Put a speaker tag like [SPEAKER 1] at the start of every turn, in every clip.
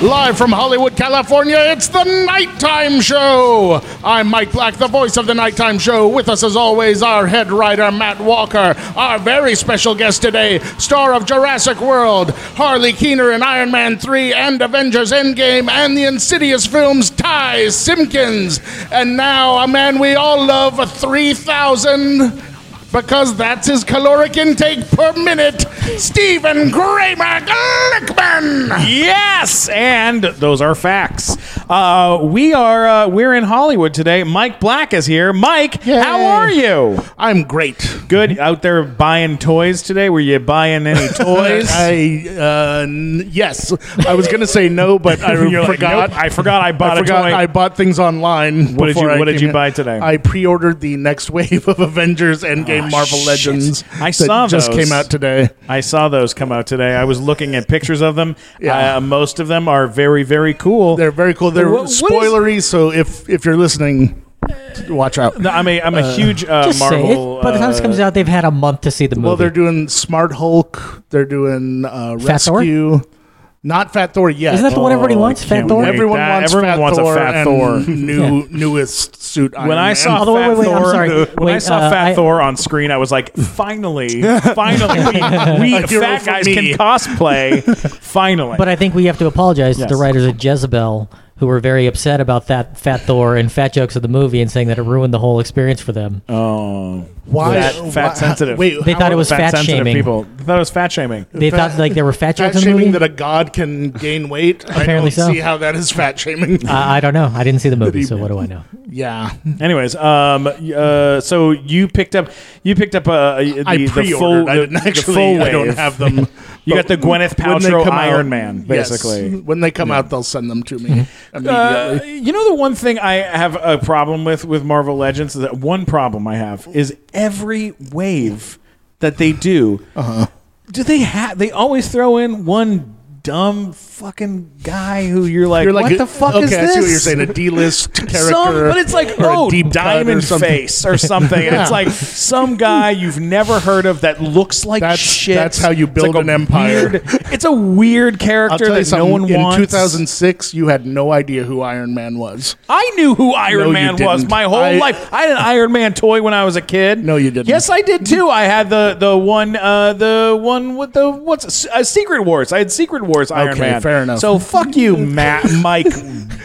[SPEAKER 1] Live from Hollywood, California, it's the Nighttime Show. I'm Mike Black, the voice of the Nighttime Show. With us, as always, our head writer, Matt Walker, our very special guest today, star of Jurassic World, Harley Keener in Iron Man 3 and Avengers Endgame, and the Insidious films, Ty Simpkins. And now, a man we all love, 3000. Because that's his caloric intake per minute, Stephen Kramer Glickman.
[SPEAKER 2] Yes, and those are facts. Uh, we are uh, we're in Hollywood today. Mike Black is here. Mike,
[SPEAKER 1] Yay.
[SPEAKER 2] how are you?
[SPEAKER 1] I'm great.
[SPEAKER 2] Good out there buying toys today. Were you buying any toys?
[SPEAKER 1] I uh, n- yes, I was gonna say no, but I
[SPEAKER 2] You're like,
[SPEAKER 1] forgot.
[SPEAKER 2] nope, I forgot I bought a
[SPEAKER 1] forgot
[SPEAKER 2] toy.
[SPEAKER 1] I bought things online.
[SPEAKER 2] What did
[SPEAKER 1] before
[SPEAKER 2] you-
[SPEAKER 1] I
[SPEAKER 2] what did
[SPEAKER 1] came
[SPEAKER 2] you
[SPEAKER 1] in.
[SPEAKER 2] buy today?
[SPEAKER 1] I pre-ordered the next wave of Avengers Endgame
[SPEAKER 2] Oh,
[SPEAKER 1] Marvel
[SPEAKER 2] shit.
[SPEAKER 1] Legends.
[SPEAKER 2] I
[SPEAKER 1] that
[SPEAKER 2] saw
[SPEAKER 1] just
[SPEAKER 2] those.
[SPEAKER 1] came out today.
[SPEAKER 2] I saw those come out today. I was looking at pictures of them.
[SPEAKER 1] Yeah.
[SPEAKER 2] Uh, most of them are very very cool.
[SPEAKER 1] They're very cool. They're
[SPEAKER 2] What- what is-
[SPEAKER 1] spoilery, so if if you're listening, watch out.
[SPEAKER 2] No, I'm a I'm a huge uh,
[SPEAKER 3] Just say
[SPEAKER 2] Marvel.
[SPEAKER 3] it. By the time this
[SPEAKER 2] uh,
[SPEAKER 3] comes out, they've had a month to see the movie.
[SPEAKER 1] Well, they're doing Smart Hulk. They're doing uh,
[SPEAKER 3] Fat Thor?
[SPEAKER 1] Rescue. Not Fat Thor yet.
[SPEAKER 3] Isn't that the one everybody
[SPEAKER 2] Oh, I
[SPEAKER 3] wants? Fat
[SPEAKER 2] can't
[SPEAKER 3] Thor.
[SPEAKER 2] wait.
[SPEAKER 1] Everyone
[SPEAKER 2] That-
[SPEAKER 1] wants,
[SPEAKER 2] everyone
[SPEAKER 1] fat,
[SPEAKER 2] wants a
[SPEAKER 1] Thor
[SPEAKER 2] Fat
[SPEAKER 1] and
[SPEAKER 2] Thor.
[SPEAKER 1] new newest suit. Iron
[SPEAKER 2] when I saw
[SPEAKER 1] Man.
[SPEAKER 3] Although, wait,
[SPEAKER 2] Fat
[SPEAKER 3] wait, wait, I'm
[SPEAKER 2] Thor,
[SPEAKER 3] sorry.
[SPEAKER 2] when I
[SPEAKER 3] Wait,
[SPEAKER 2] saw
[SPEAKER 3] uh,
[SPEAKER 2] Fat
[SPEAKER 3] I-
[SPEAKER 2] Thor on screen, I was like, finally, finally, we, we
[SPEAKER 1] hero
[SPEAKER 2] fat
[SPEAKER 1] for
[SPEAKER 2] guys
[SPEAKER 1] me.
[SPEAKER 2] can cosplay. Finally,
[SPEAKER 3] But I think we have to apologize to
[SPEAKER 2] Yes.
[SPEAKER 3] the writers of Jezebel who were very upset about that Fat Thor and fat jokes of the movie and saying that it ruined the whole experience for them.
[SPEAKER 2] oh,
[SPEAKER 1] Why-
[SPEAKER 2] fat, fat
[SPEAKER 1] why-
[SPEAKER 2] sensitive?
[SPEAKER 1] Wait,
[SPEAKER 3] They
[SPEAKER 1] how
[SPEAKER 3] thought it
[SPEAKER 1] are-
[SPEAKER 3] was fat
[SPEAKER 2] sensitive
[SPEAKER 3] shaming.
[SPEAKER 2] people. They thought it was fat shaming.
[SPEAKER 3] They
[SPEAKER 1] Fat-
[SPEAKER 3] thought like there were fat
[SPEAKER 1] fat
[SPEAKER 3] jokes in the
[SPEAKER 1] shaming
[SPEAKER 3] movie.
[SPEAKER 1] that a god can gain weight. I
[SPEAKER 3] Apparently
[SPEAKER 1] don't
[SPEAKER 3] so.
[SPEAKER 1] see how that is fat shaming.
[SPEAKER 3] Uh, I, I don't know. I didn't see the movie, so what do I know?
[SPEAKER 1] yeah,
[SPEAKER 2] Anyways, um, y- uh, so you picked up you picked up uh, the,
[SPEAKER 1] I
[SPEAKER 2] the
[SPEAKER 1] pre-ordered.
[SPEAKER 2] full
[SPEAKER 1] I
[SPEAKER 2] the-
[SPEAKER 1] didn't
[SPEAKER 2] the
[SPEAKER 1] actually.
[SPEAKER 2] full
[SPEAKER 1] I don't
[SPEAKER 2] wave.
[SPEAKER 1] have them.
[SPEAKER 2] You
[SPEAKER 1] But
[SPEAKER 2] got the Gwyneth
[SPEAKER 1] when they
[SPEAKER 2] Paltrow
[SPEAKER 1] come out-
[SPEAKER 2] Iron Man,
[SPEAKER 1] yes,
[SPEAKER 2] basically.
[SPEAKER 1] when they come out, they'll send them to me immediately.
[SPEAKER 2] Uh, you know the one thing I have a problem with with Marvel Legends is that one problem I have is every wave that they do.
[SPEAKER 1] Uh-huh.
[SPEAKER 2] Do they have? They always throw in one dumb fucking guy who you're like,
[SPEAKER 1] you're like,
[SPEAKER 2] what the fuck
[SPEAKER 1] okay,
[SPEAKER 2] is
[SPEAKER 1] I
[SPEAKER 2] this?
[SPEAKER 1] see what you're saying. A D-list character,
[SPEAKER 2] Some, but it's like
[SPEAKER 1] or a
[SPEAKER 2] oh,
[SPEAKER 1] deep cut or
[SPEAKER 2] diamond
[SPEAKER 1] something.
[SPEAKER 2] face or something. and It's like some guy you've never heard of that looks like
[SPEAKER 1] That's-
[SPEAKER 2] shit.
[SPEAKER 1] that's how you
[SPEAKER 2] It's
[SPEAKER 1] build
[SPEAKER 2] like a
[SPEAKER 1] an empire.
[SPEAKER 2] weird- it's a weird
[SPEAKER 1] I'll
[SPEAKER 2] character
[SPEAKER 1] tell you
[SPEAKER 2] that no
[SPEAKER 1] something.
[SPEAKER 2] one
[SPEAKER 1] in
[SPEAKER 2] wants.
[SPEAKER 1] 2006, you had no idea who Iron Man was.
[SPEAKER 2] I knew who Iron
[SPEAKER 1] you
[SPEAKER 2] Man was
[SPEAKER 1] didn't.
[SPEAKER 2] my whole
[SPEAKER 1] I-
[SPEAKER 2] life. I had an Iron Man toy when I was a kid.
[SPEAKER 1] No, you didn't.
[SPEAKER 2] Yes, I did too. I had the the one uh, the one with the what's uh, Secret Wars. I had Secret Wars Iron
[SPEAKER 1] Okay,
[SPEAKER 2] Man.
[SPEAKER 1] fair enough.
[SPEAKER 2] So fuck you, Matt Mike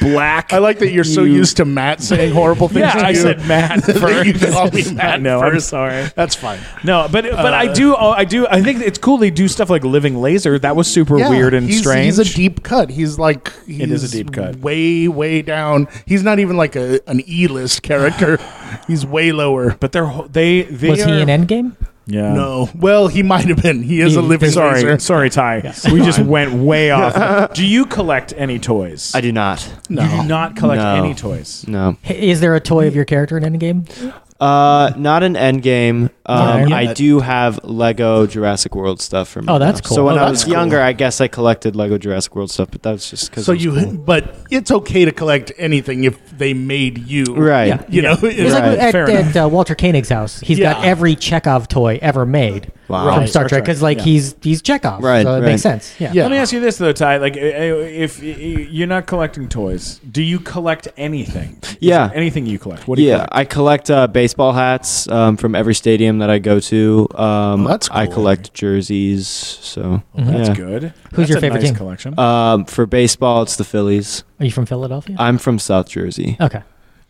[SPEAKER 2] Black.
[SPEAKER 1] I like that you're so
[SPEAKER 2] You-
[SPEAKER 1] used to Matt saying horrible things.
[SPEAKER 2] Yeah,
[SPEAKER 1] to
[SPEAKER 2] I
[SPEAKER 1] you
[SPEAKER 2] said Matt
[SPEAKER 1] that
[SPEAKER 2] first.
[SPEAKER 1] you call me Matt
[SPEAKER 2] no, I'm
[SPEAKER 1] first. Uh,
[SPEAKER 2] sorry.
[SPEAKER 1] That's fine.
[SPEAKER 2] No, but but I do oh, I do I think it's cool they do stuff like Living Laser. That was super
[SPEAKER 1] Yeah,
[SPEAKER 2] weird and
[SPEAKER 1] he's,
[SPEAKER 2] strange.
[SPEAKER 1] He's a deep cut. He's like he's
[SPEAKER 2] It is a deep cut.
[SPEAKER 1] Way way down. He's not even like a an E list character. he's way lower.
[SPEAKER 2] but they're ho- they they
[SPEAKER 3] Was he
[SPEAKER 2] are-
[SPEAKER 3] in Endgame?
[SPEAKER 2] Yeah.
[SPEAKER 1] No, well, he might have been. He is a
[SPEAKER 3] He-
[SPEAKER 1] living
[SPEAKER 2] Sorry,
[SPEAKER 1] laser.
[SPEAKER 2] sorry, Ty. we just went way off. Do you collect any toys?
[SPEAKER 4] I do not.
[SPEAKER 2] You do not collect
[SPEAKER 4] No.
[SPEAKER 2] any toys.
[SPEAKER 4] No.
[SPEAKER 3] H- Is there a toy of your character in Endgame?
[SPEAKER 4] Uh, not an end game. Um,
[SPEAKER 3] Yeah.
[SPEAKER 4] I do have Lego Jurassic World stuff from.
[SPEAKER 3] Oh, that's cool.
[SPEAKER 4] So when
[SPEAKER 3] Oh,
[SPEAKER 4] I
[SPEAKER 3] that's
[SPEAKER 4] was younger, I guess I collected Lego Jurassic World stuff, but that's just because.
[SPEAKER 1] So you, but it's okay to collect anything if they made you
[SPEAKER 4] Right.
[SPEAKER 3] Yeah.
[SPEAKER 1] You know,
[SPEAKER 3] It was
[SPEAKER 1] it's-
[SPEAKER 4] Right.
[SPEAKER 3] like at,
[SPEAKER 2] fair
[SPEAKER 3] at uh, Walter Koenig's house. He's got
[SPEAKER 1] Yeah.
[SPEAKER 3] every Chekhov toy ever made
[SPEAKER 4] Wow.
[SPEAKER 3] from
[SPEAKER 4] Right,
[SPEAKER 3] Star
[SPEAKER 2] Star
[SPEAKER 3] Trek
[SPEAKER 2] Trek,
[SPEAKER 3] because like
[SPEAKER 2] yeah.
[SPEAKER 3] he's he's Chekhov.
[SPEAKER 4] Right,
[SPEAKER 3] so it makes
[SPEAKER 4] right.
[SPEAKER 3] sense. Yeah.
[SPEAKER 1] Yeah.
[SPEAKER 2] Let me ask you this though, Ty. Like, uh, uh, if y- y- you're not collecting toys, do you collect anything? Is
[SPEAKER 4] Yeah.
[SPEAKER 2] there anything you collect. What do you
[SPEAKER 4] Yeah,
[SPEAKER 2] collect?
[SPEAKER 4] I collect uh, baseball hats um, from every stadium that I go to. Um,
[SPEAKER 1] Oh, that's
[SPEAKER 4] I
[SPEAKER 1] cool.
[SPEAKER 4] collect jerseys. So
[SPEAKER 2] That's
[SPEAKER 4] yeah.
[SPEAKER 2] good.
[SPEAKER 3] Who's
[SPEAKER 2] That's
[SPEAKER 3] your
[SPEAKER 2] a
[SPEAKER 3] favorite
[SPEAKER 2] nice
[SPEAKER 3] team?
[SPEAKER 2] Collection.
[SPEAKER 4] Um, for baseball, it's the Phillies.
[SPEAKER 3] Are you from Philadelphia?
[SPEAKER 4] I'm from South Jersey.
[SPEAKER 3] okay.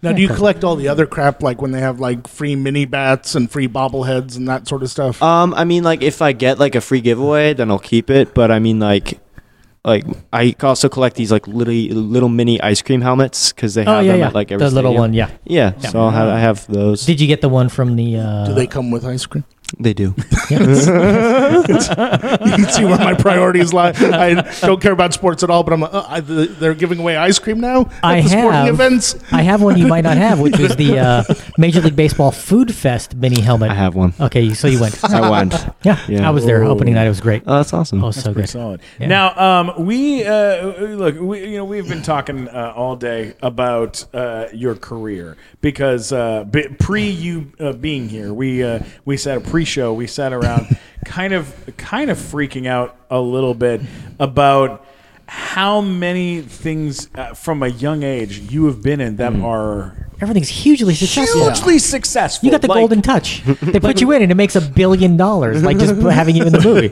[SPEAKER 1] now, do you collect all the other crap like when they have like free mini bats and free bobbleheads and that sort of stuff?
[SPEAKER 2] Uh,
[SPEAKER 4] Um, I mean, like if I get like a free giveaway, then I'll keep it. But I mean, like, like I also collect these like little little mini ice cream helmets because they have
[SPEAKER 3] Oh yeah,
[SPEAKER 4] them
[SPEAKER 3] yeah.
[SPEAKER 4] at like
[SPEAKER 3] the
[SPEAKER 4] every
[SPEAKER 3] little
[SPEAKER 4] stadium.
[SPEAKER 3] one. Yeah.
[SPEAKER 4] Yeah, so I'll have, I have those.
[SPEAKER 3] Did you get the one from the? Uh,
[SPEAKER 1] do they come with ice cream?
[SPEAKER 4] They do.
[SPEAKER 1] you see where my priorities lie. I don't care about sports at all, but I'm like, uh, I, the, they're giving away ice cream now at
[SPEAKER 3] I
[SPEAKER 1] the sporting
[SPEAKER 3] have.
[SPEAKER 1] events.
[SPEAKER 3] I have one you might not have, which is the uh, Major League Baseball Food Fest mini helmet.
[SPEAKER 4] I have one.
[SPEAKER 3] Okay, so you went.
[SPEAKER 4] I went.
[SPEAKER 3] Yeah,
[SPEAKER 4] Yeah.
[SPEAKER 3] I was there
[SPEAKER 2] Ooh.
[SPEAKER 3] opening night. It was great.
[SPEAKER 4] Oh, that's awesome.
[SPEAKER 3] oh, so
[SPEAKER 2] pretty
[SPEAKER 3] good.
[SPEAKER 2] solid.
[SPEAKER 3] Yeah.
[SPEAKER 2] Now, um, we uh, look. We, you know, we've been talking uh, all day about uh, your career because uh, b- pre you uh, being here, we uh, we sat a pre-show. We sat around, kind of, kind of freaking out a little bit about how many things uh, from a young age you have been in that
[SPEAKER 3] Mm.
[SPEAKER 2] are
[SPEAKER 3] Everything's hugely successful.
[SPEAKER 2] hugely successful.
[SPEAKER 3] You got the
[SPEAKER 2] Like,
[SPEAKER 3] golden touch. They put you in, and it makes a billion dollars, like just having you in the movie.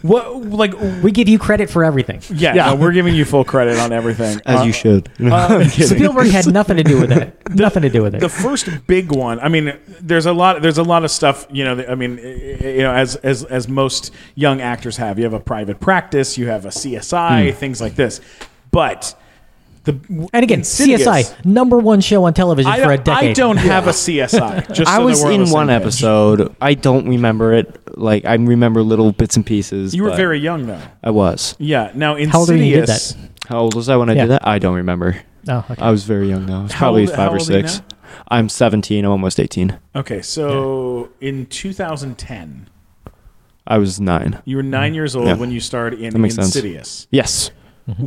[SPEAKER 2] What like
[SPEAKER 3] We give you credit for everything.
[SPEAKER 2] yeah, no, we're giving you full credit on everything.
[SPEAKER 4] as
[SPEAKER 2] Uh,
[SPEAKER 4] you should.
[SPEAKER 3] Spielberg had nothing to do with it. nothing to do with it.
[SPEAKER 2] the first big one. I mean, there's a lot. There's a lot of stuff. You know, that- I mean, eh, you know, as as as most young actors have, you have a private practice, you have a CSI, things like this. But the
[SPEAKER 3] Hmm. and again,
[SPEAKER 2] Insidious-
[SPEAKER 3] CSI, number one show on television
[SPEAKER 2] I,
[SPEAKER 3] for a
[SPEAKER 2] don't- I
[SPEAKER 3] decade.
[SPEAKER 2] don't have a CSI. Just
[SPEAKER 4] I
[SPEAKER 2] so that
[SPEAKER 4] was
[SPEAKER 2] we're on the
[SPEAKER 4] in
[SPEAKER 2] same
[SPEAKER 4] one
[SPEAKER 2] page.
[SPEAKER 4] episode. I don't remember it. Like I remember little bits and pieces.
[SPEAKER 2] You were
[SPEAKER 4] but
[SPEAKER 2] very young though.
[SPEAKER 4] I was.
[SPEAKER 2] Yeah. Now Insidious.
[SPEAKER 3] old were you when you did
[SPEAKER 4] How old was I when I
[SPEAKER 3] Yeah.
[SPEAKER 4] did that? I don't remember.
[SPEAKER 3] Oh, okay.
[SPEAKER 4] I was very young though. I was
[SPEAKER 2] How
[SPEAKER 4] probably
[SPEAKER 2] old- how
[SPEAKER 4] five or
[SPEAKER 2] old are you
[SPEAKER 4] six. I'm 17. I'm almost 18.
[SPEAKER 2] Okay, so in 2010,
[SPEAKER 4] I was nine.
[SPEAKER 2] you were nine years old
[SPEAKER 4] Mm-hmm. Yeah.
[SPEAKER 2] when you starred in
[SPEAKER 4] That makes sense.
[SPEAKER 2] Insidious.
[SPEAKER 4] Yes.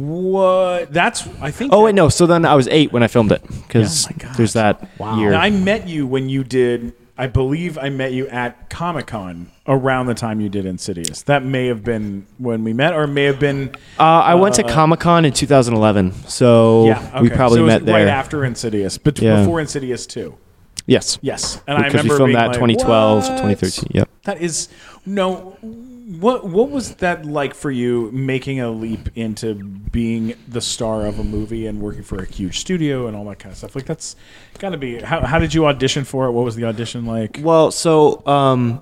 [SPEAKER 2] What? That's I think.
[SPEAKER 4] Oh wait, no. So then I was eight when I filmed it because
[SPEAKER 2] Oh my God.
[SPEAKER 4] there's that year.
[SPEAKER 2] Now, I met you when you did. I believe I met you at Comic Con around the time you did Insidious. That may have been when we met, or may have been.
[SPEAKER 4] Uh, I went to Comic Con in 2011, so
[SPEAKER 2] yeah, okay.
[SPEAKER 4] Oh, we probably
[SPEAKER 2] so it was
[SPEAKER 4] met there.
[SPEAKER 2] right after Insidious, but
[SPEAKER 4] Yeah.
[SPEAKER 2] before Insidious two.
[SPEAKER 4] Yes.
[SPEAKER 2] Yes, and I
[SPEAKER 4] Because
[SPEAKER 2] remember
[SPEAKER 4] we filmed
[SPEAKER 2] being
[SPEAKER 4] that
[SPEAKER 2] like,
[SPEAKER 4] 2012,
[SPEAKER 2] "What?"
[SPEAKER 4] 2013. Yep.
[SPEAKER 2] That is no. What what was that like for you making a leap into being the star of a movie and working for a huge studio and all that kind of stuff? Like that's got to be. How, how did you audition for it? What was the audition like?
[SPEAKER 4] Well, so um,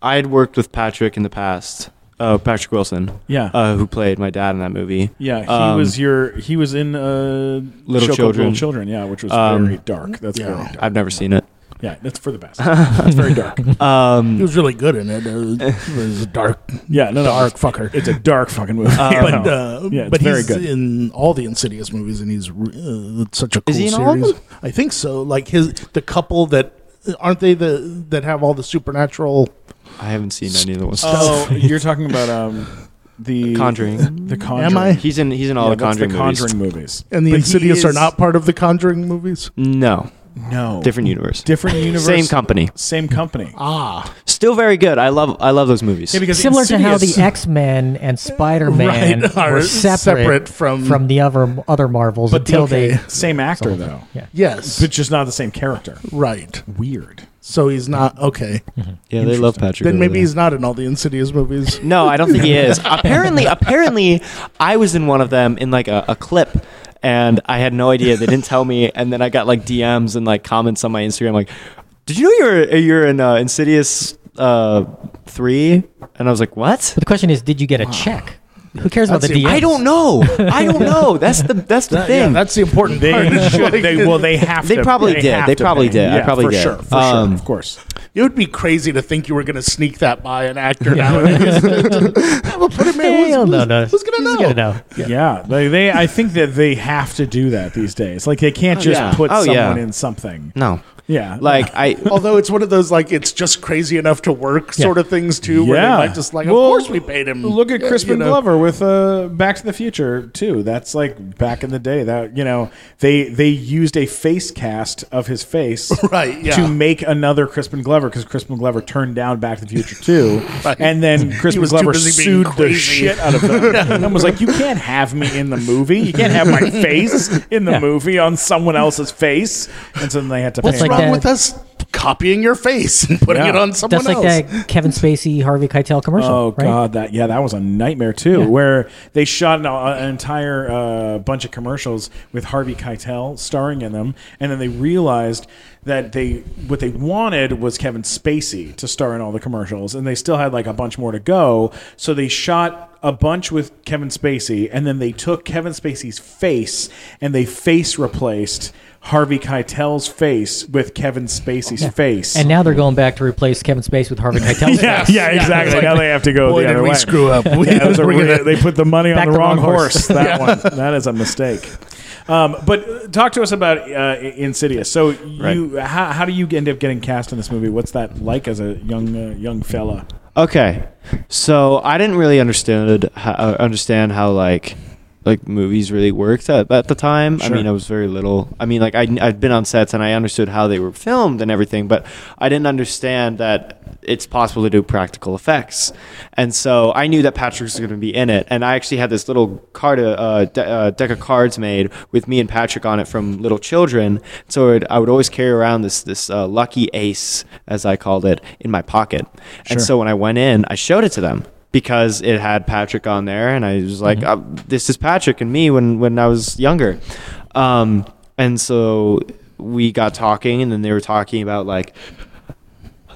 [SPEAKER 4] I had worked with Patrick in the past, uh, Patrick Wilson,
[SPEAKER 2] Yeah.
[SPEAKER 4] uh, who played my dad in that movie.
[SPEAKER 2] yeah, he
[SPEAKER 4] um,
[SPEAKER 2] was your. He was in uh,
[SPEAKER 4] Little
[SPEAKER 2] Show Called
[SPEAKER 4] Children.
[SPEAKER 2] Little children, yeah, which was
[SPEAKER 4] Um,
[SPEAKER 2] very dark. That's very dark.
[SPEAKER 4] I've never seen it.
[SPEAKER 2] Yeah, that's for the best. That's very dark. Um,
[SPEAKER 1] He was really good in it. Uh, He was a dark,
[SPEAKER 2] Yeah, no, no,
[SPEAKER 1] dark fucker.
[SPEAKER 2] It's a dark fucking movie.
[SPEAKER 1] but uh,
[SPEAKER 2] yeah, it's
[SPEAKER 1] but
[SPEAKER 2] very
[SPEAKER 1] he's
[SPEAKER 2] good.
[SPEAKER 1] in all the Insidious movies, and he's re- uh, it's such a cool
[SPEAKER 4] Is he in all of
[SPEAKER 1] series.
[SPEAKER 4] them?
[SPEAKER 1] I think so. Like his the couple that aren't they the that have all the supernatural.
[SPEAKER 4] I haven't seen any of the ones.
[SPEAKER 2] Oh, you're talking about um, the
[SPEAKER 4] Conjuring.
[SPEAKER 2] The Conjuring.
[SPEAKER 1] Am I?
[SPEAKER 4] he's in. He's in all
[SPEAKER 2] Yeah,
[SPEAKER 4] the
[SPEAKER 2] that's
[SPEAKER 4] Conjuring,
[SPEAKER 2] Conjuring movies.
[SPEAKER 1] And the
[SPEAKER 2] But he
[SPEAKER 1] Insidious are
[SPEAKER 2] is-
[SPEAKER 1] not part of the Conjuring movies.
[SPEAKER 4] movies. No,
[SPEAKER 2] No,
[SPEAKER 4] different universe.
[SPEAKER 2] different universe,
[SPEAKER 4] Same company.
[SPEAKER 2] same company.
[SPEAKER 1] Ah,
[SPEAKER 4] Still very good. I love. I love those movies.
[SPEAKER 2] Yeah, because
[SPEAKER 3] Similar to how
[SPEAKER 2] Insidious-
[SPEAKER 3] the X Men and Spider Man
[SPEAKER 1] Right, are
[SPEAKER 3] were separate,
[SPEAKER 1] separate from-
[SPEAKER 3] from the other other Marvels until
[SPEAKER 1] okay.
[SPEAKER 3] they.
[SPEAKER 2] same actor though,
[SPEAKER 3] Yeah.
[SPEAKER 1] yes,
[SPEAKER 2] but just not the same character.
[SPEAKER 1] right.
[SPEAKER 2] Weird.
[SPEAKER 1] So he's not okay.
[SPEAKER 4] yeah, they love Patrick.
[SPEAKER 1] Then
[SPEAKER 4] over
[SPEAKER 1] maybe
[SPEAKER 4] there.
[SPEAKER 1] he's not in all the Insidious movies.
[SPEAKER 4] No, I don't think he is. apparently, apparently, I was in one of them in like a, a clip, and I had no idea. They didn't tell me, and then I got like DMs and like comments on my Instagram, like, "Did you know you're you're in uh, Insidious uh, three? And I was like, "What?
[SPEAKER 3] But the question is, did you get a check? Who cares about
[SPEAKER 1] That's
[SPEAKER 3] the
[SPEAKER 1] the-
[SPEAKER 3] DMs?
[SPEAKER 4] I don't know. I don't know. That's the that's the
[SPEAKER 1] That- yeah,
[SPEAKER 4] thing.
[SPEAKER 1] that's the important
[SPEAKER 2] They
[SPEAKER 1] part.
[SPEAKER 2] should. They, well, they have.
[SPEAKER 4] They
[SPEAKER 2] to,
[SPEAKER 4] probably did.
[SPEAKER 2] have
[SPEAKER 4] They
[SPEAKER 2] to
[SPEAKER 4] probably
[SPEAKER 2] pay.
[SPEAKER 4] did. I
[SPEAKER 2] Yeah,
[SPEAKER 4] probably
[SPEAKER 2] for
[SPEAKER 4] did.
[SPEAKER 2] Sure, for
[SPEAKER 4] Um,
[SPEAKER 2] sure. Of course.
[SPEAKER 1] It would be crazy to think you were going to sneak that by an actor nowadays. well, put him in.
[SPEAKER 3] Hell
[SPEAKER 1] Who's,
[SPEAKER 3] no, no.
[SPEAKER 1] who's, who's going to know?
[SPEAKER 3] Who's gonna know?
[SPEAKER 2] Yeah. They, they. I think that they have to do that these days. Like they can't
[SPEAKER 4] Oh,
[SPEAKER 2] just
[SPEAKER 4] yeah.
[SPEAKER 2] put
[SPEAKER 4] Oh, yeah.
[SPEAKER 2] someone in something.
[SPEAKER 4] no.
[SPEAKER 2] Yeah.
[SPEAKER 4] Like I
[SPEAKER 1] Although it's one of those like it's just crazy enough to work sort of things too, where
[SPEAKER 2] Yeah.
[SPEAKER 1] they might just like, of
[SPEAKER 2] Well,
[SPEAKER 1] course we paid him.
[SPEAKER 2] Look at
[SPEAKER 1] Yeah,
[SPEAKER 2] Crispin
[SPEAKER 1] you know.
[SPEAKER 2] Glover with uh, Back to the Future too. That's like back in the day. That you know they they used a face cast of his face
[SPEAKER 1] Right, yeah.
[SPEAKER 2] to make another Crispin Glover because Crispin Glover turned down Back to the Future too,
[SPEAKER 1] Right.
[SPEAKER 2] and then Crispin
[SPEAKER 1] was too
[SPEAKER 2] Glover
[SPEAKER 1] busy being
[SPEAKER 2] sued the
[SPEAKER 1] crazy.
[SPEAKER 2] shit out of them and was like, "You can't have me in the movie. You can't have my face in the movie on someone else's face." And so then they had to
[SPEAKER 3] That's
[SPEAKER 2] pay.
[SPEAKER 3] like
[SPEAKER 2] him.
[SPEAKER 1] wrong
[SPEAKER 3] that-
[SPEAKER 1] with us copying your face and putting
[SPEAKER 2] Yeah.
[SPEAKER 1] it on someone
[SPEAKER 3] That's like
[SPEAKER 1] else.
[SPEAKER 3] that Kevin Spacey, Harvey Keitel commercial.
[SPEAKER 2] Oh
[SPEAKER 3] right?
[SPEAKER 2] god, that yeah, that was a nightmare too. Where they shot an, uh, an entire uh, bunch of commercials with Harvey Keitel starring in them, and then they realized that they what they wanted was Kevin Spacey to star in all the commercials, and they still had like a bunch more to go. So they shot a bunch with Kevin Spacey, and then they took Kevin Spacey's face and they face replaced Harvey Keitel's face with Kevin Spacey's face.
[SPEAKER 3] And now they're going back to replace Kevin Spacey with Harvey Keitel.
[SPEAKER 2] yeah, yeah, exactly. now they have to go
[SPEAKER 1] Boy,
[SPEAKER 2] the
[SPEAKER 1] did
[SPEAKER 2] other
[SPEAKER 1] we
[SPEAKER 2] way.
[SPEAKER 1] screw up. We,
[SPEAKER 2] Yeah, it was a
[SPEAKER 1] we're
[SPEAKER 2] real-
[SPEAKER 1] gonna-
[SPEAKER 2] they put the money on
[SPEAKER 3] Back
[SPEAKER 2] the, wrong, horse. That
[SPEAKER 1] Yeah.
[SPEAKER 2] one, that is a mistake. Um, but uh, talk to us about uh, Insidious. So you, how, how do you end up getting cast in this movie? What's that like as a young uh, young fella?
[SPEAKER 4] Okay, so I didn't really understand how, uh, understand how like like movies really worked at, at the time.
[SPEAKER 2] Sure.
[SPEAKER 4] I mean, I was very little. I mean, like I I'd been on sets and I understood how they were filmed and everything, but I didn't understand that it's possible to do practical effects. And so I knew that Patrick was going to be in it, and I actually had this little card, uh, uh, de- uh, deck of cards made with me and Patrick on it from Little Children. So I would, I would always carry around this this uh, lucky ace, as I called it, in my pocket. And so when I went in, I showed it to them because it had Patrick on there, and I was like, "Uh, "This is Patrick and me when when I was younger," um, and so we got talking, and then they were talking about like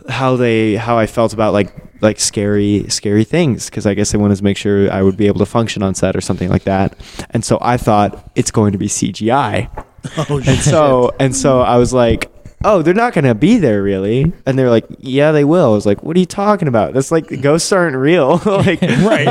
[SPEAKER 4] how they how I felt about like like scary scary things because I guess they wanted to make sure I would be able to function on set or something like that, and so I thought it's going to be CGI
[SPEAKER 5] Oh,
[SPEAKER 4] and so and so I was like, oh, they're not gonna be there really, and they're like, yeah, they will. I was like, what are you talking about? That's like ghosts aren't real. like Um, right.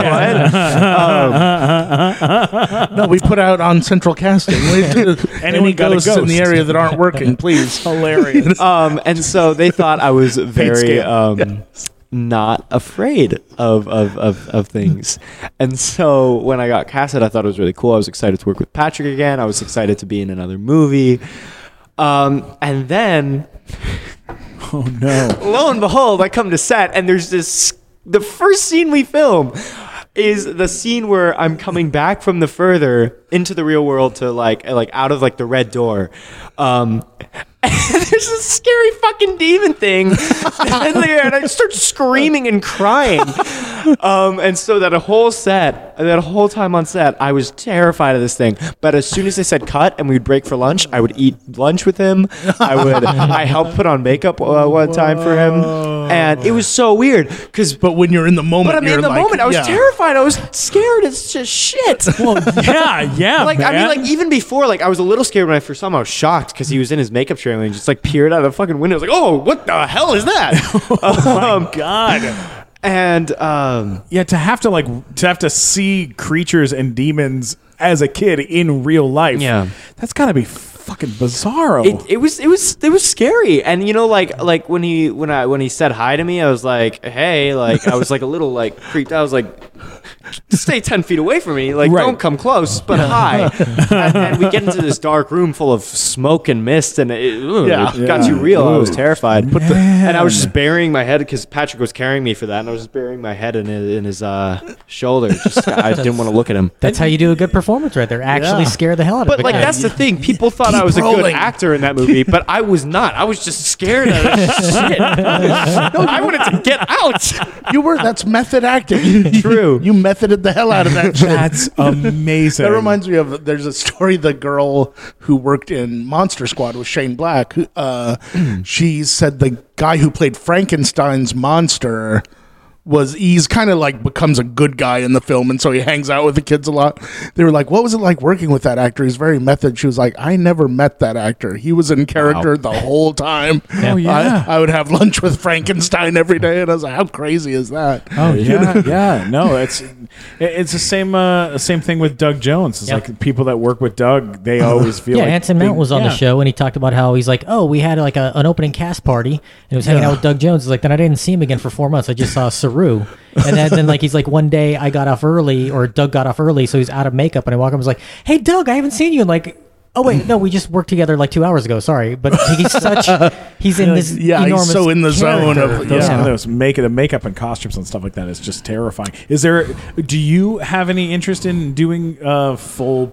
[SPEAKER 1] No, we put out on central casting. We did- Any
[SPEAKER 2] got a
[SPEAKER 1] ghosts in the
[SPEAKER 2] ghost?
[SPEAKER 1] area that aren't working, please.
[SPEAKER 2] Hilarious.
[SPEAKER 4] um, and so they thought I was very
[SPEAKER 2] scale.
[SPEAKER 4] um, not afraid of, of, of, of things. And so when I got casted, I thought it was really cool. I was excited to work with Patrick again. I was excited to be in another movie. Um, and then, oh no! Lo and behold, I come to set, and there's this. The first scene we film is the scene where I'm coming back from the further into the real world to like like out of like the red door. Um, and there's this scary fucking demon thing in there, and I start screaming and crying. Um, and so that whole set, that whole time on set, I was terrified of this thing. But as soon as they said cut and we'd break for lunch, I would eat lunch with him. I would, I helped put on makeup uh, one time for him, and it was so weird because.
[SPEAKER 1] But when you're in the moment,
[SPEAKER 4] But I'm
[SPEAKER 1] you're
[SPEAKER 4] in the
[SPEAKER 1] like,
[SPEAKER 4] moment. I was
[SPEAKER 1] yeah.
[SPEAKER 4] terrified. I was scared. It's just shit.
[SPEAKER 2] yeah, yeah.
[SPEAKER 4] Like I
[SPEAKER 2] man.
[SPEAKER 4] mean, like even before, like I was a little scared when I first saw him. I was shocked because he was in his makeup trailer and just like peered out of the fucking window. I was like, "Oh, what the hell is that?" um,
[SPEAKER 2] Oh God.
[SPEAKER 4] and um,
[SPEAKER 2] Yeah, to have to like to have to see creatures and demons as a kid in real life.
[SPEAKER 4] Yeah.
[SPEAKER 2] that's gotta be fucking bizarro.
[SPEAKER 4] it, it was it was it was scary. And you know, like like when he when I when he said hi to me, I was like, "Hey!" Like I was like a little like creeped. out. I was like, "Stay ten feet away from me. Like
[SPEAKER 2] Right.
[SPEAKER 4] don't come close, but hi." and, and we get into this dark room full of smoke and mist, and it, ooh,
[SPEAKER 1] Yeah.
[SPEAKER 4] it got too real. I was terrified.
[SPEAKER 2] the-
[SPEAKER 4] and I was just burying my head because Patrick was carrying me for that, and I was just burying my head in his, in his uh, shoulder. Just, I didn't want to look at him.
[SPEAKER 3] That's how you do a good performance right there. Actually
[SPEAKER 1] Yeah.
[SPEAKER 3] scare the hell out of
[SPEAKER 4] But
[SPEAKER 3] the
[SPEAKER 4] like
[SPEAKER 3] guy.
[SPEAKER 4] that's the thing. People thought I
[SPEAKER 1] Keep
[SPEAKER 4] was a good
[SPEAKER 1] rolling.
[SPEAKER 4] actor in that movie, but I was not. I was just scared of shit. I wanted to get out.
[SPEAKER 1] You were. That's method acting. You,
[SPEAKER 4] True.
[SPEAKER 1] You, you methoded the hell out of that shit.
[SPEAKER 2] that's amazing.
[SPEAKER 1] That reminds me of there's a story the girl who worked in Monster Squad with Shane Black. who, Uh, she said the guy who played Frankenstein's monster was he's kind of like becomes a good guy in the film and so he hangs out with the kids a lot. They were like, "What was it like working with that actor? He's very method." She was like, "I never met that actor. He was in character the whole time."
[SPEAKER 2] Oh, yeah.
[SPEAKER 1] I, I would have lunch with Frankenstein every day and I was like, "How crazy is that?"
[SPEAKER 2] Oh yeah, yeah. No, it's it- it's the same uh, same thing with Doug Jones. It's
[SPEAKER 3] Yeah.
[SPEAKER 2] like people that work with Doug, they always feel
[SPEAKER 3] yeah,
[SPEAKER 2] like
[SPEAKER 3] Anson
[SPEAKER 2] they-
[SPEAKER 3] Mount was on
[SPEAKER 2] Uh-huh. yeah.
[SPEAKER 3] the show and he talked about how he's like, oh, we had like a, an opening cast party and he was hanging out with Doug Jones. He's like, then I didn't see him again for four months. I just saw Saru. And then, then like he's like, one day I got off early or Doug got off early, so he's out of makeup. And I walk up and was like, hey, Doug, I haven't seen you. And like, oh wait, no, we just worked together like two hours ago. Sorry, but he's such he's in this
[SPEAKER 1] Yeah, he's
[SPEAKER 3] enormous
[SPEAKER 1] so in the zone
[SPEAKER 3] character.
[SPEAKER 1] of-
[SPEAKER 2] Those,
[SPEAKER 1] Yeah.
[SPEAKER 2] those make the makeup and costumes and stuff like that is just terrifying. Is there? Do you have any interest in doing uh, full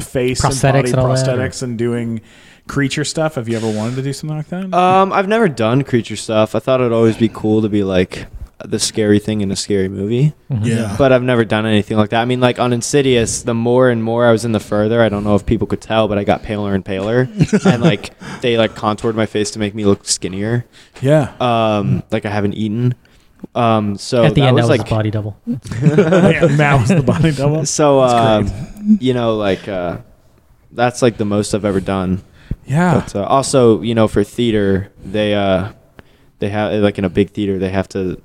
[SPEAKER 2] face
[SPEAKER 3] Prosthetics
[SPEAKER 2] and body
[SPEAKER 3] and all that, or-
[SPEAKER 2] prosthetics and doing creature stuff? Have you ever wanted to do something like that?
[SPEAKER 4] Um, I've never done creature stuff. I thought it'd always be cool to be like the scary thing in a scary movie.
[SPEAKER 1] Yeah.
[SPEAKER 4] But I've never done anything like that. I mean, like on Insidious, the more and more I was in, the further I don't know if people could tell, but I got paler and paler, and like they like contoured my face to make me look skinnier.
[SPEAKER 2] yeah.
[SPEAKER 4] Um, like I haven't eaten. Um, so
[SPEAKER 3] At the
[SPEAKER 4] that
[SPEAKER 3] end,
[SPEAKER 4] was,
[SPEAKER 3] that was
[SPEAKER 4] like
[SPEAKER 3] his body double.
[SPEAKER 2] yeah. Mount was the body double.
[SPEAKER 4] so. Um, you know, like uh, that's like the most I've ever done.
[SPEAKER 2] Yeah.
[SPEAKER 4] But uh, also, you know, for theater, they uh, they have like in a big theater, they have to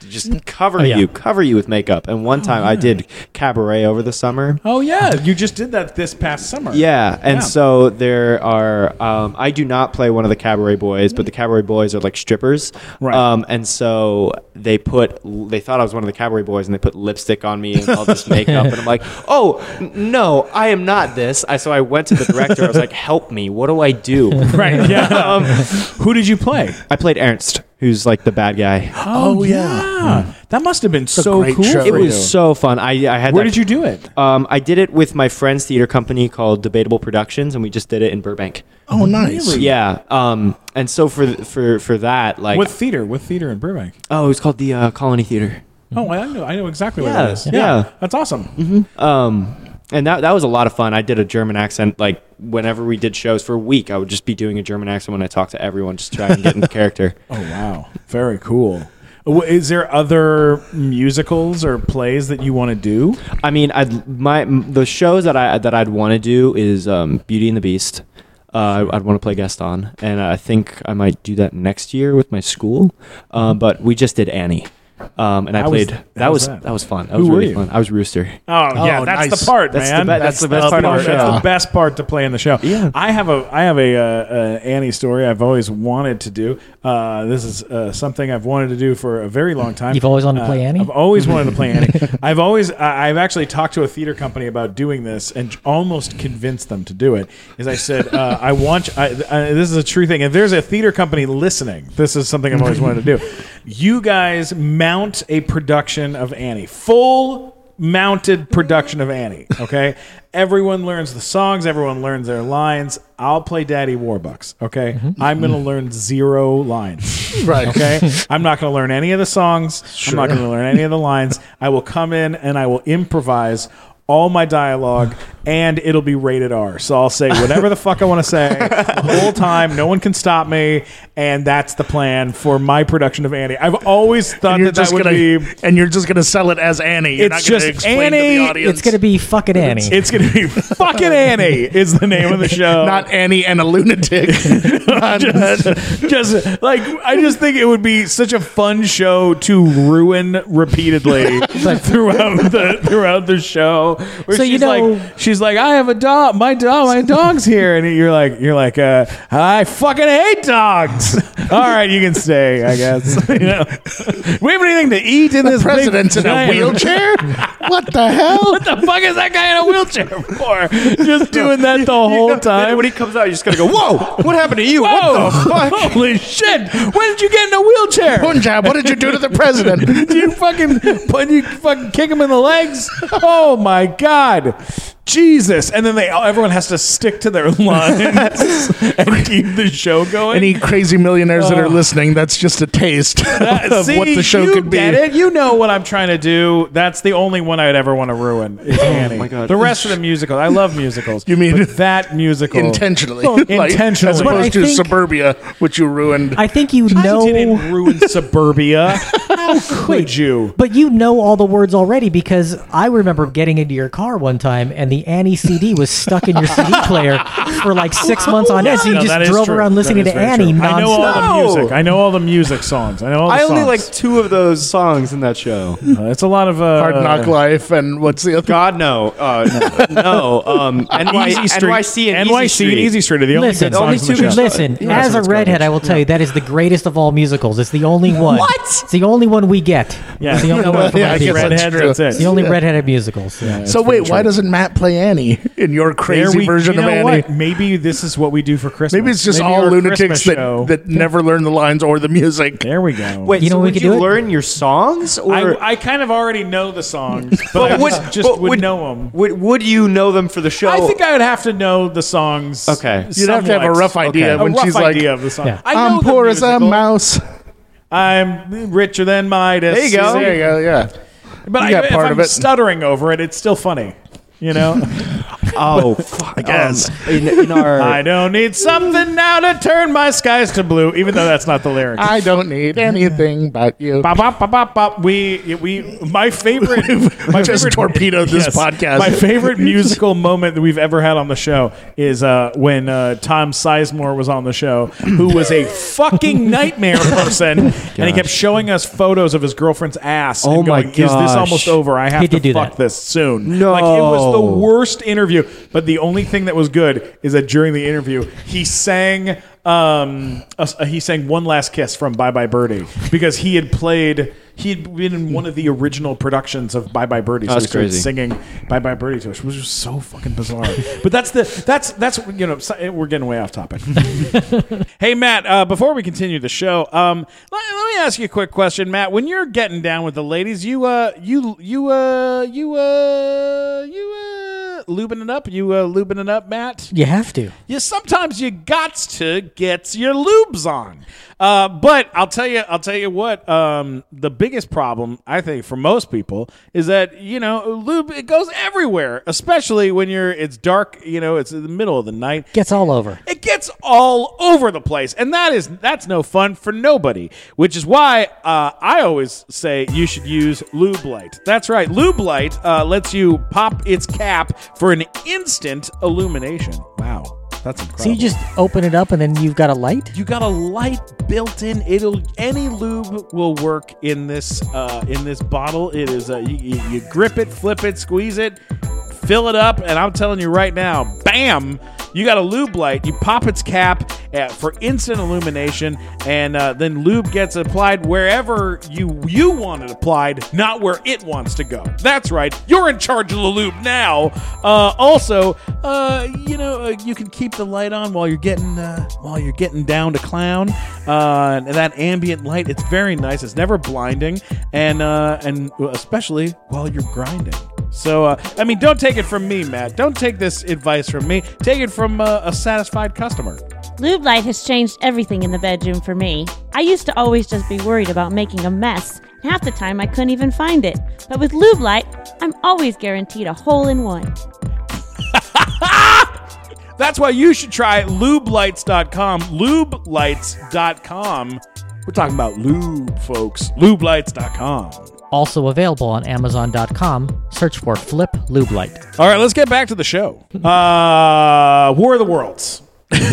[SPEAKER 4] just cover
[SPEAKER 3] yeah.
[SPEAKER 4] you, cover you with makeup. And one time I did cabaret over the summer.
[SPEAKER 2] Oh yeah, you just did that this past summer.
[SPEAKER 4] Yeah, and
[SPEAKER 2] Yeah.
[SPEAKER 4] so there are. Um, I do not play one of the cabaret boys, but the cabaret boys are like strippers,
[SPEAKER 2] Right.
[SPEAKER 4] Um, and so they put. They thought I was one of the cabaret boys, and they put lipstick on me and all this makeup, and I'm like, oh n- no, I am not this. I, so I went to the director. I was like, help me. What do I do?
[SPEAKER 2] Right. Yeah.
[SPEAKER 4] Um,
[SPEAKER 2] Who did you play?
[SPEAKER 4] I played Ernst, who's like the bad guy.
[SPEAKER 2] Oh, yeah. That must have been so
[SPEAKER 1] great
[SPEAKER 2] cool.
[SPEAKER 1] show.
[SPEAKER 4] It was so fun. I, I had.
[SPEAKER 2] Where
[SPEAKER 4] that-
[SPEAKER 2] did you do it?
[SPEAKER 4] Um, I did it with my friend's theater company called Debatable Productions, and we just did it in Burbank.
[SPEAKER 1] Oh, nice.
[SPEAKER 4] Yeah. Um, and so for for for that, like,
[SPEAKER 2] What theater? What theater in Burbank?
[SPEAKER 4] oh, it was called the uh, Colony Theater.
[SPEAKER 2] Oh, I know. I know exactly
[SPEAKER 4] Yeah, Mm-hmm.
[SPEAKER 2] what it is.
[SPEAKER 4] yeah.
[SPEAKER 2] That's awesome.
[SPEAKER 4] Um, and that that was a lot of fun. I did a German accent like whenever we did shows for a week. I would just be doing a German accent when I talked to everyone, just trying to get into character.
[SPEAKER 2] Oh wow. Very cool. W- Is there other musicals or plays that you want to do?
[SPEAKER 4] I mean, I my m- the shows that I that I'd want to do is um, Beauty and the Beast. Uh, I- I'd want to play Gaston, and I think I might do that next year with my school. Um, but we just did Annie, um, and I
[SPEAKER 2] Hmm. How was-
[SPEAKER 4] played.
[SPEAKER 2] how
[SPEAKER 4] that
[SPEAKER 2] was
[SPEAKER 4] was
[SPEAKER 2] that?
[SPEAKER 4] that was fun. That
[SPEAKER 2] Who
[SPEAKER 4] was
[SPEAKER 2] were
[SPEAKER 4] really
[SPEAKER 2] you?
[SPEAKER 4] fun. I was Rooster.
[SPEAKER 2] Oh, yeah,
[SPEAKER 1] Oh,
[SPEAKER 2] that's
[SPEAKER 1] nice.
[SPEAKER 2] the part,
[SPEAKER 4] That's the
[SPEAKER 2] man.
[SPEAKER 4] be- that's the best part of the
[SPEAKER 2] That's
[SPEAKER 4] show.
[SPEAKER 2] the best part to play in the show.
[SPEAKER 4] Yeah.
[SPEAKER 2] I have a I have a uh, uh, Annie story I've always wanted to do. Uh, this is uh, something I've wanted to do for a very long time. Uh,
[SPEAKER 3] You've always wanted to play Annie?
[SPEAKER 2] I've always wanted to play Annie. I've always I, I've actually talked to a theater company about doing this and almost convinced them to do it. Is I said uh, I want you- I, I, this is a true thing. If there's a theater company listening, this is something I've always wanted to do. You guys mount a production of Annie, full mounted production of Annie. Okay, everyone learns the songs, everyone learns their lines. I'll play Daddy Warbucks. Okay, I'm gonna learn zero lines.
[SPEAKER 1] Right.
[SPEAKER 2] Okay. I'm not going to learn any of the songs. I'm not going to learn any of the lines. I will come in and I will improvise all my dialogue and it'll be rated R. So I'll say whatever the fuck I want to say the whole time. No one can stop me. And that's the plan for my production of Annie. I've always thought
[SPEAKER 1] And you're
[SPEAKER 2] that that
[SPEAKER 1] just
[SPEAKER 2] would
[SPEAKER 1] gonna
[SPEAKER 2] be.
[SPEAKER 1] and you're just gonna sell it as Annie. You're
[SPEAKER 2] It's
[SPEAKER 1] not gonna
[SPEAKER 2] just
[SPEAKER 1] explain
[SPEAKER 2] Annie,
[SPEAKER 1] To the
[SPEAKER 2] it's
[SPEAKER 1] audience.
[SPEAKER 3] It's gonna be fucking Annie.
[SPEAKER 2] It's going to be fucking Annie is the name of the show.
[SPEAKER 1] not Annie and a lunatic.
[SPEAKER 2] just, just like I just think it would be such a fun show to ruin repeatedly throughout the throughout the show. Where
[SPEAKER 3] So
[SPEAKER 2] she's
[SPEAKER 3] you know-
[SPEAKER 2] like, she's like, I have a dog, my dog, my dog's here, and you're like, you're like, uh, I fucking hate dogs. All right, you can stay, I guess. you know, we have anything to eat in this big
[SPEAKER 1] President's in a
[SPEAKER 2] giant-
[SPEAKER 1] wheelchair. What the hell?
[SPEAKER 2] What the fuck is that guy in a wheelchair for? Just doing that the whole time.
[SPEAKER 4] when he comes out, you're just gonna go, "Whoa! What happened to you?
[SPEAKER 2] Whoa!
[SPEAKER 4] What the fuck?"
[SPEAKER 2] Holy shit! When did you get in a wheelchair?
[SPEAKER 1] Punjab, what did you do to the president?
[SPEAKER 2] Did you fucking put you fucking kick him in the legs? Oh my god. Jesus. And then they everyone has to stick to their lines and keep the show going.
[SPEAKER 1] Any crazy millionaires that are listening, that's just a taste of
[SPEAKER 2] Uh, See,
[SPEAKER 1] what the show
[SPEAKER 2] you
[SPEAKER 1] could be.
[SPEAKER 2] Get it? You know what I'm trying to do. That's the only one I'd ever want to ruin. Is Annie.
[SPEAKER 4] Oh my God.
[SPEAKER 2] The rest of the musical. I love musicals. You
[SPEAKER 1] mean-
[SPEAKER 2] but that musical
[SPEAKER 1] Intentionally,
[SPEAKER 2] Well, Oh. intentionally.
[SPEAKER 1] as
[SPEAKER 2] But I
[SPEAKER 1] opposed to
[SPEAKER 3] think-
[SPEAKER 1] suburbia, which you ruined.
[SPEAKER 3] I think you know.
[SPEAKER 2] You didn't ruin suburbia. How could you?
[SPEAKER 3] But you know all the words already because I remember getting into your car one time and the Annie CD was stuck in your CD player for like six months on end. So you
[SPEAKER 2] No, that is
[SPEAKER 3] just drove
[SPEAKER 2] true.
[SPEAKER 3] around
[SPEAKER 2] That
[SPEAKER 3] listening
[SPEAKER 2] is
[SPEAKER 3] to
[SPEAKER 2] very
[SPEAKER 3] Annie
[SPEAKER 2] true. I know all
[SPEAKER 3] nonstop.
[SPEAKER 2] the
[SPEAKER 4] nonstop.
[SPEAKER 2] music. I know all the music songs. I know all the
[SPEAKER 4] I only like
[SPEAKER 2] songs.
[SPEAKER 4] two of those songs in that show.
[SPEAKER 2] Uh, it's a lot of uh,
[SPEAKER 1] Hard Knock Life, and what's the other?
[SPEAKER 4] God no, uh, no. Um, NY,
[SPEAKER 2] Easy Street,
[SPEAKER 4] NYC and
[SPEAKER 2] NYC
[SPEAKER 4] Easy Street.
[SPEAKER 2] and Easy Street are the only
[SPEAKER 3] Listen,
[SPEAKER 2] good songs
[SPEAKER 4] only
[SPEAKER 2] in
[SPEAKER 4] two
[SPEAKER 2] the
[SPEAKER 4] good
[SPEAKER 2] show.
[SPEAKER 4] songs.
[SPEAKER 3] listen.
[SPEAKER 4] Yeah,
[SPEAKER 3] as
[SPEAKER 4] that
[SPEAKER 3] a
[SPEAKER 4] one's
[SPEAKER 3] redhead, I will tell you that is the greatest of all musicals. It's the only one. What? It's the only one we get.
[SPEAKER 2] Yeah.
[SPEAKER 3] It's the only one. For
[SPEAKER 1] Yeah,
[SPEAKER 3] my
[SPEAKER 1] I guess
[SPEAKER 3] people.
[SPEAKER 1] that's
[SPEAKER 2] Redheads,
[SPEAKER 1] true.
[SPEAKER 2] that's it.
[SPEAKER 3] It's the only redheaded musicals. Yeah.
[SPEAKER 1] So wait, why doesn't Matt play Annie in your
[SPEAKER 2] There
[SPEAKER 1] crazy
[SPEAKER 2] we-
[SPEAKER 1] version
[SPEAKER 2] you know
[SPEAKER 1] of Annie?
[SPEAKER 2] What? Maybe this is what we do for Christmas.
[SPEAKER 1] Maybe it's just all
[SPEAKER 2] our
[SPEAKER 1] lunatics
[SPEAKER 2] Christmas
[SPEAKER 1] that,
[SPEAKER 2] show-
[SPEAKER 1] that never learn the lines or the music.
[SPEAKER 2] There we go.
[SPEAKER 4] Wait,
[SPEAKER 3] You know
[SPEAKER 4] so
[SPEAKER 3] what we
[SPEAKER 4] would
[SPEAKER 3] could
[SPEAKER 4] you
[SPEAKER 3] do it?
[SPEAKER 4] learn your songs, or
[SPEAKER 2] I, I kind of already know the songs, but, I just, just
[SPEAKER 4] but
[SPEAKER 2] would, know them.
[SPEAKER 4] Would, Oh. would you know them for the show?
[SPEAKER 2] I think I would have to know the songs.
[SPEAKER 4] Okay.
[SPEAKER 1] You'd have to have a
[SPEAKER 2] somewhat.
[SPEAKER 1] rough idea
[SPEAKER 2] A
[SPEAKER 1] when
[SPEAKER 2] rough
[SPEAKER 1] she's
[SPEAKER 2] idea
[SPEAKER 1] like,
[SPEAKER 2] of the song.
[SPEAKER 3] Yeah.
[SPEAKER 2] I know
[SPEAKER 1] "I'm
[SPEAKER 2] the
[SPEAKER 1] poor as a
[SPEAKER 2] musical.
[SPEAKER 1] mouse."
[SPEAKER 2] I'm richer than Midas.
[SPEAKER 4] There you go.
[SPEAKER 1] There you go. Yeah.
[SPEAKER 2] But I,
[SPEAKER 1] got
[SPEAKER 2] if
[SPEAKER 1] part
[SPEAKER 2] I'm
[SPEAKER 1] of it.
[SPEAKER 2] stuttering over it, it's still funny. You know,
[SPEAKER 4] Oh, fuck. I
[SPEAKER 2] guess.
[SPEAKER 4] in, in our,
[SPEAKER 2] I don't need something now to turn my skies to blue, even though that's not the lyric.
[SPEAKER 1] I don't need anything but you.
[SPEAKER 2] Bop, bop, bop, bop, bop. We, we, my favorite, my
[SPEAKER 1] Just
[SPEAKER 2] favorite,
[SPEAKER 1] torpedoed this podcast.
[SPEAKER 2] My favorite musical moment that we've ever had on the show is uh, when uh, Tom Sizemore was on the show, who was a fucking nightmare person, and he kept showing us photos of his girlfriend's ass.
[SPEAKER 4] Oh
[SPEAKER 2] and
[SPEAKER 4] my
[SPEAKER 2] going, Is this
[SPEAKER 4] gosh.
[SPEAKER 2] almost over? I have
[SPEAKER 3] He
[SPEAKER 2] to
[SPEAKER 3] did do
[SPEAKER 2] fuck
[SPEAKER 3] that.
[SPEAKER 2] this soon.
[SPEAKER 4] No.
[SPEAKER 2] like it was the worst interview. But the only thing that was good is that during the interview, he sang. Um, a- he sang "One Last Kiss" from Bye Bye Birdie because he had played. He had been in one of the original productions of Bye Bye Birdie. So
[SPEAKER 4] Oh, That's
[SPEAKER 2] he started
[SPEAKER 4] crazy.
[SPEAKER 2] Singing "Bye Bye Birdie" to us, which was so fucking bizarre. but that's the that's that's you know so- we're getting way off topic. Hey Matt, uh, before we continue the show, um, let, let me ask you a quick question, Matt. When you're getting down with the ladies, you uh, you you uh, you uh, you uh, lubing it up, you uh, lubing it up, Matt.
[SPEAKER 3] You have to.
[SPEAKER 2] You sometimes you gots to get your lubes on. Uh, but I'll tell you, I'll tell you what. Um, the biggest problem I think for most people is that you know lube it goes everywhere, especially when you're it's dark. You know, it's in the middle of the night.
[SPEAKER 3] Gets all over.
[SPEAKER 2] It gets all over the place, and that is that's no fun for nobody. Which is why uh, I always say you should use Lube Light. That's right, Lube Light uh, lets you pop its cap for an instant illumination. Wow, that's incredible.
[SPEAKER 3] So you just open it up and then you've got a light?
[SPEAKER 2] you got a light built in. It'll any lube will work in this uh, in this bottle. It is uh, you, you, you grip it, flip it, squeeze it, fill it up, and I'm telling you right now, bam! You got a lube light. You pop its cap uh, for instant illumination, and uh, then lube gets applied wherever you you want it applied, not where it wants to go. That's right. You're in charge of the lube now. Uh, also, uh, you know, uh, you can keep the light on while you're getting uh, while you're getting down to clown. Uh, and that ambient light, it's very nice. It's never blinding, and uh, and especially while you're grinding. So, uh, I mean, don't take it from me, Matt. Don't take this advice from me. Take it from uh, a satisfied customer.
[SPEAKER 5] Lube light has changed everything in the bedroom for me. I used to always just be worried about making a mess, and half the time I couldn't even find it. But with Lube light, I'm always guaranteed a hole in one.
[SPEAKER 2] That's why you should try lubelights.com. Lubelights.com. We're talking about lube, folks. Lubelights.com.
[SPEAKER 3] Also available on Amazon.com. Search for Flip Lube Light.
[SPEAKER 2] All right, let's get back to the show. Uh, War of the Worlds.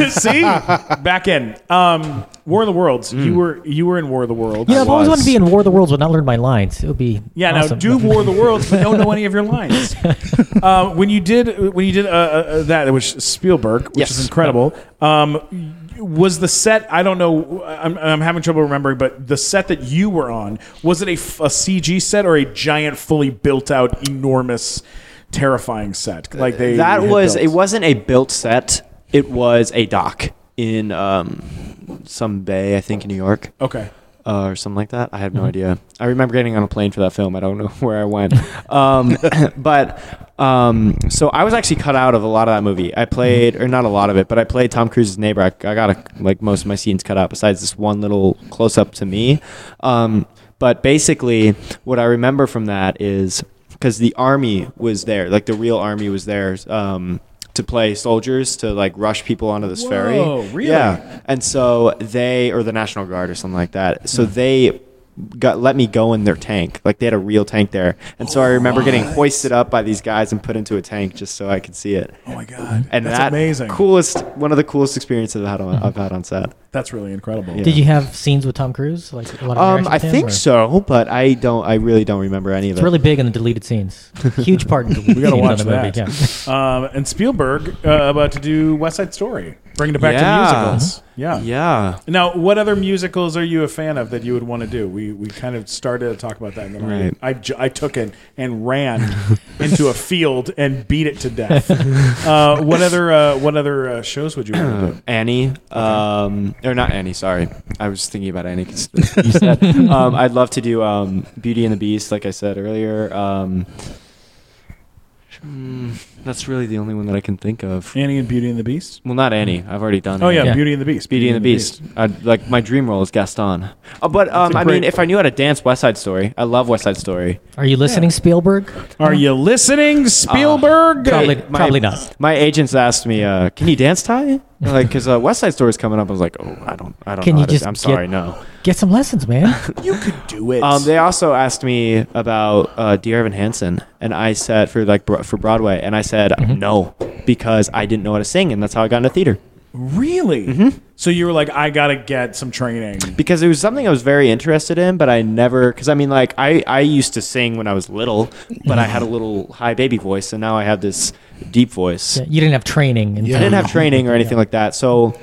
[SPEAKER 2] See, back in um, War of the Worlds. You were you were in War of the Worlds.
[SPEAKER 3] You know, I've always
[SPEAKER 4] was.
[SPEAKER 3] wanted to be in War of the Worlds but not learn my lines. It would be
[SPEAKER 2] Yeah,
[SPEAKER 3] awesome.
[SPEAKER 2] now do War of the Worlds, but don't know any of your lines. uh, when you did when you did uh, uh, that, which is Spielberg, which
[SPEAKER 4] Yes.
[SPEAKER 2] is incredible. Um, was the set? I don't know. I'm, I'm having trouble remembering, but the set that you were on was it a, f- a CG set or a giant, fully built out, enormous, terrifying set? Like they
[SPEAKER 4] that
[SPEAKER 2] had
[SPEAKER 4] was
[SPEAKER 2] built?
[SPEAKER 4] it wasn't a built set. It was a dock in um, some bay, I think, in New York.
[SPEAKER 2] okay.
[SPEAKER 4] uh, or something like that. I have no
[SPEAKER 2] Mm-hmm.
[SPEAKER 4] idea. I remember getting on a plane for that film. I don't know where I went. Um, but um, so I was actually cut out of a lot of that movie.
[SPEAKER 2] Mm-hmm.
[SPEAKER 4] I played, or not a lot of it, but I played Tom Cruise's neighbor. I, I got a, like most of my scenes cut out, besides this one little close up to me. Um, but basically, what I remember from that is because the army was there, like the real army was there. Um, to play soldiers to like rush people onto this ferry.
[SPEAKER 2] Whoa, really?
[SPEAKER 4] Yeah, and so they, or the National Guard, or something like that. So they got let me go in their tank. Like they had a real tank there. And so I remember getting hoisted up by these guys and put into a tank just so I could see it.
[SPEAKER 2] Oh my god,
[SPEAKER 4] And
[SPEAKER 2] that's
[SPEAKER 4] that
[SPEAKER 2] amazing.
[SPEAKER 4] coolest, one of the coolest experiences I've had on, I've had on set.
[SPEAKER 2] That's really incredible.
[SPEAKER 4] Yeah.
[SPEAKER 3] Did you have scenes with Tom Cruise? Like a lot of
[SPEAKER 4] Um,
[SPEAKER 3] interactions
[SPEAKER 4] I
[SPEAKER 3] with him,
[SPEAKER 4] think
[SPEAKER 3] or-
[SPEAKER 4] so, but I don't. I really don't remember any of it.
[SPEAKER 3] It's really big in the deleted scenes. Huge part in the deleted
[SPEAKER 2] We gotta
[SPEAKER 3] scenes
[SPEAKER 2] watch
[SPEAKER 3] of the
[SPEAKER 2] that.
[SPEAKER 3] movie. Yeah.
[SPEAKER 2] Um, and Spielberg uh, about to do West Side Story, bringing it back
[SPEAKER 4] Yeah.
[SPEAKER 2] to musicals. Yeah.
[SPEAKER 4] yeah.
[SPEAKER 2] Now, what other musicals are you a fan of that you would want to do? We we kind of started to talk about that, and then
[SPEAKER 4] Right.
[SPEAKER 2] I, I, ju- I took it and ran into a field and beat it to death. uh, what other uh, what other uh, shows would you want to do?
[SPEAKER 4] Annie, um, or not Annie. Sorry, I was thinking about Annie. 'cause you said um, I'd love to do um, Beauty and the Beast, like I said earlier. Um, That's really the only one that I can think of.
[SPEAKER 2] Annie and Beauty and the Beast.
[SPEAKER 4] Well, not Annie. I've already done.
[SPEAKER 2] Oh
[SPEAKER 4] Annie.
[SPEAKER 2] yeah,
[SPEAKER 3] Yeah.
[SPEAKER 2] Beauty and the Beast.
[SPEAKER 4] Beauty and the Beast. I, like my dream role is Gaston. Uh, but um, I mean,
[SPEAKER 2] great-
[SPEAKER 4] if I knew how to dance West Side Story, I love West Side Story.
[SPEAKER 3] Are you listening, Spielberg?
[SPEAKER 2] Are you listening,
[SPEAKER 4] Uh,
[SPEAKER 2] Spielberg?
[SPEAKER 3] Probably,
[SPEAKER 4] my-
[SPEAKER 3] probably not.
[SPEAKER 4] My agents asked me, uh, "Can you dance, Ty?" Like, because uh, West Side Story is coming up. I was like, "Oh, I don't, I don't
[SPEAKER 3] Can
[SPEAKER 4] know."
[SPEAKER 3] you
[SPEAKER 4] how to
[SPEAKER 3] just
[SPEAKER 4] I'm
[SPEAKER 3] get-
[SPEAKER 4] sorry, no.
[SPEAKER 3] Get some lessons, man.
[SPEAKER 2] you could do it.
[SPEAKER 4] Um, they also asked me about uh, Dear Evan Hansen, and I said for like bro- for Broadway, and I said no because I didn't know how to sing, and that's how I got into theater.
[SPEAKER 2] really?
[SPEAKER 4] Mm-hmm.
[SPEAKER 2] So you were like, I gotta get some training.
[SPEAKER 4] because it was something I was very interested in, but I never because I mean like I I used to sing when I was little, but I had a little high baby voice, and now I have this deep voice.
[SPEAKER 3] you didn't have training. In
[SPEAKER 4] I didn't have training or anything like that, so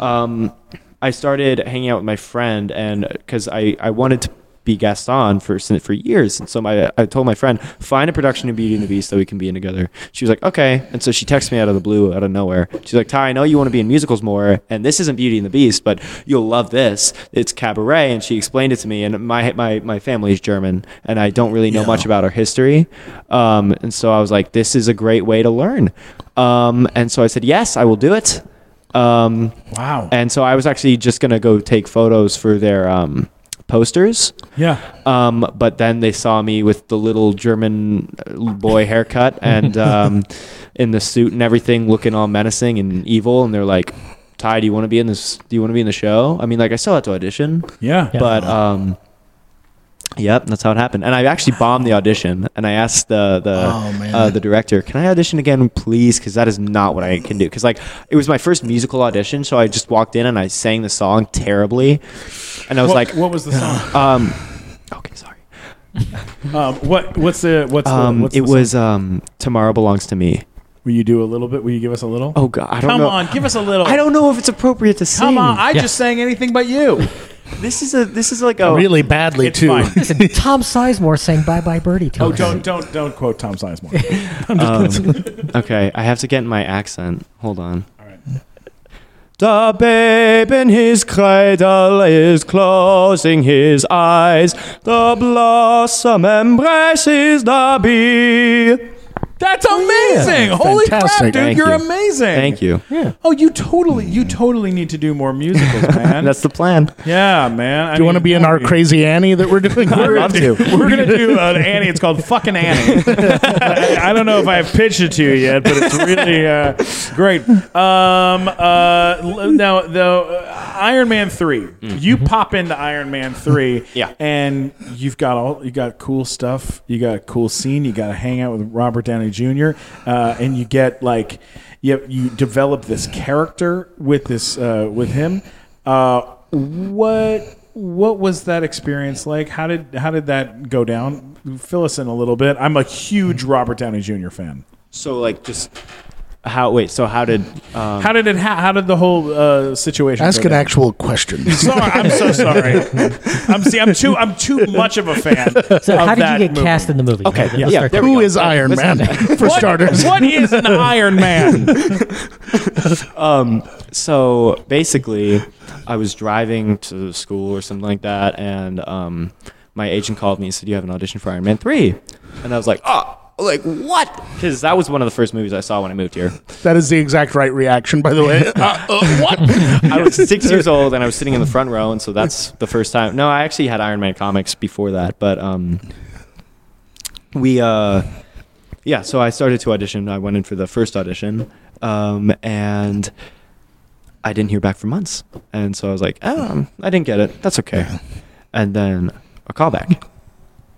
[SPEAKER 4] um, I started hanging out with my friend, and because I I wanted to be Gaston for for years, and so my I told my friend find a production of Beauty and the Beast that we can be in together. She was like okay, and so she texted me out of the blue out of nowhere. She's like Ty, I know you want to be in musicals more, and this isn't Beauty and the Beast, but you'll love this. It's cabaret, and she explained it to me. And my my my family is German, and I don't really know much about our history, um, and so I was like, this is a great way to learn. Um, and so I said, yes, I will do it. Um,
[SPEAKER 2] Wow.
[SPEAKER 4] and so I was actually just gonna go take photos for their um, posters.
[SPEAKER 2] yeah.
[SPEAKER 4] Um, but then they saw me with the little German uh, boy haircut and um, in the suit and everything, looking all menacing and evil, and they're like, "Ty, do you want to be in this? Do you want to be in the show?" I mean, like I still had to audition,
[SPEAKER 2] Yeah.
[SPEAKER 4] but um, yep, that's how it happened. And I actually bombed the audition, and I asked the the
[SPEAKER 6] Oh, man.
[SPEAKER 4] uh, the director, "Can I audition again, please?" Because that is not what I can do. Because like it was my first musical audition, so I just walked in and I sang the song terribly, and I was
[SPEAKER 2] What-
[SPEAKER 4] like,
[SPEAKER 2] what was the song?
[SPEAKER 4] um, okay, sorry.
[SPEAKER 2] um, what What's the What's the
[SPEAKER 4] Um,
[SPEAKER 2] what's
[SPEAKER 4] it
[SPEAKER 2] the
[SPEAKER 4] was um, "Tomorrow Belongs to Me."
[SPEAKER 2] Song? Will you do a little bit? Will you give us a little?
[SPEAKER 4] Oh God, I don't
[SPEAKER 2] come
[SPEAKER 4] know.
[SPEAKER 2] on, give us a little.
[SPEAKER 4] I don't know if it's appropriate to sing.
[SPEAKER 2] Come on, I
[SPEAKER 3] Yeah.
[SPEAKER 2] just sang anything but you.
[SPEAKER 4] This is a this is like a
[SPEAKER 6] really badly
[SPEAKER 2] It's
[SPEAKER 6] too.
[SPEAKER 2] fine.
[SPEAKER 3] Listen, Tom Sizemore saying "Bye Bye Birdie" to
[SPEAKER 2] Oh,
[SPEAKER 3] us.
[SPEAKER 2] don't don't don't quote Tom Sizemore.
[SPEAKER 4] Okay, I have to get in my accent. Hold on. The babe in his cradle is closing his eyes. The blossom embraces the bee.
[SPEAKER 2] That's amazing! Holy crap,
[SPEAKER 6] Fantastic.
[SPEAKER 2] dude,
[SPEAKER 4] Thank
[SPEAKER 2] you're
[SPEAKER 4] you.
[SPEAKER 2] amazing.
[SPEAKER 4] Thank you.
[SPEAKER 2] Oh, you totally you totally need to do more musicals, man.
[SPEAKER 4] And that's the plan.
[SPEAKER 2] yeah, man. I
[SPEAKER 1] Do you want to
[SPEAKER 2] mean,
[SPEAKER 1] be in our
[SPEAKER 2] that'd
[SPEAKER 1] crazy Annie that we're doing?
[SPEAKER 4] I'd love to.
[SPEAKER 2] We're gonna do an Annie. It's called fucking Annie. I, I don't know if I've pitched it to you yet, but it's really uh, great. Um, uh, l- now, though, uh, Iron Man 3 You pop into Iron Man three,
[SPEAKER 4] Yeah.
[SPEAKER 2] and you've got all you got cool stuff. You got a cool scene. You got to hang out with Robert Downey Jr. Uh, and you get like you you develop this character with this uh, with him. Uh, what what was that experience like? How did how did that go down? Fill us in a little bit. I'm a huge Robert Downey Jr. fan.
[SPEAKER 4] So like just how wait, so how did um,
[SPEAKER 2] How did it? Ha- how did the whole uh, situation?
[SPEAKER 6] Ask
[SPEAKER 2] go
[SPEAKER 6] an
[SPEAKER 2] down?
[SPEAKER 6] actual question.
[SPEAKER 2] Sorry, I'm so sorry. I'm see, I'm too, I'm too much of a fan.
[SPEAKER 3] So,
[SPEAKER 2] of
[SPEAKER 3] how did
[SPEAKER 2] that
[SPEAKER 3] you get
[SPEAKER 2] movie.
[SPEAKER 3] cast in the movie? Okay,
[SPEAKER 4] yeah, there we
[SPEAKER 1] Who
[SPEAKER 4] go.
[SPEAKER 1] is Iron Man, for
[SPEAKER 2] What-
[SPEAKER 1] starters?
[SPEAKER 2] What is an Iron Man?
[SPEAKER 4] so basically, I was driving to school or something like that, and um, my agent called me and said, "You have an audition for Iron Man 3. and I was like, "Oh, like what?" Because that was one of the first movies I saw when I moved here.
[SPEAKER 1] That is the exact right reaction, by the way. Uh, uh, what?
[SPEAKER 4] I was six years old, and I was sitting in the front row, and so that's the first time. No, I actually had Iron Man comics before that, but um, we uh, yeah. So I started to audition. I went in for the first audition, um, and. I didn't hear back for months. And so I was like, oh, I didn't get it. That's okay. And then a callback.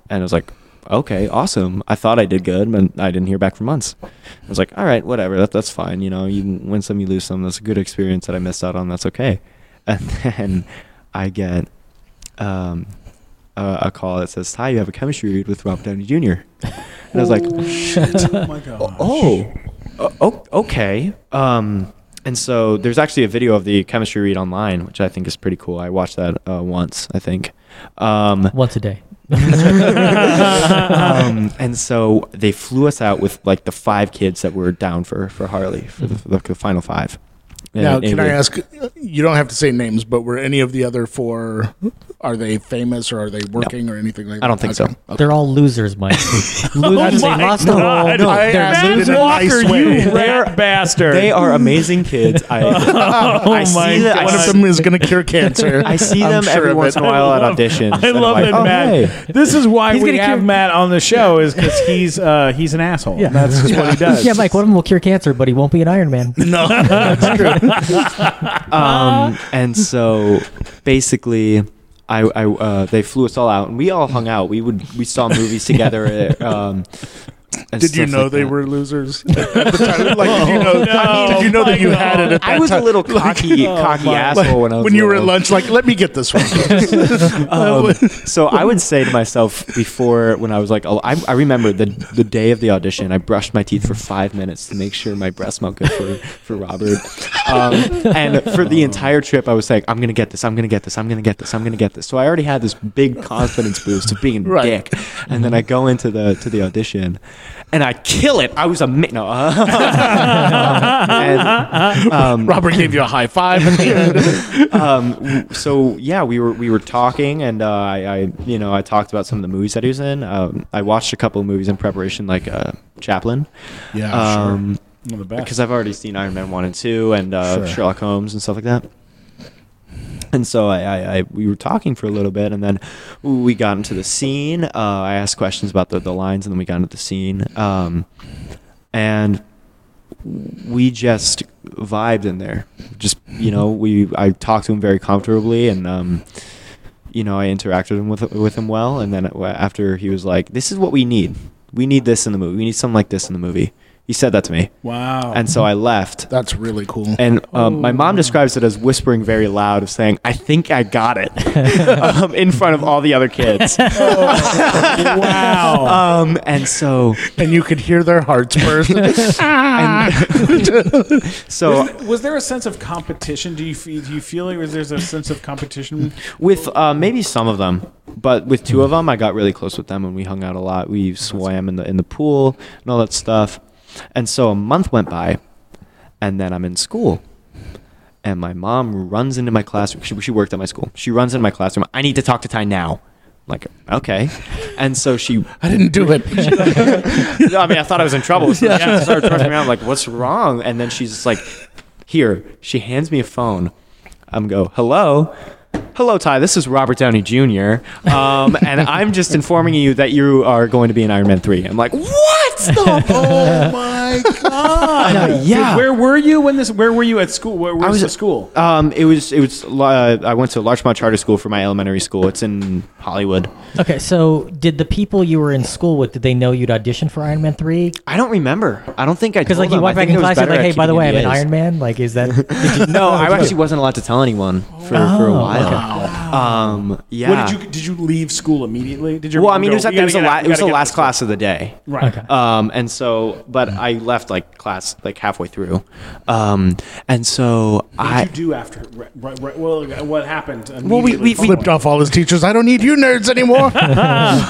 [SPEAKER 4] And I was like, okay, awesome. I thought I did good, but I didn't hear back for months. I was like, all right, whatever. That, that's fine. You know, you win some, you lose some. That's a good experience that I missed out on. That's okay. And then I get um, a, a call that says, Ty, you have a chemistry read with Rob Downey Jr. And I was like,
[SPEAKER 2] oh my god!
[SPEAKER 4] Oh, O- o- okay. Um, and so there's actually a video of the chemistry read online, which I think is pretty cool. I watched that uh, once, I think. Um,
[SPEAKER 3] once a day.
[SPEAKER 4] um, and so they flew us out with like the five kids that were down for for Harley for the, the, the final five. And-
[SPEAKER 1] Now,
[SPEAKER 4] and
[SPEAKER 1] can
[SPEAKER 4] we-
[SPEAKER 1] I ask? You don't have to say names, but were any of the other four Are they famous or are they working or anything like that?
[SPEAKER 4] I don't think so.
[SPEAKER 3] They're all losers, Mike. losers.
[SPEAKER 2] Oh my
[SPEAKER 3] they lost the
[SPEAKER 2] God.
[SPEAKER 3] whole. No,
[SPEAKER 1] I
[SPEAKER 3] they're
[SPEAKER 1] asked it in
[SPEAKER 3] losers.
[SPEAKER 1] a
[SPEAKER 2] Walker,
[SPEAKER 1] nice way.
[SPEAKER 2] you rat bastard. Oh
[SPEAKER 4] They are amazing kids. I, I see
[SPEAKER 2] my
[SPEAKER 4] that.
[SPEAKER 1] One
[SPEAKER 4] I
[SPEAKER 1] of
[SPEAKER 4] see-
[SPEAKER 1] them is going to cure cancer.
[SPEAKER 4] I see them
[SPEAKER 1] I'm sure
[SPEAKER 4] every
[SPEAKER 1] of
[SPEAKER 4] once
[SPEAKER 1] it.
[SPEAKER 4] in a while
[SPEAKER 2] I
[SPEAKER 4] at
[SPEAKER 2] love-
[SPEAKER 4] auditions.
[SPEAKER 2] I
[SPEAKER 4] and I'm
[SPEAKER 2] love
[SPEAKER 4] like,
[SPEAKER 2] that
[SPEAKER 4] "Oh,
[SPEAKER 2] Matt.
[SPEAKER 4] hey."
[SPEAKER 2] This is why
[SPEAKER 4] He's
[SPEAKER 2] we
[SPEAKER 4] gonna
[SPEAKER 2] have
[SPEAKER 4] cure-
[SPEAKER 2] Matt on the show is because he's uh, he's an asshole. Yeah. That's what he does.
[SPEAKER 3] Yeah, Mike. One of them will cure cancer, but he won't be an Iron Man.
[SPEAKER 1] No, that's true.
[SPEAKER 4] Um, and so basically, I, I uh, they flew us all out, and we all hung out. We would we saw movies together. uh, Um, and
[SPEAKER 1] Did you
[SPEAKER 4] stuff
[SPEAKER 1] know
[SPEAKER 4] like
[SPEAKER 1] they
[SPEAKER 4] that.
[SPEAKER 1] were losers? at the time? Like, did you know? did you know that you had it at that
[SPEAKER 4] I was a
[SPEAKER 1] time? oh
[SPEAKER 4] little cocky, cocky asshole when I was
[SPEAKER 1] when you were at
[SPEAKER 4] little.
[SPEAKER 1] lunch, like, let me get this one.
[SPEAKER 4] Um, so I would say to myself before when I was like, oh, I, I remember the the day of the audition, I brushed my teeth for five minutes to make sure my breath smelled good for for Robert. Um, and for the entire trip, I was like, I'm gonna get this, I'm gonna get this, I'm gonna get this, I'm gonna get this. So I already had this big confidence boost of being
[SPEAKER 1] Right.
[SPEAKER 4] dick, and then I go into the to the audition, and I kill it. I was a mi- no. And, um,
[SPEAKER 1] Robert gave you a high five.
[SPEAKER 4] um, w- so yeah, we were we were talking, and uh, I, I you know I talked about some of the movies that he was in. Um, I watched a couple of movies in preparation, like uh, Chaplin.
[SPEAKER 1] Yeah,
[SPEAKER 4] Um,
[SPEAKER 2] One of the best.
[SPEAKER 4] because I've already seen Iron Man one and two, and uh,
[SPEAKER 1] Sure.
[SPEAKER 4] Sherlock Holmes and stuff like that. And so I, I, I, we were talking for a little bit, and then we got into the scene. Uh, I asked questions about the, the lines, and then we got into the scene, um, and we just vibed in there. Just you know, we I talked to him very comfortably, and um, you know, I interacted him with with him well. And then after he was like, "This is what we need. We need this in the movie. We need something like this in the movie." He said that to me.
[SPEAKER 2] wow.
[SPEAKER 4] And so I left.
[SPEAKER 1] That's really cool.
[SPEAKER 4] And um, my mom describes it as whispering very loud, of saying, "I think I got it," um, in front of all the other kids.
[SPEAKER 2] wow.
[SPEAKER 4] Um, and so,
[SPEAKER 1] And you could hear their hearts burst.
[SPEAKER 4] so
[SPEAKER 2] was there a sense of competition? Do you feel, do you feel like was there a sense of competition?
[SPEAKER 4] with uh, maybe some of them, but with two of them, I got really close with them, and we hung out a lot. We swam in the in the pool and all that stuff. And so a month went by, and then I'm in school, and my mom runs into my classroom. She, she worked at my school. She runs into my classroom. I need to talk to Ty now. I'm like okay, and so she
[SPEAKER 1] I didn't do it.
[SPEAKER 4] No, I mean, I thought I was in trouble. So she started turning around, like, what's wrong? And then she's just like, here. She hands me a phone. I'm go, hello. Hello, Ty. This is Robert Downey Jr. Um, and I'm just informing you that you are going to be in Iron Man 3. I'm like, what? The
[SPEAKER 1] oh my god!
[SPEAKER 4] f-" yeah.
[SPEAKER 2] Where were you when this? Where were you at school? Where, where
[SPEAKER 4] I
[SPEAKER 2] was
[SPEAKER 4] was
[SPEAKER 2] the school?
[SPEAKER 4] Um, it was, it was, uh, I went to Larchmont Charter School for my elementary school. It's in Hollywood.
[SPEAKER 3] Okay, so did the people you were in school with did they know you'd audition for Iron Man three?
[SPEAKER 4] I don't remember. I don't think I
[SPEAKER 3] Because like
[SPEAKER 4] told
[SPEAKER 3] you
[SPEAKER 4] them.
[SPEAKER 3] walked
[SPEAKER 4] I
[SPEAKER 3] back
[SPEAKER 4] think
[SPEAKER 3] in
[SPEAKER 4] it was
[SPEAKER 3] class, you're
[SPEAKER 4] better
[SPEAKER 3] like,
[SPEAKER 4] at
[SPEAKER 3] "Hey, by the
[SPEAKER 4] keeping
[SPEAKER 3] way, I'm
[SPEAKER 4] the
[SPEAKER 3] an
[SPEAKER 4] is."
[SPEAKER 3] Iron Man." Like, is that? Did you,
[SPEAKER 4] No, I actually wasn't allowed to tell anyone for, for a
[SPEAKER 3] Oh,
[SPEAKER 4] while. Um, yeah.
[SPEAKER 2] What did you did you leave school immediately? Did you?
[SPEAKER 4] Well, I mean, it was, at the, it was, the, la- it was the last class of the day.
[SPEAKER 2] Right.
[SPEAKER 3] Okay.
[SPEAKER 4] Um, and so, but I left like class like halfway through. Um, and so
[SPEAKER 2] What
[SPEAKER 4] I,
[SPEAKER 2] did you do after? Right, right, right, well, what happened? immediately
[SPEAKER 4] we- we- we-
[SPEAKER 2] following?
[SPEAKER 1] Flipped off all his teachers. I don't need you nerds anymore.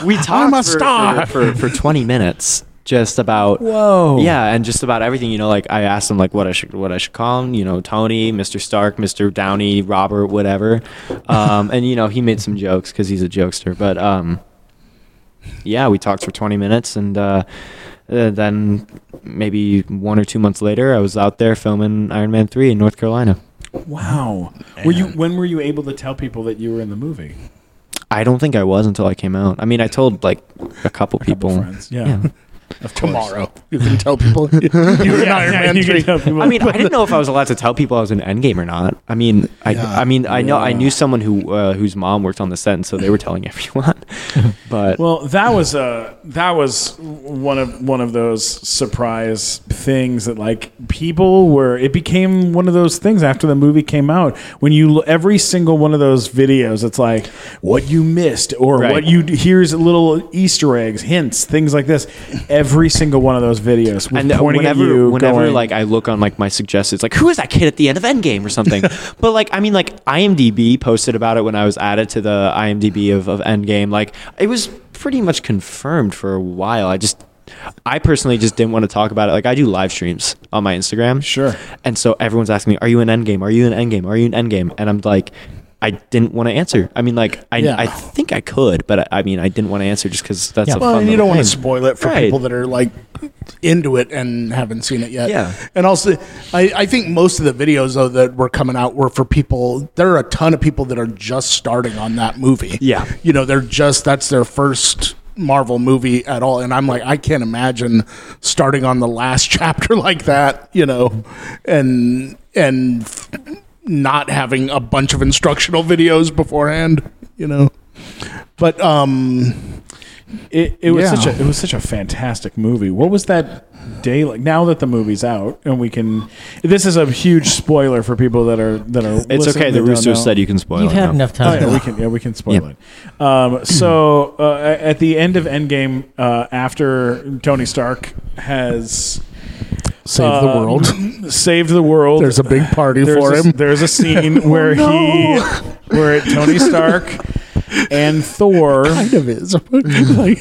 [SPEAKER 4] we talked
[SPEAKER 1] I'm a
[SPEAKER 4] for,
[SPEAKER 1] star.
[SPEAKER 4] For, for, for 20 minutes just about,
[SPEAKER 2] Whoa.
[SPEAKER 4] yeah. And just about everything, you know, like I asked him like what I should, what I should call him, you know, Tony, Mr. Stark, Mr. Downey, Robert, whatever. Um, and you know, he made some jokes cause he's a jokester, but, um, yeah, we talked for 20 minutes and uh, uh, then maybe one or two months later, I was out there filming Iron Man 3 in North Carolina.
[SPEAKER 2] Wow. Were you? When were you able to tell people that you were in the movie?
[SPEAKER 4] I don't think I was until I came out. I mean, I told like a couple people.
[SPEAKER 2] Friends. Yeah.
[SPEAKER 1] Tomorrow, you can tell people you- you're an Iron Man three.
[SPEAKER 4] I mean, I didn't know if I was allowed to tell people I was in Endgame or not. I mean, I,
[SPEAKER 1] Yeah.
[SPEAKER 4] I mean, I know I knew someone who uh, whose mom worked on the set, and so they were telling everyone. But
[SPEAKER 2] Well, that was uh, that was one of one of those surprise things that like people were. It became one of those things after the movie came out. When you l- every single one of those videos, it's like what you missed or
[SPEAKER 4] Right.
[SPEAKER 2] what you here's little Easter eggs, hints, things like this. Every single one of those videos was
[SPEAKER 4] and uh,
[SPEAKER 2] pointing
[SPEAKER 4] whenever,
[SPEAKER 2] at you.
[SPEAKER 4] whenever
[SPEAKER 2] going,
[SPEAKER 4] like I look on like my suggested, it's like who is that kid at the end of Endgame or something. but like I mean, like IMDb posted about it when I was added to the IMDb of, of Endgame. Like it was pretty much confirmed for a while. I just. I personally just didn't want to talk about it. Like I do live streams on my Instagram.
[SPEAKER 2] Sure.
[SPEAKER 4] And so everyone's asking me, "Are you in Endgame? Are you in Endgame? Are you in Endgame?" And I'm like, I didn't want to answer. I mean, like I,
[SPEAKER 1] Yeah.
[SPEAKER 4] I think I could, but I, I mean, I didn't want to answer just because that's
[SPEAKER 3] Yeah.
[SPEAKER 4] a
[SPEAKER 1] Well,
[SPEAKER 4] fun
[SPEAKER 1] and you
[SPEAKER 4] little
[SPEAKER 1] don't want to
[SPEAKER 4] thing.
[SPEAKER 1] spoil it for
[SPEAKER 4] Right.
[SPEAKER 1] people that are like into it and haven't seen it yet.
[SPEAKER 4] Yeah.
[SPEAKER 1] And also, I, I think most of the videos though that were coming out were for people. There are a ton of people that are just starting on that movie.
[SPEAKER 4] Yeah.
[SPEAKER 1] You know, they're just that's their first Marvel movie at all, and I'm like, I can't imagine starting on the last chapter like that. You know, and and not having a bunch of instructional videos beforehand. You know. But um,
[SPEAKER 2] It, it was
[SPEAKER 1] Yeah.
[SPEAKER 2] such a it was such a fantastic movie. What was that day like? Now that the movie's out and we can, this is a huge spoiler for people that are that are.
[SPEAKER 4] It's okay. The Rooster said you can spoil
[SPEAKER 3] You've
[SPEAKER 4] it.
[SPEAKER 3] had
[SPEAKER 4] now.
[SPEAKER 3] enough
[SPEAKER 2] Oh,
[SPEAKER 3] time.
[SPEAKER 2] yeah, we can. Yeah, we can spoil
[SPEAKER 4] Yeah.
[SPEAKER 2] it. Um, so uh, at the end of Endgame, uh, after Tony Stark has
[SPEAKER 1] save
[SPEAKER 2] uh,
[SPEAKER 1] the world.
[SPEAKER 2] saved the world,
[SPEAKER 1] There's a big party
[SPEAKER 2] there's
[SPEAKER 1] for
[SPEAKER 2] a,
[SPEAKER 1] him. Oh,
[SPEAKER 2] There's a scene where he, where Tony Stark and Thor
[SPEAKER 1] Kind of is. Like,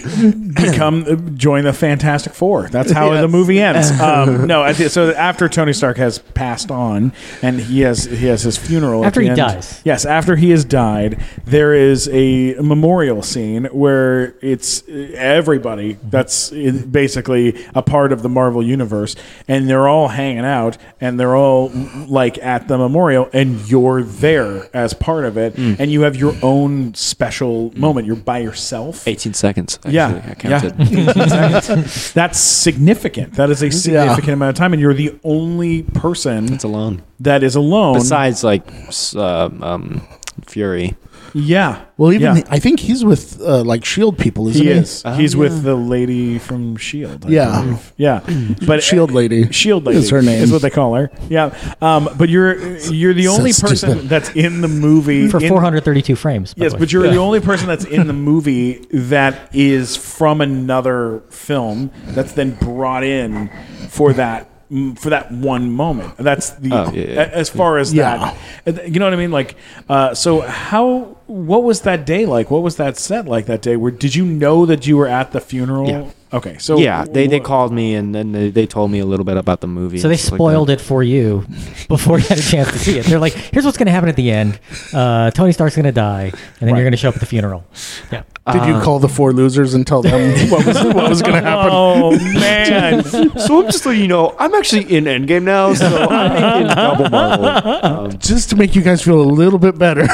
[SPEAKER 2] become uh, join the Fantastic Four. That's how the
[SPEAKER 1] Yes.
[SPEAKER 2] movie ends. Um, no, I thi- so after Tony Stark has passed on and he has he has his funeral at
[SPEAKER 3] After
[SPEAKER 2] the
[SPEAKER 3] he
[SPEAKER 2] end-
[SPEAKER 3] dies.
[SPEAKER 2] Yes, after he has died, there is a memorial scene where it's uh, everybody that's i- basically a part of the Marvel universe, and they're all hanging out and they're all mm, like at the memorial, and you're there as part of it,
[SPEAKER 4] Mm.
[SPEAKER 2] and you have your own special moment. You're by yourself.
[SPEAKER 4] 18 seconds. Mm. Actually,
[SPEAKER 2] Yeah,
[SPEAKER 4] I counted.
[SPEAKER 2] yeah. Exactly. That's significant. That is a significant amount of time, and you're the only person
[SPEAKER 4] It's alone.
[SPEAKER 2] that is alone.
[SPEAKER 4] Besides, like s- um, um, Fury.
[SPEAKER 2] yeah.
[SPEAKER 1] well, even
[SPEAKER 2] yeah.
[SPEAKER 1] the- I think he's with uh, like Shield people, isn't
[SPEAKER 2] he
[SPEAKER 1] he? Uh-huh.
[SPEAKER 2] is.
[SPEAKER 4] Oh,
[SPEAKER 2] He's
[SPEAKER 4] yeah.
[SPEAKER 2] with the lady from Shield. I
[SPEAKER 1] Yeah.
[SPEAKER 2] believe. yeah. But uh,
[SPEAKER 1] Shield E lady.
[SPEAKER 2] Shield E lady
[SPEAKER 1] is her name.
[SPEAKER 2] is what they call her. Yeah. Um, but you're you're the
[SPEAKER 1] So
[SPEAKER 2] only person
[SPEAKER 1] stupid.
[SPEAKER 2] that's in the movie
[SPEAKER 3] for
[SPEAKER 2] in-
[SPEAKER 3] 432 frames. by
[SPEAKER 2] Yes,
[SPEAKER 3] the way.
[SPEAKER 2] but you're the only person that's in the movie that is from another film that's then brought in for that for that one moment. That's the
[SPEAKER 4] Oh, yeah, yeah.
[SPEAKER 2] a- as far as
[SPEAKER 1] Yeah.
[SPEAKER 2] that. You know what I mean? Like, uh, so how? What was that day like? What was that set like that day? Where did you know that you were at the funeral?
[SPEAKER 4] Yeah.
[SPEAKER 2] Okay, so
[SPEAKER 4] yeah, they, they
[SPEAKER 2] wh-
[SPEAKER 4] called me and then they, they told me a little bit about the movie.
[SPEAKER 3] So they spoiled it for you before you had a chance to see it. They're like, "Here's what's going to happen at the end. Uh, Tony Stark's going to die, and then
[SPEAKER 2] Right.
[SPEAKER 3] you're going to show up at the funeral." Yeah.
[SPEAKER 2] Uh,
[SPEAKER 1] Did you call the four losers and tell them what was what was going to happen?
[SPEAKER 2] Oh man!
[SPEAKER 4] So I'm just letting you know, I'm actually in Endgame now, so I'm in double Marvel. Um,
[SPEAKER 1] Just to make you guys feel a little bit better,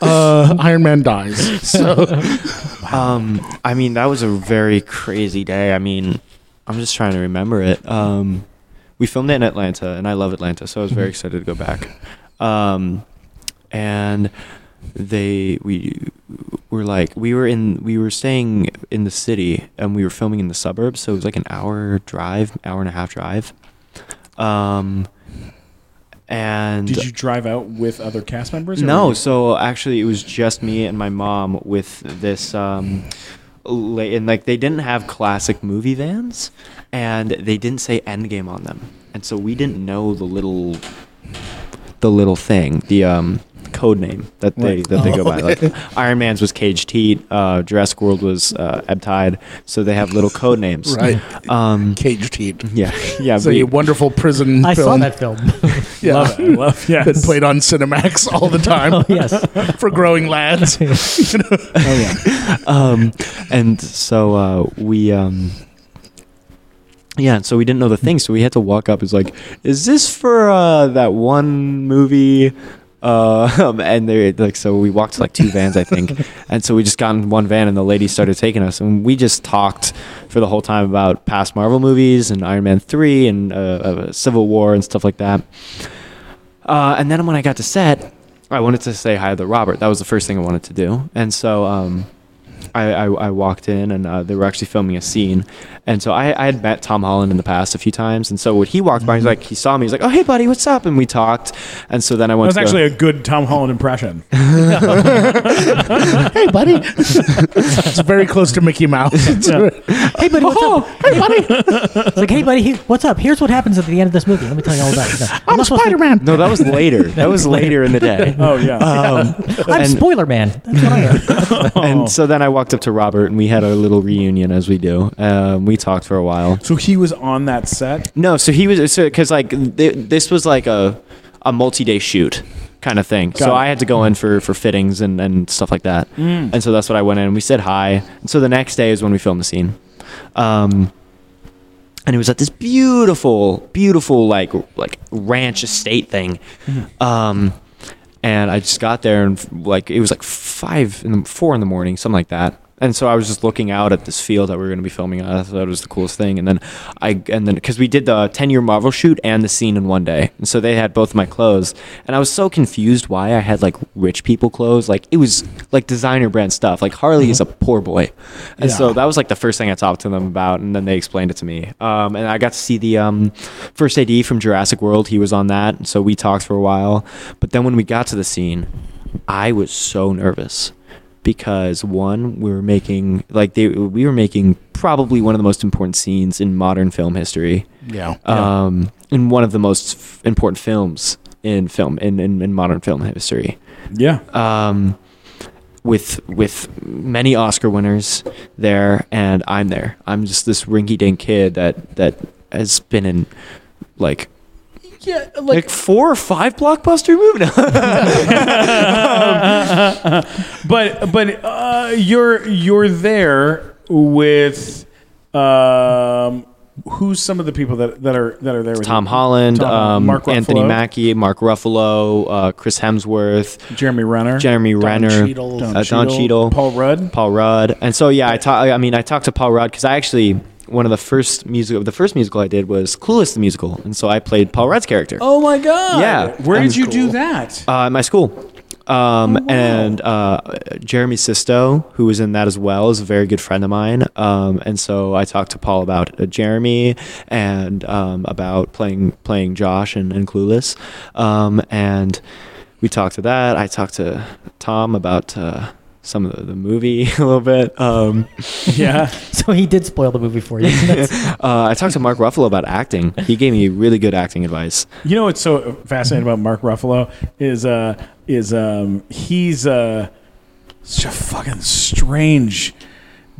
[SPEAKER 1] uh, Iron Man dies. So
[SPEAKER 4] um, I mean, that was a very crazy day. I mean, I'm just trying to remember it. Um, we filmed it in Atlanta, and I love Atlanta, so I was very excited to go back. Um, and they we were like we were in we were staying in the city, and we were filming in the suburbs, so it was like an hour drive, hour and a half drive. Um, and
[SPEAKER 2] Did you drive out with other cast members? or were
[SPEAKER 4] no,
[SPEAKER 2] you-
[SPEAKER 4] so actually, it was just me and my mom with this. Um, la- and like they didn't have classic movie vans, and they didn't say Endgame on them, and so we didn't know the little, the little thing, the um, code name that they that
[SPEAKER 1] Oh.
[SPEAKER 4] they go by. Like Iron Man's was Caged Heat, uh, Jurassic World was uh, Ebb Tide, so they have little code names.
[SPEAKER 1] right,
[SPEAKER 4] Um.
[SPEAKER 1] caged heat.
[SPEAKER 4] Yeah. Yeah.
[SPEAKER 1] So
[SPEAKER 4] we-
[SPEAKER 1] a wonderful prison
[SPEAKER 3] I saw
[SPEAKER 1] film
[SPEAKER 3] that film.
[SPEAKER 1] yeah,
[SPEAKER 2] Love it. I love yes.
[SPEAKER 1] that played on Cinemax all the time
[SPEAKER 3] oh yes.
[SPEAKER 1] for growing lads.
[SPEAKER 4] um, and so uh, we um, yeah and so we didn't know the thing so we had to walk up it's like is this for uh, that one movie uh, um, and they like so we walked to like two vans i think and so we just got in one van and the lady started taking us and we just talked for the whole time about past marvel movies and iron man 3 and uh, uh, civil war and stuff like that uh, and then when i got to set i wanted to say hi to robert that was the first thing i wanted to do and so um, I, I, I walked in and uh, they were actually filming a scene. And so I, I had met Tom Holland in the past a few times. And so when he walked by,
[SPEAKER 2] Mm-hmm.
[SPEAKER 4] he's like, he saw me. He's like, oh, hey, buddy, what's up? And we talked. And so then I
[SPEAKER 2] That
[SPEAKER 4] went
[SPEAKER 2] was
[SPEAKER 4] to go-
[SPEAKER 2] actually a good Tom Holland impression.
[SPEAKER 1] hey, buddy, it's very close to Mickey Mouse.
[SPEAKER 3] Hey buddy, what's up? Hey buddy. it's like, hey buddy, he- what's up? Here's what happens at the end of this movie. Let me tell you all about it. No, I'm, not supposed to-
[SPEAKER 1] Spider-Man.
[SPEAKER 4] no, that was later. That was later in the day.
[SPEAKER 2] Oh yeah.
[SPEAKER 4] Um,
[SPEAKER 3] I'm
[SPEAKER 4] and-
[SPEAKER 3] spoiler man. That's what I am.
[SPEAKER 4] and so then I walked up to Robert and we had our little reunion as we do. Um, we talked for a while.
[SPEAKER 2] So he was on that set.
[SPEAKER 4] No, so he was so because like th- this was like a a multi day shoot, kind of thing.
[SPEAKER 2] it.
[SPEAKER 4] so I had to go in for for fittings and and stuff like that.
[SPEAKER 2] Mm.
[SPEAKER 4] And so that's what I went in. We said hi. And so the next day is when we filmed the scene. Um, and it was at this beautiful, beautiful like like ranch estate thing. Um, and I just got there and like it was like five in the, four in the morning, something like that. And so I was just looking out at this field that we were going to be filming. on. I thought it was the coolest thing. And then I and then because we did the ten year Marvel shoot and the scene in one day, and so they had both my clothes. And I was so confused why I had like rich people clothes. Like it was like designer brand stuff. Like Harley is a poor boy, and so that was like the first thing I talked to them about. And then they explained it to me. Um, and I got to see the um, first AD from Jurassic World. He was on that, and so we talked for a while. But then when we got to the scene, I was so nervous because one we were making like they we were making probably one of the most important scenes in modern film history
[SPEAKER 1] Yeah.
[SPEAKER 4] um in one of the most f- important films in film in, in in modern film history
[SPEAKER 2] Yeah.
[SPEAKER 4] um with with many oscar winners there and i'm there i'm just this rinky-dink kid that that has been in like
[SPEAKER 2] yeah.
[SPEAKER 4] like, four or five blockbuster movies
[SPEAKER 2] But but uh, you're you're there with um, who's some of the people that, that are that are there with
[SPEAKER 4] Tom
[SPEAKER 2] you?
[SPEAKER 4] Holland,
[SPEAKER 2] Tom Holland,
[SPEAKER 4] um,
[SPEAKER 2] Mark
[SPEAKER 4] Anthony
[SPEAKER 2] Ruffalo.
[SPEAKER 4] Mackie, Mark Ruffalo, uh, Chris Hemsworth,
[SPEAKER 2] Jeremy Renner,
[SPEAKER 4] Jeremy Renner,
[SPEAKER 1] Cheadle.
[SPEAKER 4] uh, Don Cheadle,
[SPEAKER 2] Paul Rudd.
[SPEAKER 4] Paul Rudd, and so yeah, I talk. I mean, I talked to Paul Rudd because I actually one of the first musical. The first musical I did was Clueless the musical, and so I played Paul Rudd's character
[SPEAKER 2] Oh my God!
[SPEAKER 4] Yeah,
[SPEAKER 2] where
[SPEAKER 4] that
[SPEAKER 2] did
[SPEAKER 4] was
[SPEAKER 2] you do
[SPEAKER 4] cool.
[SPEAKER 2] that?
[SPEAKER 4] uh, at my school. Um, And uh, Jeremy Sisto, who was in that as well, is a very good friend of mine. Um, and so I talked to Paul about uh, Jeremy and um, about playing playing Josh and, and Clueless. Um, and we talked to that. I talked to Tom about uh, some of the, the movie a little bit. Um,
[SPEAKER 2] yeah,
[SPEAKER 3] So he did spoil the movie for you. That's-
[SPEAKER 4] uh, I talked to Mark Ruffalo about acting. He gave me really good acting advice.
[SPEAKER 2] you know what's so fascinating about Mark Ruffalo is uh is um he's uh such a fucking strange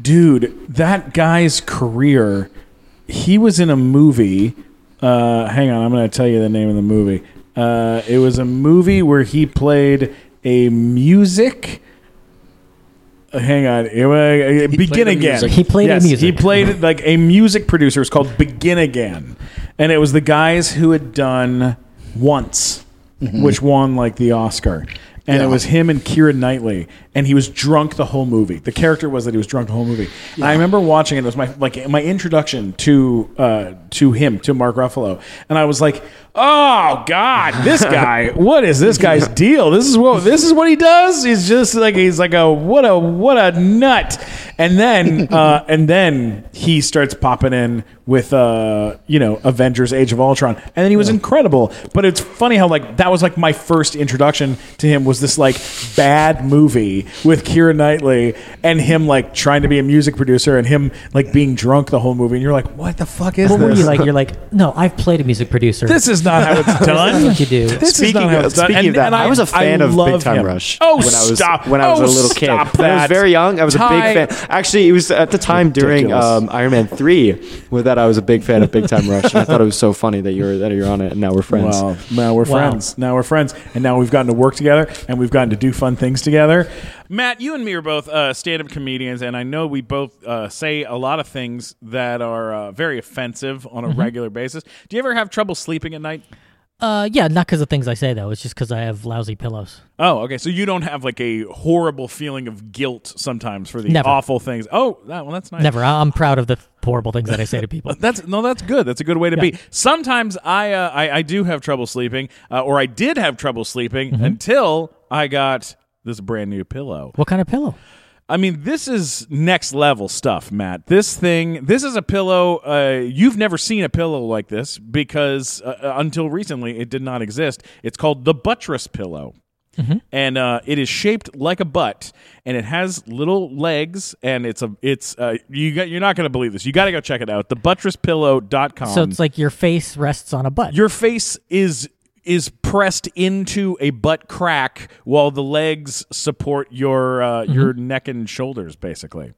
[SPEAKER 2] dude. That guy's career, he was in a movie. Uh, hang on, I'm going to tell you the name of the movie. Uh, it was a movie where he played a music. uh, Hang on, it wa- uh,
[SPEAKER 1] played
[SPEAKER 2] begin
[SPEAKER 1] a
[SPEAKER 2] again.
[SPEAKER 1] music.
[SPEAKER 3] He played a
[SPEAKER 2] Yes, He
[SPEAKER 3] music.
[SPEAKER 2] played like a music producer. It's called Begin Again, and it was the guys who had done Once, Mm-hmm. which won like the Oscar. And
[SPEAKER 1] Yeah.
[SPEAKER 2] it was him and Kira Knightley, and he was drunk the whole movie. The character was that he was drunk the whole movie. And I remember watching it. It was my like my introduction to uh, to him to Mark Ruffalo, and I was like, "Oh God, this guy! what is this guy's deal? This is what this is what he does. He's just like he's like a what a what a nut." And then uh, and then he starts popping in with uh, you know Avengers: Age of Ultron, and then he was incredible. But it's funny how like that was like my first introduction to him was this like bad movie with Keira Knightley and him like trying to be a music producer and him like being drunk the whole movie, and you're like, what the fuck is
[SPEAKER 3] what were
[SPEAKER 2] this?
[SPEAKER 3] you like? You're like, no, I've played a music producer.
[SPEAKER 2] This is not how it's
[SPEAKER 3] That's
[SPEAKER 2] done.
[SPEAKER 3] what you do.
[SPEAKER 2] This
[SPEAKER 4] Speaking
[SPEAKER 2] is not how
[SPEAKER 4] of-
[SPEAKER 2] it's done.
[SPEAKER 4] speaking of that, I was a fan of Big
[SPEAKER 2] love
[SPEAKER 4] Time Rush
[SPEAKER 2] Oh,
[SPEAKER 4] when I was-
[SPEAKER 2] stop!
[SPEAKER 4] when I was
[SPEAKER 2] Oh,
[SPEAKER 4] a little kid.
[SPEAKER 2] stop
[SPEAKER 4] When I was
[SPEAKER 2] that.
[SPEAKER 4] very young. I was
[SPEAKER 2] Ty-
[SPEAKER 4] a big fan. Actually, it was at the time during
[SPEAKER 2] Ridiculous.
[SPEAKER 4] um, Iron Man three with that I was a big fan of Big Time Rush. and I thought it was so funny that you're that you're on it, and now we're friends.
[SPEAKER 2] Wow. Now we're
[SPEAKER 3] Wow.
[SPEAKER 2] friends. Now we're friends. And now we've gotten to work together and we've gotten to do fun things together. Matt, you and me are both uh, stand up comedians, and I know we both uh, say a lot of things that are uh, very offensive on a regular basis. Do you ever have trouble sleeping at night?
[SPEAKER 3] uh, yeah, not because of things I say though. It's just because I have lousy pillows.
[SPEAKER 2] Oh, okay. So you don't have like a horrible feeling of guilt sometimes for the
[SPEAKER 3] Never.
[SPEAKER 2] awful things. Oh, that, well, that's nice.
[SPEAKER 3] Never. I- I'm proud of the horrible things that I say to people.
[SPEAKER 2] That's no, that's good. That's a good way to be. Sometimes I, uh, I I do have trouble sleeping, uh, or I did have trouble sleeping until I got this brand new pillow.
[SPEAKER 3] What kind of pillow?
[SPEAKER 2] I mean, this is next level stuff, Matt. This thing, this is a pillow. Uh, you've never seen a pillow like this because uh, uh, until recently it did not exist. It's called the buttress pillow. And uh, it is shaped like a butt, and it has little legs, and it's a it's uh, you got you're not gonna believe this. You got to go check it out. Thebuttrosspillow.com.
[SPEAKER 3] so it's like your face rests on a butt.
[SPEAKER 2] your face is is pressed into a butt crack while the legs support your uh, your neck and shoulders, basically.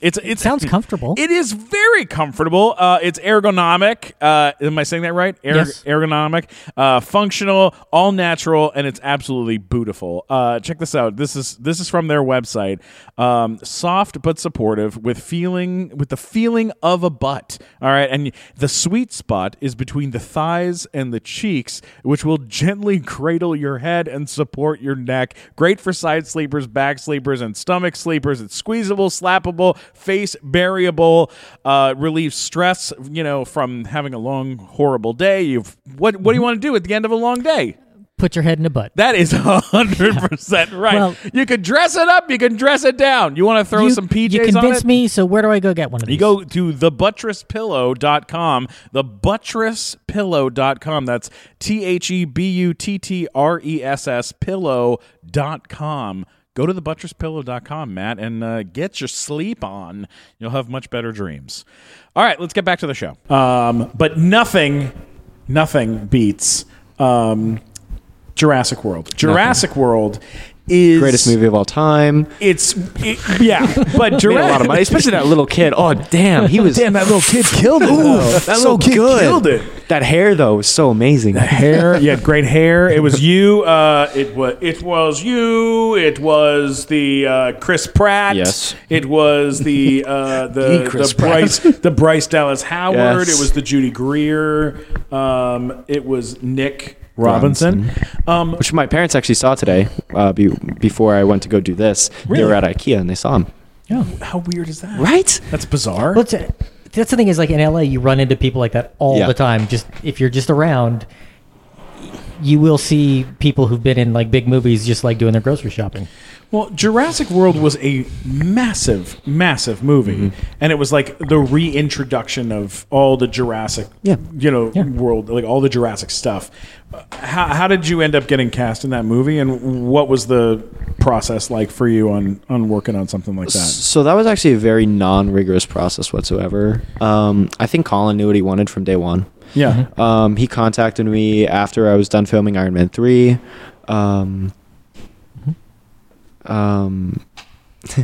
[SPEAKER 2] It's it's
[SPEAKER 3] Mm-hmm. Sounds comfortable.
[SPEAKER 2] It is very comfortable. Uh, it's ergonomic. Uh, am I saying that right? Erg-
[SPEAKER 3] Yes.
[SPEAKER 2] Ergonomic, uh, functional, all natural, and it's absolutely beautiful. Uh, check this out. This is this is from their website. Um, soft but supportive, with feeling with the feeling of a butt. All right, and the sweet spot is between the thighs and the cheeks, which will gently cradle your head and support your neck. Great for side sleepers, back sleepers, and stomach sleepers. It's squeezable, slappable, face variable. Uh, relieves stress. You know, from having a long, horrible day. You've what? What do
[SPEAKER 3] Mm-hmm.
[SPEAKER 2] you want to do at the end of a long day?
[SPEAKER 3] Put your head in a butt.
[SPEAKER 2] That is hundred percent right.
[SPEAKER 3] Well-
[SPEAKER 2] you can dress it up. You can dress it down. You want to throw
[SPEAKER 3] you,
[SPEAKER 2] some PJs
[SPEAKER 3] You
[SPEAKER 2] on
[SPEAKER 3] convinced
[SPEAKER 2] it?
[SPEAKER 3] me. So where do I go get one of these?
[SPEAKER 2] You go to thebuttresspillow.com, thebuttresspillow.com. That's T H E B U T T R E S S pillow.com. Go to thebuttresspillow.com, Matt, and uh, get your sleep on. You'll have much better dreams. All right, let's get back to the show. Um, but nothing, nothing beats um, Jurassic World. Jurassic World is
[SPEAKER 4] Greatest movie of all time.
[SPEAKER 2] It's it- yeah, but
[SPEAKER 4] Made a lot of money, especially that little kid. Oh, damn, he was.
[SPEAKER 2] Damn, that little kid killed it. though. that
[SPEAKER 4] so
[SPEAKER 2] little kid
[SPEAKER 4] good.
[SPEAKER 2] killed it.
[SPEAKER 4] That hair though was so amazing.
[SPEAKER 2] Hair, you had great hair. It was you. Uh, it was it was you. It was the uh, Chris Pratt.
[SPEAKER 4] Yes.
[SPEAKER 2] It was the uh, the,
[SPEAKER 4] The Chris
[SPEAKER 2] the Bryce the Bryce Dallas Howard.
[SPEAKER 4] Yes.
[SPEAKER 2] It was the Judy Greer. Um, it was Nick Robinson. Um,
[SPEAKER 4] Which my parents actually saw today uh, be- before I went to go do this. They
[SPEAKER 2] Really?
[SPEAKER 4] were at IKEA and they saw him.
[SPEAKER 2] how weird is that?
[SPEAKER 4] Right?
[SPEAKER 2] That's bizarre.
[SPEAKER 3] Well, it's- that's the thing is like in LA, you run into people like that all
[SPEAKER 4] Yeah.
[SPEAKER 3] the time. Just if you're just around, you will see people who've been in like big movies just like doing their grocery shopping.
[SPEAKER 2] Well, Jurassic World was a massive, massive movie,
[SPEAKER 4] Mm-hmm.
[SPEAKER 2] and it was like the reintroduction of all the Jurassic,
[SPEAKER 4] Yeah.
[SPEAKER 2] you know,
[SPEAKER 3] Yeah.
[SPEAKER 2] world, like all the Jurassic stuff. Uh, How, how did you end up getting cast in that movie, and what was the process like for you on on working on something like that?
[SPEAKER 4] Uh, So that was actually a very non-rigorous process whatsoever. Um, I think Colin knew what he wanted from day one.
[SPEAKER 2] Yeah,
[SPEAKER 4] Um, he contacted me after I was done filming Iron Man three. Um, um,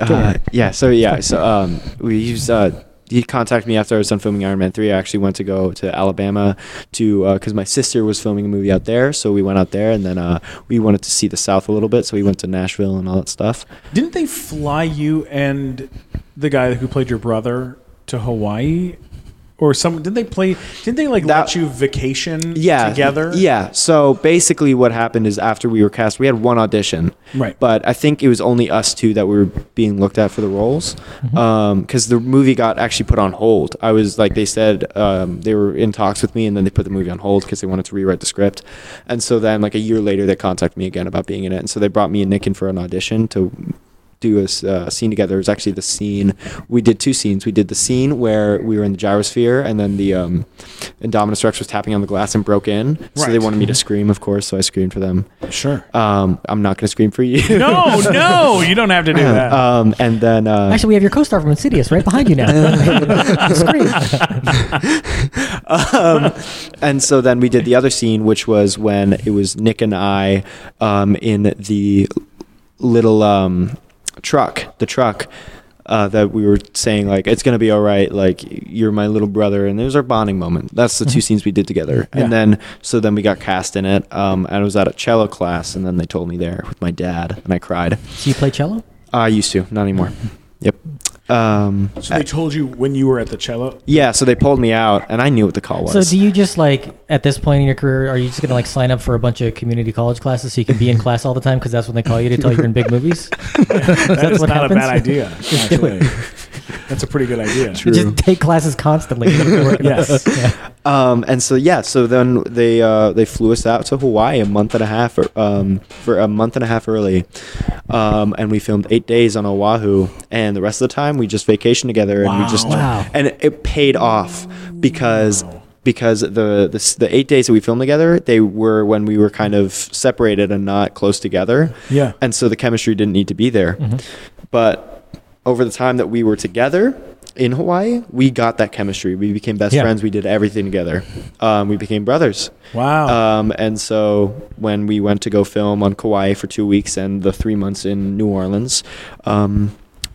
[SPEAKER 4] uh, yeah. So yeah. So um, we used. Uh, he contacted me after I was done filming Iron Man 3. I actually went to go to Alabama to, because my sister was filming a movie out there. So we went out there and then uh, we wanted to see the South a little bit. So we went to Nashville and all that stuff.
[SPEAKER 2] didn't they fly you and the guy who played your brother to Hawaii? Or some? Did they play? Did they like
[SPEAKER 4] That-
[SPEAKER 2] let you vacation
[SPEAKER 4] yeah,
[SPEAKER 2] together?
[SPEAKER 4] Yeah. So basically, what happened is after we were cast, we had one audition.
[SPEAKER 2] Right.
[SPEAKER 4] But I think it was only us two that were being looked at for the roles, because
[SPEAKER 2] Mm-hmm.
[SPEAKER 4] the movie got actually put on hold. I was like, they said um, they were in talks with me, and then they put the movie on hold because they wanted to rewrite the script. And so then, like a year later, they contacted me again about being in it, and so they brought me and Nick in for an audition to do a s- uh, scene together. It was actually the scene we did two scenes. We did the scene where we were in the gyrosphere, and then the um, Indominus Rex was tapping on the glass and broke in. So they
[SPEAKER 2] Right. Mm-hmm.
[SPEAKER 4] wanted me to scream, of course. So I screamed for them.
[SPEAKER 2] sure.
[SPEAKER 4] Um, I'm not going to scream for you.
[SPEAKER 2] No, no, you don't have to do that.
[SPEAKER 4] um, and then uh,
[SPEAKER 3] Actually, we have your co-star from Insidious right behind you now. Scream.
[SPEAKER 4] um, and so then we did the other scene, which was when it was Nick and I um, in the little um, truck, the truck. Uh, that we were saying like it's gonna be all right like you're my little brother and it was our bonding moment that's the two scenes we did together
[SPEAKER 2] Yeah.
[SPEAKER 4] and then so then we got cast in it um, and i was at a cello class and then they told me there with my dad and i cried
[SPEAKER 3] So you play cello?
[SPEAKER 4] i used to not anymore yep um,
[SPEAKER 2] So they told you when you were at the cello.
[SPEAKER 4] yeah so they pulled me out and i knew what the call was
[SPEAKER 3] So do you just like at this point in your career, are you just gonna like sign up for a bunch of community college classes so you can be in class all the time because that's when they call you to tell you're in big movies?
[SPEAKER 2] That's
[SPEAKER 3] what
[SPEAKER 2] not a
[SPEAKER 3] happens?
[SPEAKER 2] bad idea. Actually, that's a pretty good idea.
[SPEAKER 3] Just take classes constantly.
[SPEAKER 2] Yes.
[SPEAKER 4] Um, and so yeah, so then they uh, they flew us out to Hawaii a month and a half um, for a month and a half early, um, and we filmed eight days on Oahu, and the rest of the time we just vacationed together, and we just
[SPEAKER 2] Wow.
[SPEAKER 3] Wow.
[SPEAKER 4] and it paid off because. Because the, the s- the eight days that we filmed together, they were when we were kind of separated and not close together.
[SPEAKER 2] Yeah. Mm-hmm.
[SPEAKER 4] And so the chemistry didn't need to be there. But over the time that we were together in Hawaii, we got that chemistry. We became best
[SPEAKER 3] Yeah.
[SPEAKER 4] friends. We did everything together. Um, we became brothers.
[SPEAKER 2] Wow.
[SPEAKER 4] Um, and so when we went to go film on Kauai for two weeks and the three months in New Orleans, um,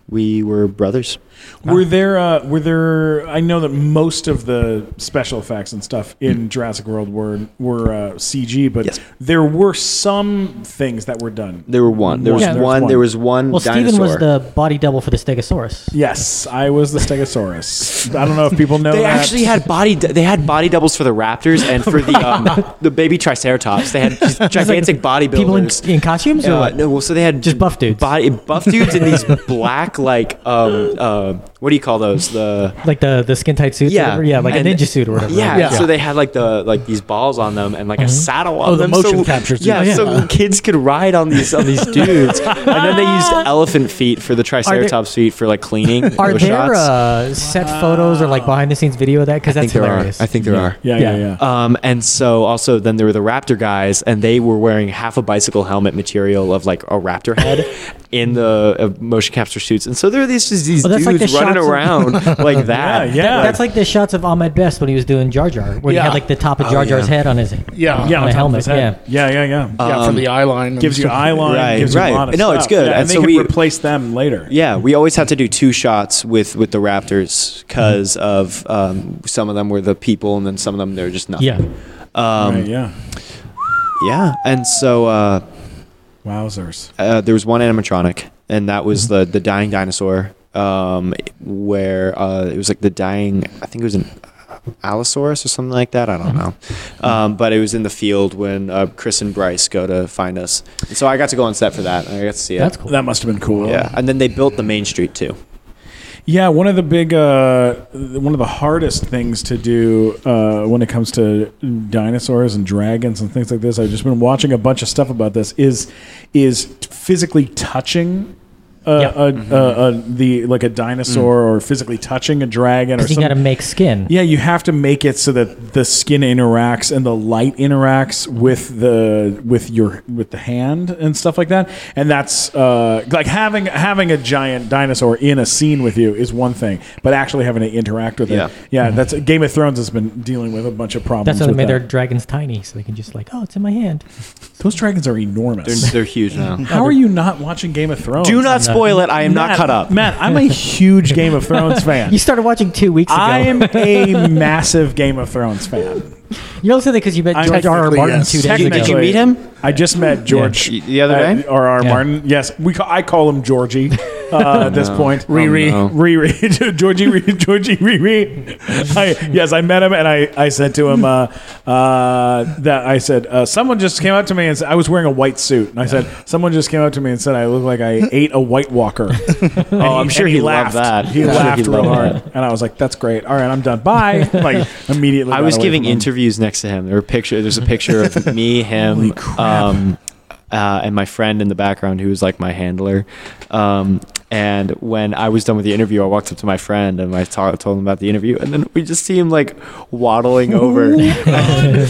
[SPEAKER 4] we were brothers.
[SPEAKER 2] Were there? Uh, were there? I know that most of the special effects and stuff in Jurassic World were were uh, CG, but
[SPEAKER 4] Mm. Yes.
[SPEAKER 2] there were some things that were done.
[SPEAKER 4] There were one. There was
[SPEAKER 2] Yeah, there was
[SPEAKER 4] one.
[SPEAKER 2] one.
[SPEAKER 4] There was one
[SPEAKER 3] Well,
[SPEAKER 4] dinosaur.
[SPEAKER 3] Steven was the body double for the Stegosaurus.
[SPEAKER 2] Yes, I was the Stegosaurus. I don't know if people know.
[SPEAKER 4] They
[SPEAKER 2] that.
[SPEAKER 4] actually had body. They had body doubles for the Raptors and for the um, the baby Triceratops. They had these gigantic bodybuilders.
[SPEAKER 3] People in, in costumes or
[SPEAKER 4] Uh,
[SPEAKER 3] what?
[SPEAKER 4] no, well, so they had
[SPEAKER 3] Just buff dudes.
[SPEAKER 4] body buff dudes in these black like um uh, what do you call those the
[SPEAKER 3] Like the, the skin tight suits? or
[SPEAKER 4] yeah
[SPEAKER 3] whatever? yeah, like
[SPEAKER 4] And-
[SPEAKER 3] a ninja suit or whatever.
[SPEAKER 4] yeah,
[SPEAKER 3] right?
[SPEAKER 4] so they had like the like these balls on them and like a saddle on
[SPEAKER 1] Oh, the
[SPEAKER 4] them so,
[SPEAKER 1] motion capture suit.
[SPEAKER 4] yeah,
[SPEAKER 1] Yeah.
[SPEAKER 4] so kids could ride on these on these dudes and then they used elephant feet for the Triceratops feet for like cleaning
[SPEAKER 3] Are
[SPEAKER 4] those
[SPEAKER 3] there
[SPEAKER 4] shots.
[SPEAKER 3] uh, set photos or like behind the scenes video of that? Because
[SPEAKER 4] I
[SPEAKER 3] that's
[SPEAKER 4] think there
[SPEAKER 3] hilarious.
[SPEAKER 4] are I think there are
[SPEAKER 2] Yeah, yeah, yeah.
[SPEAKER 4] Um, and so also then there were the raptor guys, and they were wearing half a bicycle helmet material of like a raptor head in the uh, motion capture suits. And so there are these just these
[SPEAKER 3] Oh, that's like
[SPEAKER 4] dudes
[SPEAKER 3] the
[SPEAKER 4] running
[SPEAKER 3] shots of-
[SPEAKER 4] around like that.
[SPEAKER 2] yeah.
[SPEAKER 3] That's like the shots of Ahmed Best when he was doing Jar Jar, where
[SPEAKER 1] Yeah.
[SPEAKER 3] he had like the top of Jar Jar's
[SPEAKER 4] yeah.
[SPEAKER 3] head on his
[SPEAKER 1] Yeah.
[SPEAKER 2] yeah,
[SPEAKER 3] on
[SPEAKER 2] on
[SPEAKER 3] a
[SPEAKER 2] top of
[SPEAKER 3] helmet.
[SPEAKER 2] his head. yeah, yeah, yeah.
[SPEAKER 1] yeah, for the eye line. and
[SPEAKER 2] Um, gives you
[SPEAKER 1] stuff.
[SPEAKER 2] eye line.
[SPEAKER 4] Um, Right,
[SPEAKER 2] gives you a lot
[SPEAKER 4] right.
[SPEAKER 2] of
[SPEAKER 4] No, it's
[SPEAKER 2] stuff.
[SPEAKER 4] good.
[SPEAKER 2] Yeah, and,
[SPEAKER 4] And
[SPEAKER 2] they
[SPEAKER 4] so
[SPEAKER 2] could
[SPEAKER 4] we-
[SPEAKER 2] replace them later.
[SPEAKER 4] Yeah, we always had to do two shots with with the raptors because
[SPEAKER 3] Mm-hmm.
[SPEAKER 4] of um, some of them were the people, and then some of them they were just nothing.
[SPEAKER 3] Yeah.
[SPEAKER 4] um,
[SPEAKER 2] Right, yeah.
[SPEAKER 4] yeah. And so uh,
[SPEAKER 2] Wowzers.
[SPEAKER 4] uh, there was one animatronic, and that was
[SPEAKER 3] Mm-hmm.
[SPEAKER 4] the the dying dinosaur. Um, where uh, it was like the dying, I think it was an Allosaurus or something like that. I don't know,
[SPEAKER 3] Mm-hmm.
[SPEAKER 4] um, but it was in the field when uh, Chris and Bryce go to find us. And so I got to go on set for that. And I got to see it.
[SPEAKER 3] That's cool.
[SPEAKER 2] That must have been cool.
[SPEAKER 4] Yeah, and then they built the main street too.
[SPEAKER 2] Yeah, one of the big, uh, one of the hardest things to do uh, when it comes to dinosaurs and dragons and things like this. I've just been watching a bunch of stuff about this. Is is physically touching. Uh,
[SPEAKER 3] Yeah. Mm-hmm. Mm.
[SPEAKER 2] uh, uh, uh, the like a dinosaur or physically touching a dragon or
[SPEAKER 3] you
[SPEAKER 2] something.
[SPEAKER 3] got to make skin.
[SPEAKER 2] Yeah, you have to make it so that the skin interacts and the light interacts with the with your with the hand and stuff like that. And that's uh, like having having a giant dinosaur in a scene with you is one thing, but actually having to interact with
[SPEAKER 4] Yeah.
[SPEAKER 2] it, yeah, that's Game of Thrones has been dealing with a bunch of problems.
[SPEAKER 3] That's how they
[SPEAKER 2] with
[SPEAKER 3] made their
[SPEAKER 2] that.
[SPEAKER 3] dragons tiny, so they can just like, oh, it's in my hand.
[SPEAKER 2] Those dragons are
[SPEAKER 4] They're,
[SPEAKER 2] enormous.
[SPEAKER 4] they're huge now.
[SPEAKER 2] How are you not watching Game of Thrones?
[SPEAKER 3] Oh,
[SPEAKER 4] Do not spoil it. I am not
[SPEAKER 2] Matt-
[SPEAKER 4] cut up.
[SPEAKER 2] Matt. I'm a huge Game of Thrones fan.
[SPEAKER 3] You started watching two weeks ago.
[SPEAKER 2] I am a massive Game of Thrones fan.
[SPEAKER 3] You also because you met
[SPEAKER 2] I'm
[SPEAKER 3] George R. R.
[SPEAKER 1] technically,
[SPEAKER 3] Martin
[SPEAKER 1] yes.
[SPEAKER 3] two days
[SPEAKER 4] Technically,
[SPEAKER 3] ago.
[SPEAKER 4] Did you meet him?
[SPEAKER 2] I just met George
[SPEAKER 4] Y- the other day?
[SPEAKER 2] R. R.
[SPEAKER 3] Yeah.
[SPEAKER 2] Martin. Yes, we call, I call him Georgie uh, at this point.
[SPEAKER 1] Riri.
[SPEAKER 4] Oh, no.
[SPEAKER 2] Riri, Georgie, Riri, Georgie, Riri. I, yes, I met him, and I, I said to him uh, uh, that I said uh, someone just came up to me and said I was wearing a white suit, and I said someone just came up to me and said I look like I ate a White Walker. oh,
[SPEAKER 4] I'm sure he loved that.
[SPEAKER 2] He
[SPEAKER 4] I'm sure
[SPEAKER 2] laughed
[SPEAKER 4] he
[SPEAKER 2] real
[SPEAKER 4] loved
[SPEAKER 2] hard,
[SPEAKER 4] that.
[SPEAKER 2] and I was like, "That's great. All right, I'm done. Bye." Like immediately,
[SPEAKER 4] I
[SPEAKER 2] got
[SPEAKER 4] was
[SPEAKER 2] away
[SPEAKER 4] giving
[SPEAKER 2] from him.
[SPEAKER 4] interviews next to him. There were picture. There's a picture of me, him, um, uh, and my friend in the background who was like my handler. Um, and when I was done with the interview, I walked up to my friend and I ta- told him about the interview, and then we just see him like waddling over.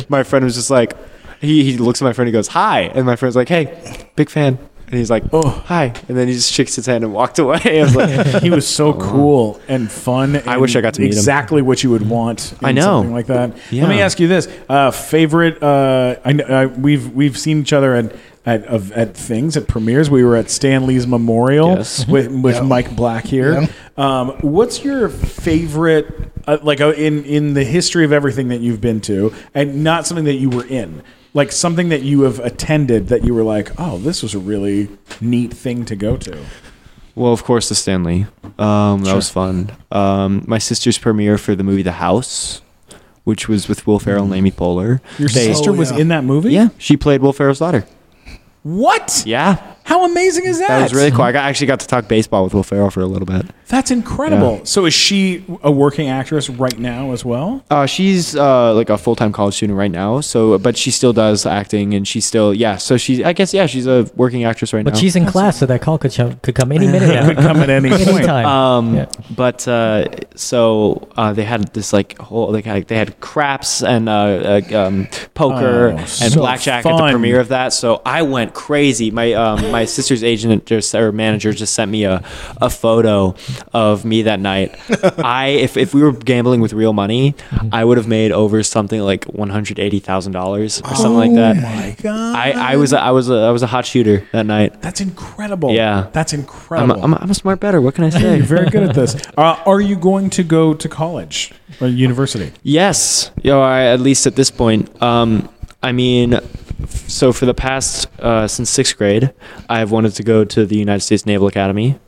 [SPEAKER 4] my friend was just like, he, he looks at my friend, he goes, "Hi," and my friend's like, "Hey, big fan." And he's like, "Oh, hi!" And then he just shakes his hand and walked away. I was like,
[SPEAKER 2] he was so cool and fun. And
[SPEAKER 4] I wish I got to meet him.
[SPEAKER 2] exactly what you would want. In
[SPEAKER 4] I know.
[SPEAKER 2] something like that.
[SPEAKER 4] Yeah.
[SPEAKER 2] Let me ask you this: uh, favorite? Uh, I, kn- uh, we've we've seen each other at. At, of, at things at premieres, we were at Stan Lee's memorial
[SPEAKER 4] Yes.
[SPEAKER 2] with with Mike Black here. Um, what's your favorite, uh, like uh, in in the history of everything that you've been to, and not something that you were in, like something that you have attended that you were like, oh, this was a really neat thing to go to.
[SPEAKER 4] Well, of course, the Stanley. Um, That was fun. Um, my sister's premiere for the movie The House, which was with Will Ferrell
[SPEAKER 3] Mm.
[SPEAKER 4] and Amy Poehler.
[SPEAKER 2] Your sister was
[SPEAKER 1] yeah.
[SPEAKER 2] in that movie.
[SPEAKER 4] Yeah, she played Will Ferrell's daughter.
[SPEAKER 2] What?
[SPEAKER 4] Yeah,
[SPEAKER 2] How amazing is that?
[SPEAKER 4] that was really cool. I got, actually got to talk baseball with Will Ferrell for a little bit.
[SPEAKER 2] That's incredible.
[SPEAKER 4] Yeah.
[SPEAKER 2] So is she a working actress right now as well?
[SPEAKER 4] Uh, she's uh, like a full time college student right now, so but she still does acting, and she's still yeah. So she, I guess, yeah, she's a working actress right
[SPEAKER 3] But
[SPEAKER 4] now.
[SPEAKER 3] she's in class, so that call could show, could come any minute
[SPEAKER 2] Could
[SPEAKER 3] now.
[SPEAKER 2] come at any point.
[SPEAKER 3] Anytime.
[SPEAKER 4] Um,
[SPEAKER 3] Yeah.
[SPEAKER 4] but uh, so uh, they had this like whole they had they had craps and uh, uh, um, poker
[SPEAKER 2] Oh,
[SPEAKER 4] and
[SPEAKER 2] so
[SPEAKER 4] blackjack at the
[SPEAKER 2] fun.
[SPEAKER 4] premiere of that. So I went crazy. My um, my my sister's agent just or manager just sent me a, a photo of me that night. I if, if we were gambling with real money, I would have made over something like one hundred eighty thousand dollars or something like that.
[SPEAKER 2] Oh my God.
[SPEAKER 4] I, I was a, I was a, I was a hot shooter that night.
[SPEAKER 2] That's incredible.
[SPEAKER 4] Yeah.
[SPEAKER 2] That's
[SPEAKER 4] I'm
[SPEAKER 2] incredible.
[SPEAKER 4] a, I'm, a, I'm a smart better. What can I say?
[SPEAKER 2] You're very good at this. Uh, are you going to go to college or university?
[SPEAKER 4] Yes. Yo, I, at least at this point. Um, I mean, f- so for the past uh, since sixth grade, I've wanted to go to the United States Naval Academy.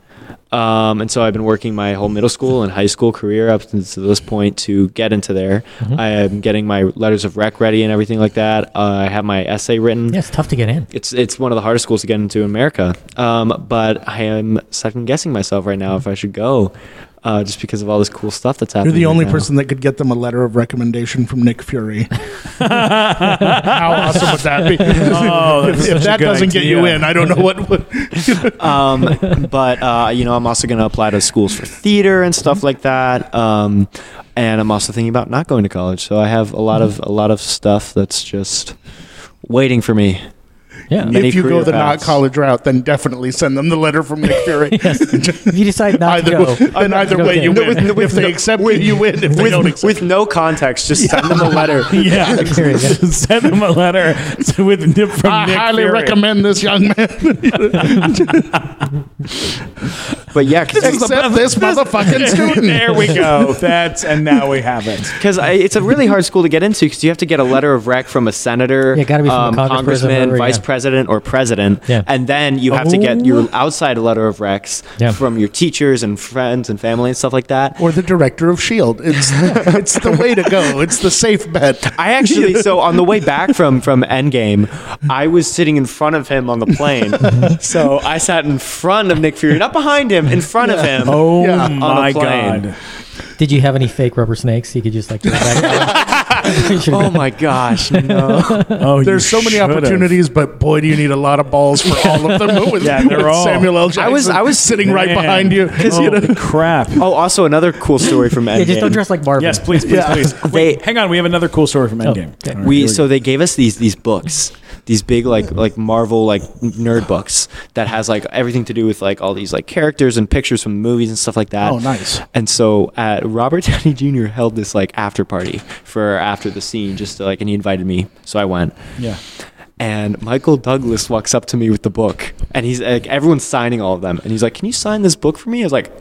[SPEAKER 4] Um, and so I've been working my whole middle school and high school career up to this point to get into there.
[SPEAKER 1] Mm-hmm.
[SPEAKER 4] I am getting my letters of rec ready and everything like that. Uh, I have my essay written
[SPEAKER 3] Yeah, it's tough to get in.
[SPEAKER 4] it's it's one of the hardest schools to get into in America. Um, but I am second guessing myself right now if I should go, uh, just because of all this cool stuff that's
[SPEAKER 1] You're
[SPEAKER 4] happening.
[SPEAKER 1] the
[SPEAKER 4] right
[SPEAKER 1] only
[SPEAKER 4] now.
[SPEAKER 1] person that could get them a letter of recommendation from Nick Fury. How awesome would that be?
[SPEAKER 2] Oh, that's
[SPEAKER 1] if if
[SPEAKER 2] such a
[SPEAKER 1] that
[SPEAKER 2] good
[SPEAKER 1] doesn't get you
[SPEAKER 2] idea.
[SPEAKER 1] in, I don't know what would.
[SPEAKER 4] Um, but uh, you know, I'm also going to apply to schools for theater and stuff like that. Um, and I'm also thinking about not going to college. So I have a lot of a lot of stuff that's just waiting for me.
[SPEAKER 3] Yeah.
[SPEAKER 4] Many
[SPEAKER 1] if you go
[SPEAKER 4] career
[SPEAKER 1] the not
[SPEAKER 4] paths.
[SPEAKER 1] college route, then definitely send them the letter from Nick Fury.
[SPEAKER 3] If you decide not
[SPEAKER 1] either
[SPEAKER 3] to go,
[SPEAKER 1] then either way, you
[SPEAKER 3] No,
[SPEAKER 1] win. if they accept you, you win. If they don't
[SPEAKER 4] With,
[SPEAKER 1] accept
[SPEAKER 4] with no context, just send them a letter.
[SPEAKER 2] Yeah.
[SPEAKER 3] There you go.
[SPEAKER 2] Send them a letter to- with Nip from
[SPEAKER 1] I
[SPEAKER 2] Nick
[SPEAKER 1] highly
[SPEAKER 2] Fury.
[SPEAKER 1] recommend this young man.
[SPEAKER 4] But yeah, because
[SPEAKER 1] Accept this motherfucking student.
[SPEAKER 2] There we go. That's and now we have it.
[SPEAKER 4] it's a really hard school to get into because you have to get a letter of rec from a senator, um,
[SPEAKER 3] Yeah, gotta be from a congressperson,
[SPEAKER 4] congressman,
[SPEAKER 3] whatever,
[SPEAKER 4] vice
[SPEAKER 3] yeah.
[SPEAKER 4] president, or president,
[SPEAKER 3] Yeah.
[SPEAKER 4] and then you have to get your outside letter of recs
[SPEAKER 3] Yeah.
[SPEAKER 4] from your teachers and friends and family and stuff like that.
[SPEAKER 1] Or the director of S.H.I.E.L.D. E It's, it's the way to go. It's the safe bet.
[SPEAKER 4] I actually so on the way back from from Endgame, I was sitting in front of him on the plane. so I sat in front of Nick Fury, not behind him, in front of him.
[SPEAKER 2] Oh
[SPEAKER 1] Yeah. On a
[SPEAKER 2] my
[SPEAKER 4] plane.
[SPEAKER 2] god.
[SPEAKER 3] did you have any fake rubber snakes? You could just like. go back-
[SPEAKER 4] Oh my gosh, no.
[SPEAKER 2] Oh,
[SPEAKER 1] There's so many opportunities, but boy, do you need a lot of balls for all of them. With,
[SPEAKER 2] Yeah, they're
[SPEAKER 1] with
[SPEAKER 2] all-
[SPEAKER 1] Samuel L. Jackson
[SPEAKER 4] I was- I was-
[SPEAKER 1] sitting right behind you. you know.
[SPEAKER 2] Holy crap.
[SPEAKER 4] Oh, also another cool story from Endgame.
[SPEAKER 3] Yeah, just don't dress like Marvin.
[SPEAKER 2] Yes, please, please, please. Wait, hang on. We have another cool story from Endgame.
[SPEAKER 3] okay.
[SPEAKER 2] All right, here
[SPEAKER 4] we
[SPEAKER 2] go.
[SPEAKER 4] so they gave us these these books these big like like marvel like nerd books that has like everything to do with like all these like characters and pictures from movies and stuff like that
[SPEAKER 1] Oh, nice.
[SPEAKER 4] and so uh, robert downey jr held this like after party for after the scene just to, like and he invited me so i went
[SPEAKER 2] yeah.
[SPEAKER 4] and Michael Douglas walks up to me with the book, and he's like, everyone's signing all of them, and he's like, "Can you sign this book for me?" I was like,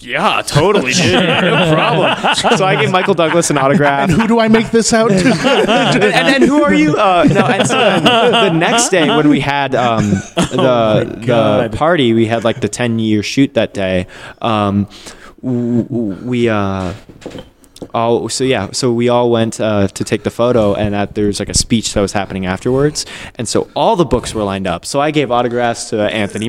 [SPEAKER 4] "Yeah, totally, dude, no problem." so I gave Michael Douglas an autograph,
[SPEAKER 1] Who do I make this out to?
[SPEAKER 4] and, and, and who are you? Uh, no, and so then the next day when we had um, the
[SPEAKER 2] God.
[SPEAKER 4] the party, we had like the ten year shoot that day. Um, w- w- we uh, all so yeah, so we all went uh, to take the photo, and at, there was like a speech that was happening afterwards, and so all the books were lined up. So I gave autographs to Anthony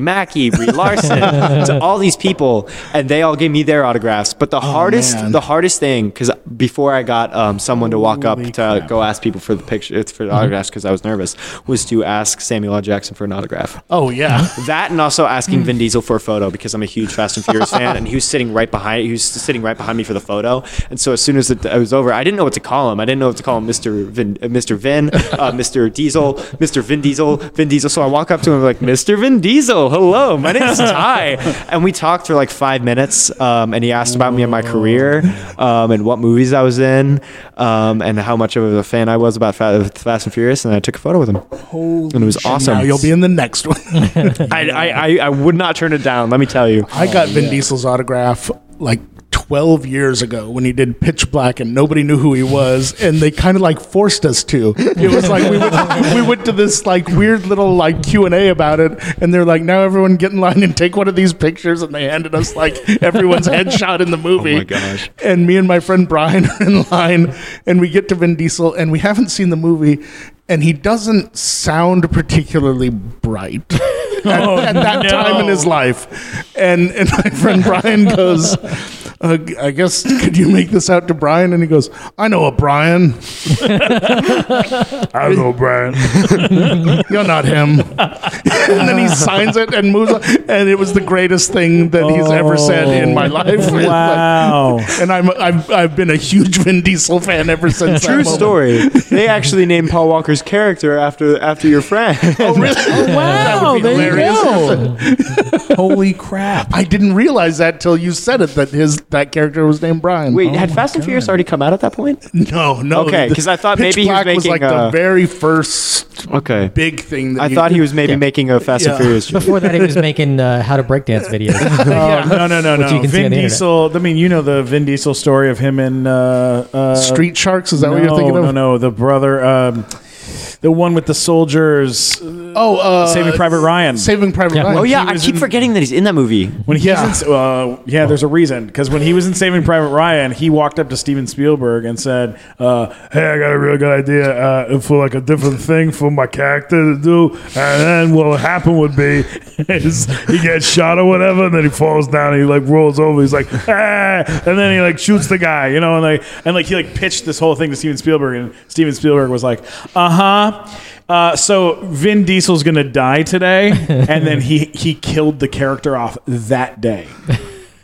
[SPEAKER 4] Mackie, Brie Larson, to all these people, and they all gave me their autographs. But the
[SPEAKER 2] Oh,
[SPEAKER 4] hardest,
[SPEAKER 1] man.
[SPEAKER 4] the hardest thing, because before I got um, someone to walk up
[SPEAKER 2] Holy
[SPEAKER 4] to
[SPEAKER 2] crap. Mm-hmm.
[SPEAKER 4] go ask people for the picture it's for the autographs because I was nervous was to ask Samuel L. Jackson for an autograph.
[SPEAKER 1] oh, yeah.
[SPEAKER 4] That and also asking Vin Diesel for a photo because I'm a huge Fast and Furious fan, and he was sitting right behind he was sitting right behind me for the photo. And so as soon as it, I was over, I didn't know what to call him. I didn't know what to call him, Mr. Vin, uh, Mr. Vin, uh, Mr. Diesel, Mr. Vin Diesel, Vin Diesel. So I walk up to him like, Mr. Vin Diesel, hello, my name's Ty, and we talked for like five minutes, um, and he asked about me and my career, um, and what movies I was in, um, and how much of a fan I was about Fa- Fast and Furious, and I took a photo with him, and it was awesome.
[SPEAKER 1] Now you'll be in the next one.
[SPEAKER 4] I, I, I, I would not turn it down. Let me tell you.
[SPEAKER 1] I got Vin Diesel's autograph like 12 years ago when he did Pitch Black and nobody knew who he was and they kind of like forced us to. It was like we went, we went to this like weird little like Q&A about it and they're like now everyone get in line and take one of these pictures and they handed us like everyone's headshot in the movie.
[SPEAKER 4] Oh, my gosh.
[SPEAKER 1] And me and my friend Brian are in line and we get to Vin Diesel and we haven't seen the movie and he doesn't sound particularly bright. At, at that time in his life, and and my friend Brian goes, uh, I guess, could you make this out to Brian? And he goes, I know a Brian. I know Brian. You're not him. and then he signs it and moves on. And it was the greatest thing that he's ever said in my life. It's like-
[SPEAKER 2] Wow.
[SPEAKER 1] and I'm, I've, I've been a huge Vin Diesel fan ever since. that
[SPEAKER 4] True
[SPEAKER 1] moment.
[SPEAKER 4] story. They actually named Paul Walker's character after after your friend.
[SPEAKER 1] Oh, really? that would be hilarious.
[SPEAKER 2] Holy crap.
[SPEAKER 1] I didn't realize that till you said it that his that character was named Brian.
[SPEAKER 4] Wait, had Fast and Furious already come out at that point?
[SPEAKER 1] no, no.
[SPEAKER 4] Okay, 'cause I thought
[SPEAKER 1] Pitch
[SPEAKER 4] maybe he was
[SPEAKER 1] Black was
[SPEAKER 4] making,
[SPEAKER 1] like
[SPEAKER 4] uh,
[SPEAKER 1] the very first
[SPEAKER 4] Okay.
[SPEAKER 1] big thing. That
[SPEAKER 4] I thought he was maybe making a Fast
[SPEAKER 1] Yeah.
[SPEAKER 4] and Furious. joke.
[SPEAKER 3] Before that, he was making uh, how to breakdance videos.
[SPEAKER 2] Oh, no, no, no,
[SPEAKER 3] Which
[SPEAKER 2] no.
[SPEAKER 3] you can see
[SPEAKER 2] Vin
[SPEAKER 3] on the internet.
[SPEAKER 2] Diesel. I mean, you know the Vin Diesel story of him and uh, uh,
[SPEAKER 1] Street Sharks. Is that
[SPEAKER 2] no,
[SPEAKER 1] what you're thinking of?
[SPEAKER 2] No, no, the brother, um, the one with the soldiers, uh,
[SPEAKER 1] Oh, uh,
[SPEAKER 2] Saving Private Ryan.
[SPEAKER 1] Saving Private
[SPEAKER 3] Yeah.
[SPEAKER 1] Ryan.
[SPEAKER 4] Oh yeah,
[SPEAKER 2] he
[SPEAKER 4] I
[SPEAKER 2] was
[SPEAKER 4] keep
[SPEAKER 2] in-
[SPEAKER 4] forgetting that he's in that movie.
[SPEAKER 2] When he
[SPEAKER 1] Yeah.
[SPEAKER 2] was in, uh, yeah, there's a reason because when he was in Saving Private Ryan, he walked up to Steven Spielberg and said, uh, "Hey, I got a real good idea uh, for like a different thing for my character to do." And then what would happen would be is he gets shot or whatever, and then he falls down and he like rolls over. He's like, "Ah!" and then he like shoots the guy, you know, and like and like he like pitched this whole thing to Steven Spielberg, and Steven Spielberg was like, "Uh huh." Uh, so Vin Diesel's gonna die today, and then he he killed the character off that day,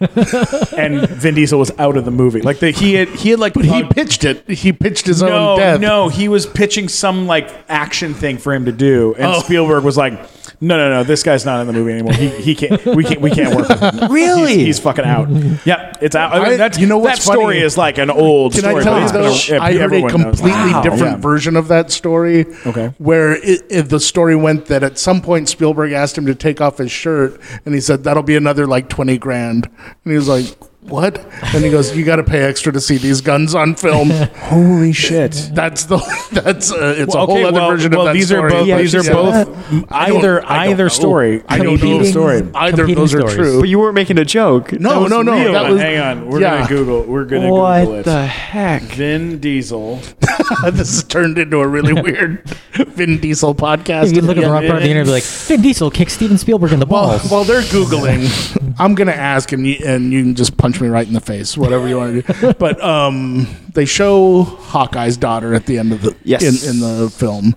[SPEAKER 2] and Vin Diesel was out of the movie. Like the, he had he had like
[SPEAKER 1] But he
[SPEAKER 2] uh,
[SPEAKER 1] pitched it. He pitched his
[SPEAKER 2] no
[SPEAKER 1] own death.
[SPEAKER 2] no he was pitching some like action thing for him to do, and
[SPEAKER 1] Oh.
[SPEAKER 2] Spielberg was like, no no no this guy's not in the movie anymore. He, he can't we can't we can't work with him.
[SPEAKER 4] Really?
[SPEAKER 2] He's, he's fucking out. Yep, it's out. I mean,
[SPEAKER 1] I-
[SPEAKER 2] that's,
[SPEAKER 1] you know
[SPEAKER 2] that
[SPEAKER 1] what's funny?
[SPEAKER 2] story is like an old
[SPEAKER 1] Can
[SPEAKER 2] story.
[SPEAKER 1] I tell
[SPEAKER 2] but
[SPEAKER 1] you
[SPEAKER 2] it's been
[SPEAKER 1] though?
[SPEAKER 2] a-
[SPEAKER 1] I heard a
[SPEAKER 2] everyone knows
[SPEAKER 1] completely
[SPEAKER 2] that.
[SPEAKER 1] different
[SPEAKER 2] Yeah.
[SPEAKER 1] version of that story.
[SPEAKER 2] Okay.
[SPEAKER 1] Where it, it, the story went that at some point Spielberg asked him to take off his shirt, and he said that'll be another like twenty grand, and he was like. What? And he goes, "You got to pay extra to see these guns on film."
[SPEAKER 2] Holy shit.
[SPEAKER 1] That's the that's uh, it's a whole
[SPEAKER 2] okay,
[SPEAKER 1] other
[SPEAKER 2] well-
[SPEAKER 1] version
[SPEAKER 2] well,
[SPEAKER 1] of that
[SPEAKER 2] these are
[SPEAKER 1] story.
[SPEAKER 2] both-
[SPEAKER 1] but
[SPEAKER 4] these are
[SPEAKER 1] yeah.
[SPEAKER 2] both m-
[SPEAKER 1] I don't-
[SPEAKER 2] either-
[SPEAKER 1] I don't
[SPEAKER 2] either
[SPEAKER 1] know.
[SPEAKER 2] story.
[SPEAKER 1] I don't know
[SPEAKER 3] Competing-
[SPEAKER 1] the story. Either of
[SPEAKER 3] competing
[SPEAKER 1] those are
[SPEAKER 3] stories.
[SPEAKER 1] true.
[SPEAKER 4] But you weren't making a joke.
[SPEAKER 1] No, Oh, no, no.
[SPEAKER 2] Real
[SPEAKER 1] that
[SPEAKER 2] one.
[SPEAKER 1] was-
[SPEAKER 2] Hang on, we're
[SPEAKER 1] yeah.
[SPEAKER 2] gonna Google. We're gonna Google
[SPEAKER 4] What
[SPEAKER 2] it.
[SPEAKER 4] the heck?
[SPEAKER 2] Vin Diesel.
[SPEAKER 1] this has turned into a really weird Vin Diesel podcast.
[SPEAKER 3] if you look at the wrong part of the internet, be like, Vin Diesel kicked Steven Spielberg in the
[SPEAKER 1] While,
[SPEAKER 4] Oh,
[SPEAKER 3] balls.
[SPEAKER 1] while they're googling, Oh, I'm gonna ask, and you, and you can just punch me right in the face, whatever you want to do. But um, they show Hawkeye's daughter at the end of the
[SPEAKER 4] Yes.
[SPEAKER 1] in, in the film.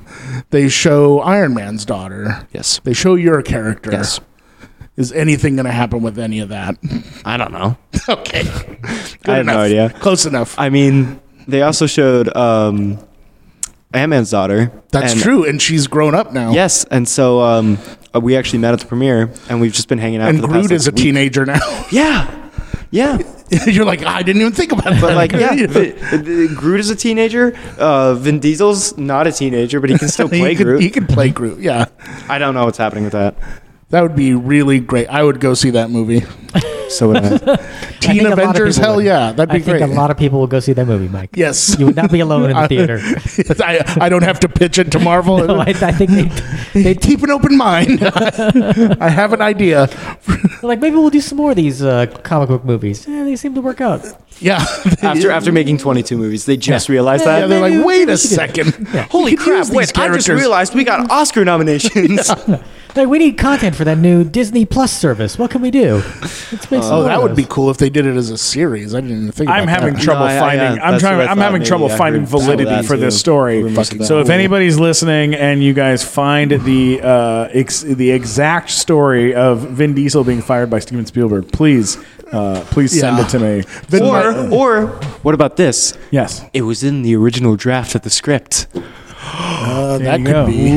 [SPEAKER 1] They show Iron Man's daughter.
[SPEAKER 4] Yes.
[SPEAKER 1] They show your character.
[SPEAKER 4] Yes.
[SPEAKER 1] Is anything gonna happen with any of that?
[SPEAKER 4] I don't know.
[SPEAKER 1] okay.
[SPEAKER 4] I have no idea.
[SPEAKER 1] Close enough.
[SPEAKER 4] I mean, they also showed um, Ant Man's daughter.
[SPEAKER 1] That's
[SPEAKER 4] and-
[SPEAKER 1] true, and she's grown up now.
[SPEAKER 4] Yes, and so um, uh, we actually met at the premiere, and we've just been hanging out.
[SPEAKER 1] And
[SPEAKER 4] for the
[SPEAKER 1] Groot
[SPEAKER 4] past, like,
[SPEAKER 1] is a
[SPEAKER 4] week.
[SPEAKER 1] teenager now.
[SPEAKER 4] Yeah, yeah.
[SPEAKER 1] You're like, I didn't even think about that.
[SPEAKER 4] But like, yeah, Vi- the- Groot is a teenager. Uh, Vin Diesel's not a teenager, but he can still play
[SPEAKER 1] he could,
[SPEAKER 4] Groot. Mm-hmm.
[SPEAKER 1] he could play Groot. Yeah,
[SPEAKER 4] I don't know what's happening with that.
[SPEAKER 1] that would be really great. I would go see that movie.
[SPEAKER 4] So uh, would I.
[SPEAKER 3] I
[SPEAKER 1] Teen
[SPEAKER 3] think a lot of
[SPEAKER 1] Avengers.
[SPEAKER 3] people
[SPEAKER 1] Hell
[SPEAKER 3] would.
[SPEAKER 1] yeah, that'd be
[SPEAKER 3] I think
[SPEAKER 1] great.
[SPEAKER 3] a lot of people will go see that movie, Mike.
[SPEAKER 1] yes,
[SPEAKER 3] You would not be alone in the theater.
[SPEAKER 1] I, I don't have to pitch it to Marvel.
[SPEAKER 3] no, I, I think they, they
[SPEAKER 1] Keep an open mind. I have an idea.
[SPEAKER 3] like maybe we'll do some more of these uh, comic book movies. Eh, they seem to work out.
[SPEAKER 1] Yeah.
[SPEAKER 4] after after making 22 movies, they just realized
[SPEAKER 1] yeah,
[SPEAKER 4] that.
[SPEAKER 1] they're like, wait a second.
[SPEAKER 4] Holy
[SPEAKER 1] We could
[SPEAKER 4] crap!
[SPEAKER 1] use
[SPEAKER 4] Wait,
[SPEAKER 1] these
[SPEAKER 4] I just
[SPEAKER 1] characters."
[SPEAKER 4] realized we got Oscar nominations.
[SPEAKER 3] Like we need content for that new Disney Plus service. What can we do? Let's make some
[SPEAKER 1] Oh,
[SPEAKER 3] more
[SPEAKER 1] that
[SPEAKER 3] of
[SPEAKER 1] would be
[SPEAKER 3] those.
[SPEAKER 1] cool if they did it as a series. I didn't even think.
[SPEAKER 2] I'm
[SPEAKER 1] about
[SPEAKER 2] having
[SPEAKER 1] that.
[SPEAKER 2] trouble
[SPEAKER 4] No, I- I-
[SPEAKER 2] finding.
[SPEAKER 4] yeah,
[SPEAKER 2] I'm
[SPEAKER 4] that's
[SPEAKER 2] trying.
[SPEAKER 4] what I
[SPEAKER 2] I'm
[SPEAKER 4] thought.
[SPEAKER 2] having
[SPEAKER 4] Maybe
[SPEAKER 2] trouble
[SPEAKER 4] I
[SPEAKER 2] finding
[SPEAKER 4] heard some of
[SPEAKER 2] validity
[SPEAKER 4] that
[SPEAKER 2] for this
[SPEAKER 4] too.
[SPEAKER 2] story.
[SPEAKER 4] Rumors of that.
[SPEAKER 2] So if anybody's listening and you guys find the uh, ex- the exact story of Vin Diesel being fired by Steven Spielberg, please, uh, please send
[SPEAKER 1] Yeah.
[SPEAKER 2] it to me. uh,
[SPEAKER 4] or or what about this?
[SPEAKER 2] yes,
[SPEAKER 4] It was in the original draft of the script.
[SPEAKER 1] Uh,
[SPEAKER 2] There
[SPEAKER 1] that
[SPEAKER 2] you
[SPEAKER 1] could
[SPEAKER 2] go.
[SPEAKER 1] be.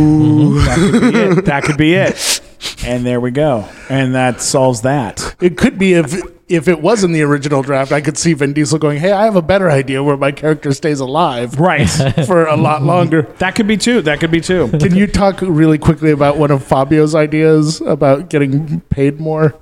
[SPEAKER 2] it, that could be it. And there we go. And that solves that.
[SPEAKER 1] It could be if if it was in the original draft, I could see Vin Diesel going, "Hey, I have a better idea where my character stays alive
[SPEAKER 2] Right.
[SPEAKER 1] for a lot longer."
[SPEAKER 2] That could be too. That could be too.
[SPEAKER 1] Can you talk really quickly about one of Fabio's ideas about getting paid more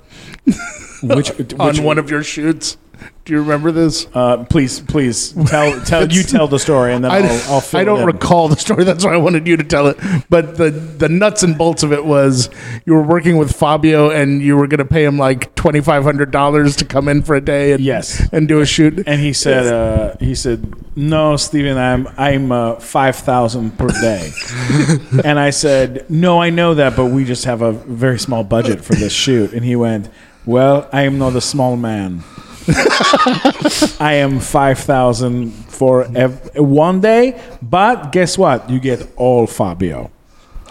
[SPEAKER 2] Which,
[SPEAKER 1] on one of your shoots? Do you remember this?
[SPEAKER 2] uh, please, please tell tell you tell the story, and then I,
[SPEAKER 1] I,
[SPEAKER 2] will I'll fill
[SPEAKER 1] I don't
[SPEAKER 2] it in.
[SPEAKER 1] recall the story. That's why I wanted you to tell it. But the, the nuts and bolts of it was you were working with Fabio and you were going to pay him like twenty five hundred dollars to come in for a day and
[SPEAKER 2] Yes.
[SPEAKER 1] and do a shoot.
[SPEAKER 2] And he said, uh, he said, no, Steven, I'm I'm uh, five thousand per day. and I said, no, I know that, but we just have a very small budget for this shoot. And he went, well, I am not a small man. I am 5,000 for ev- one day, but guess what? You get all Fabio.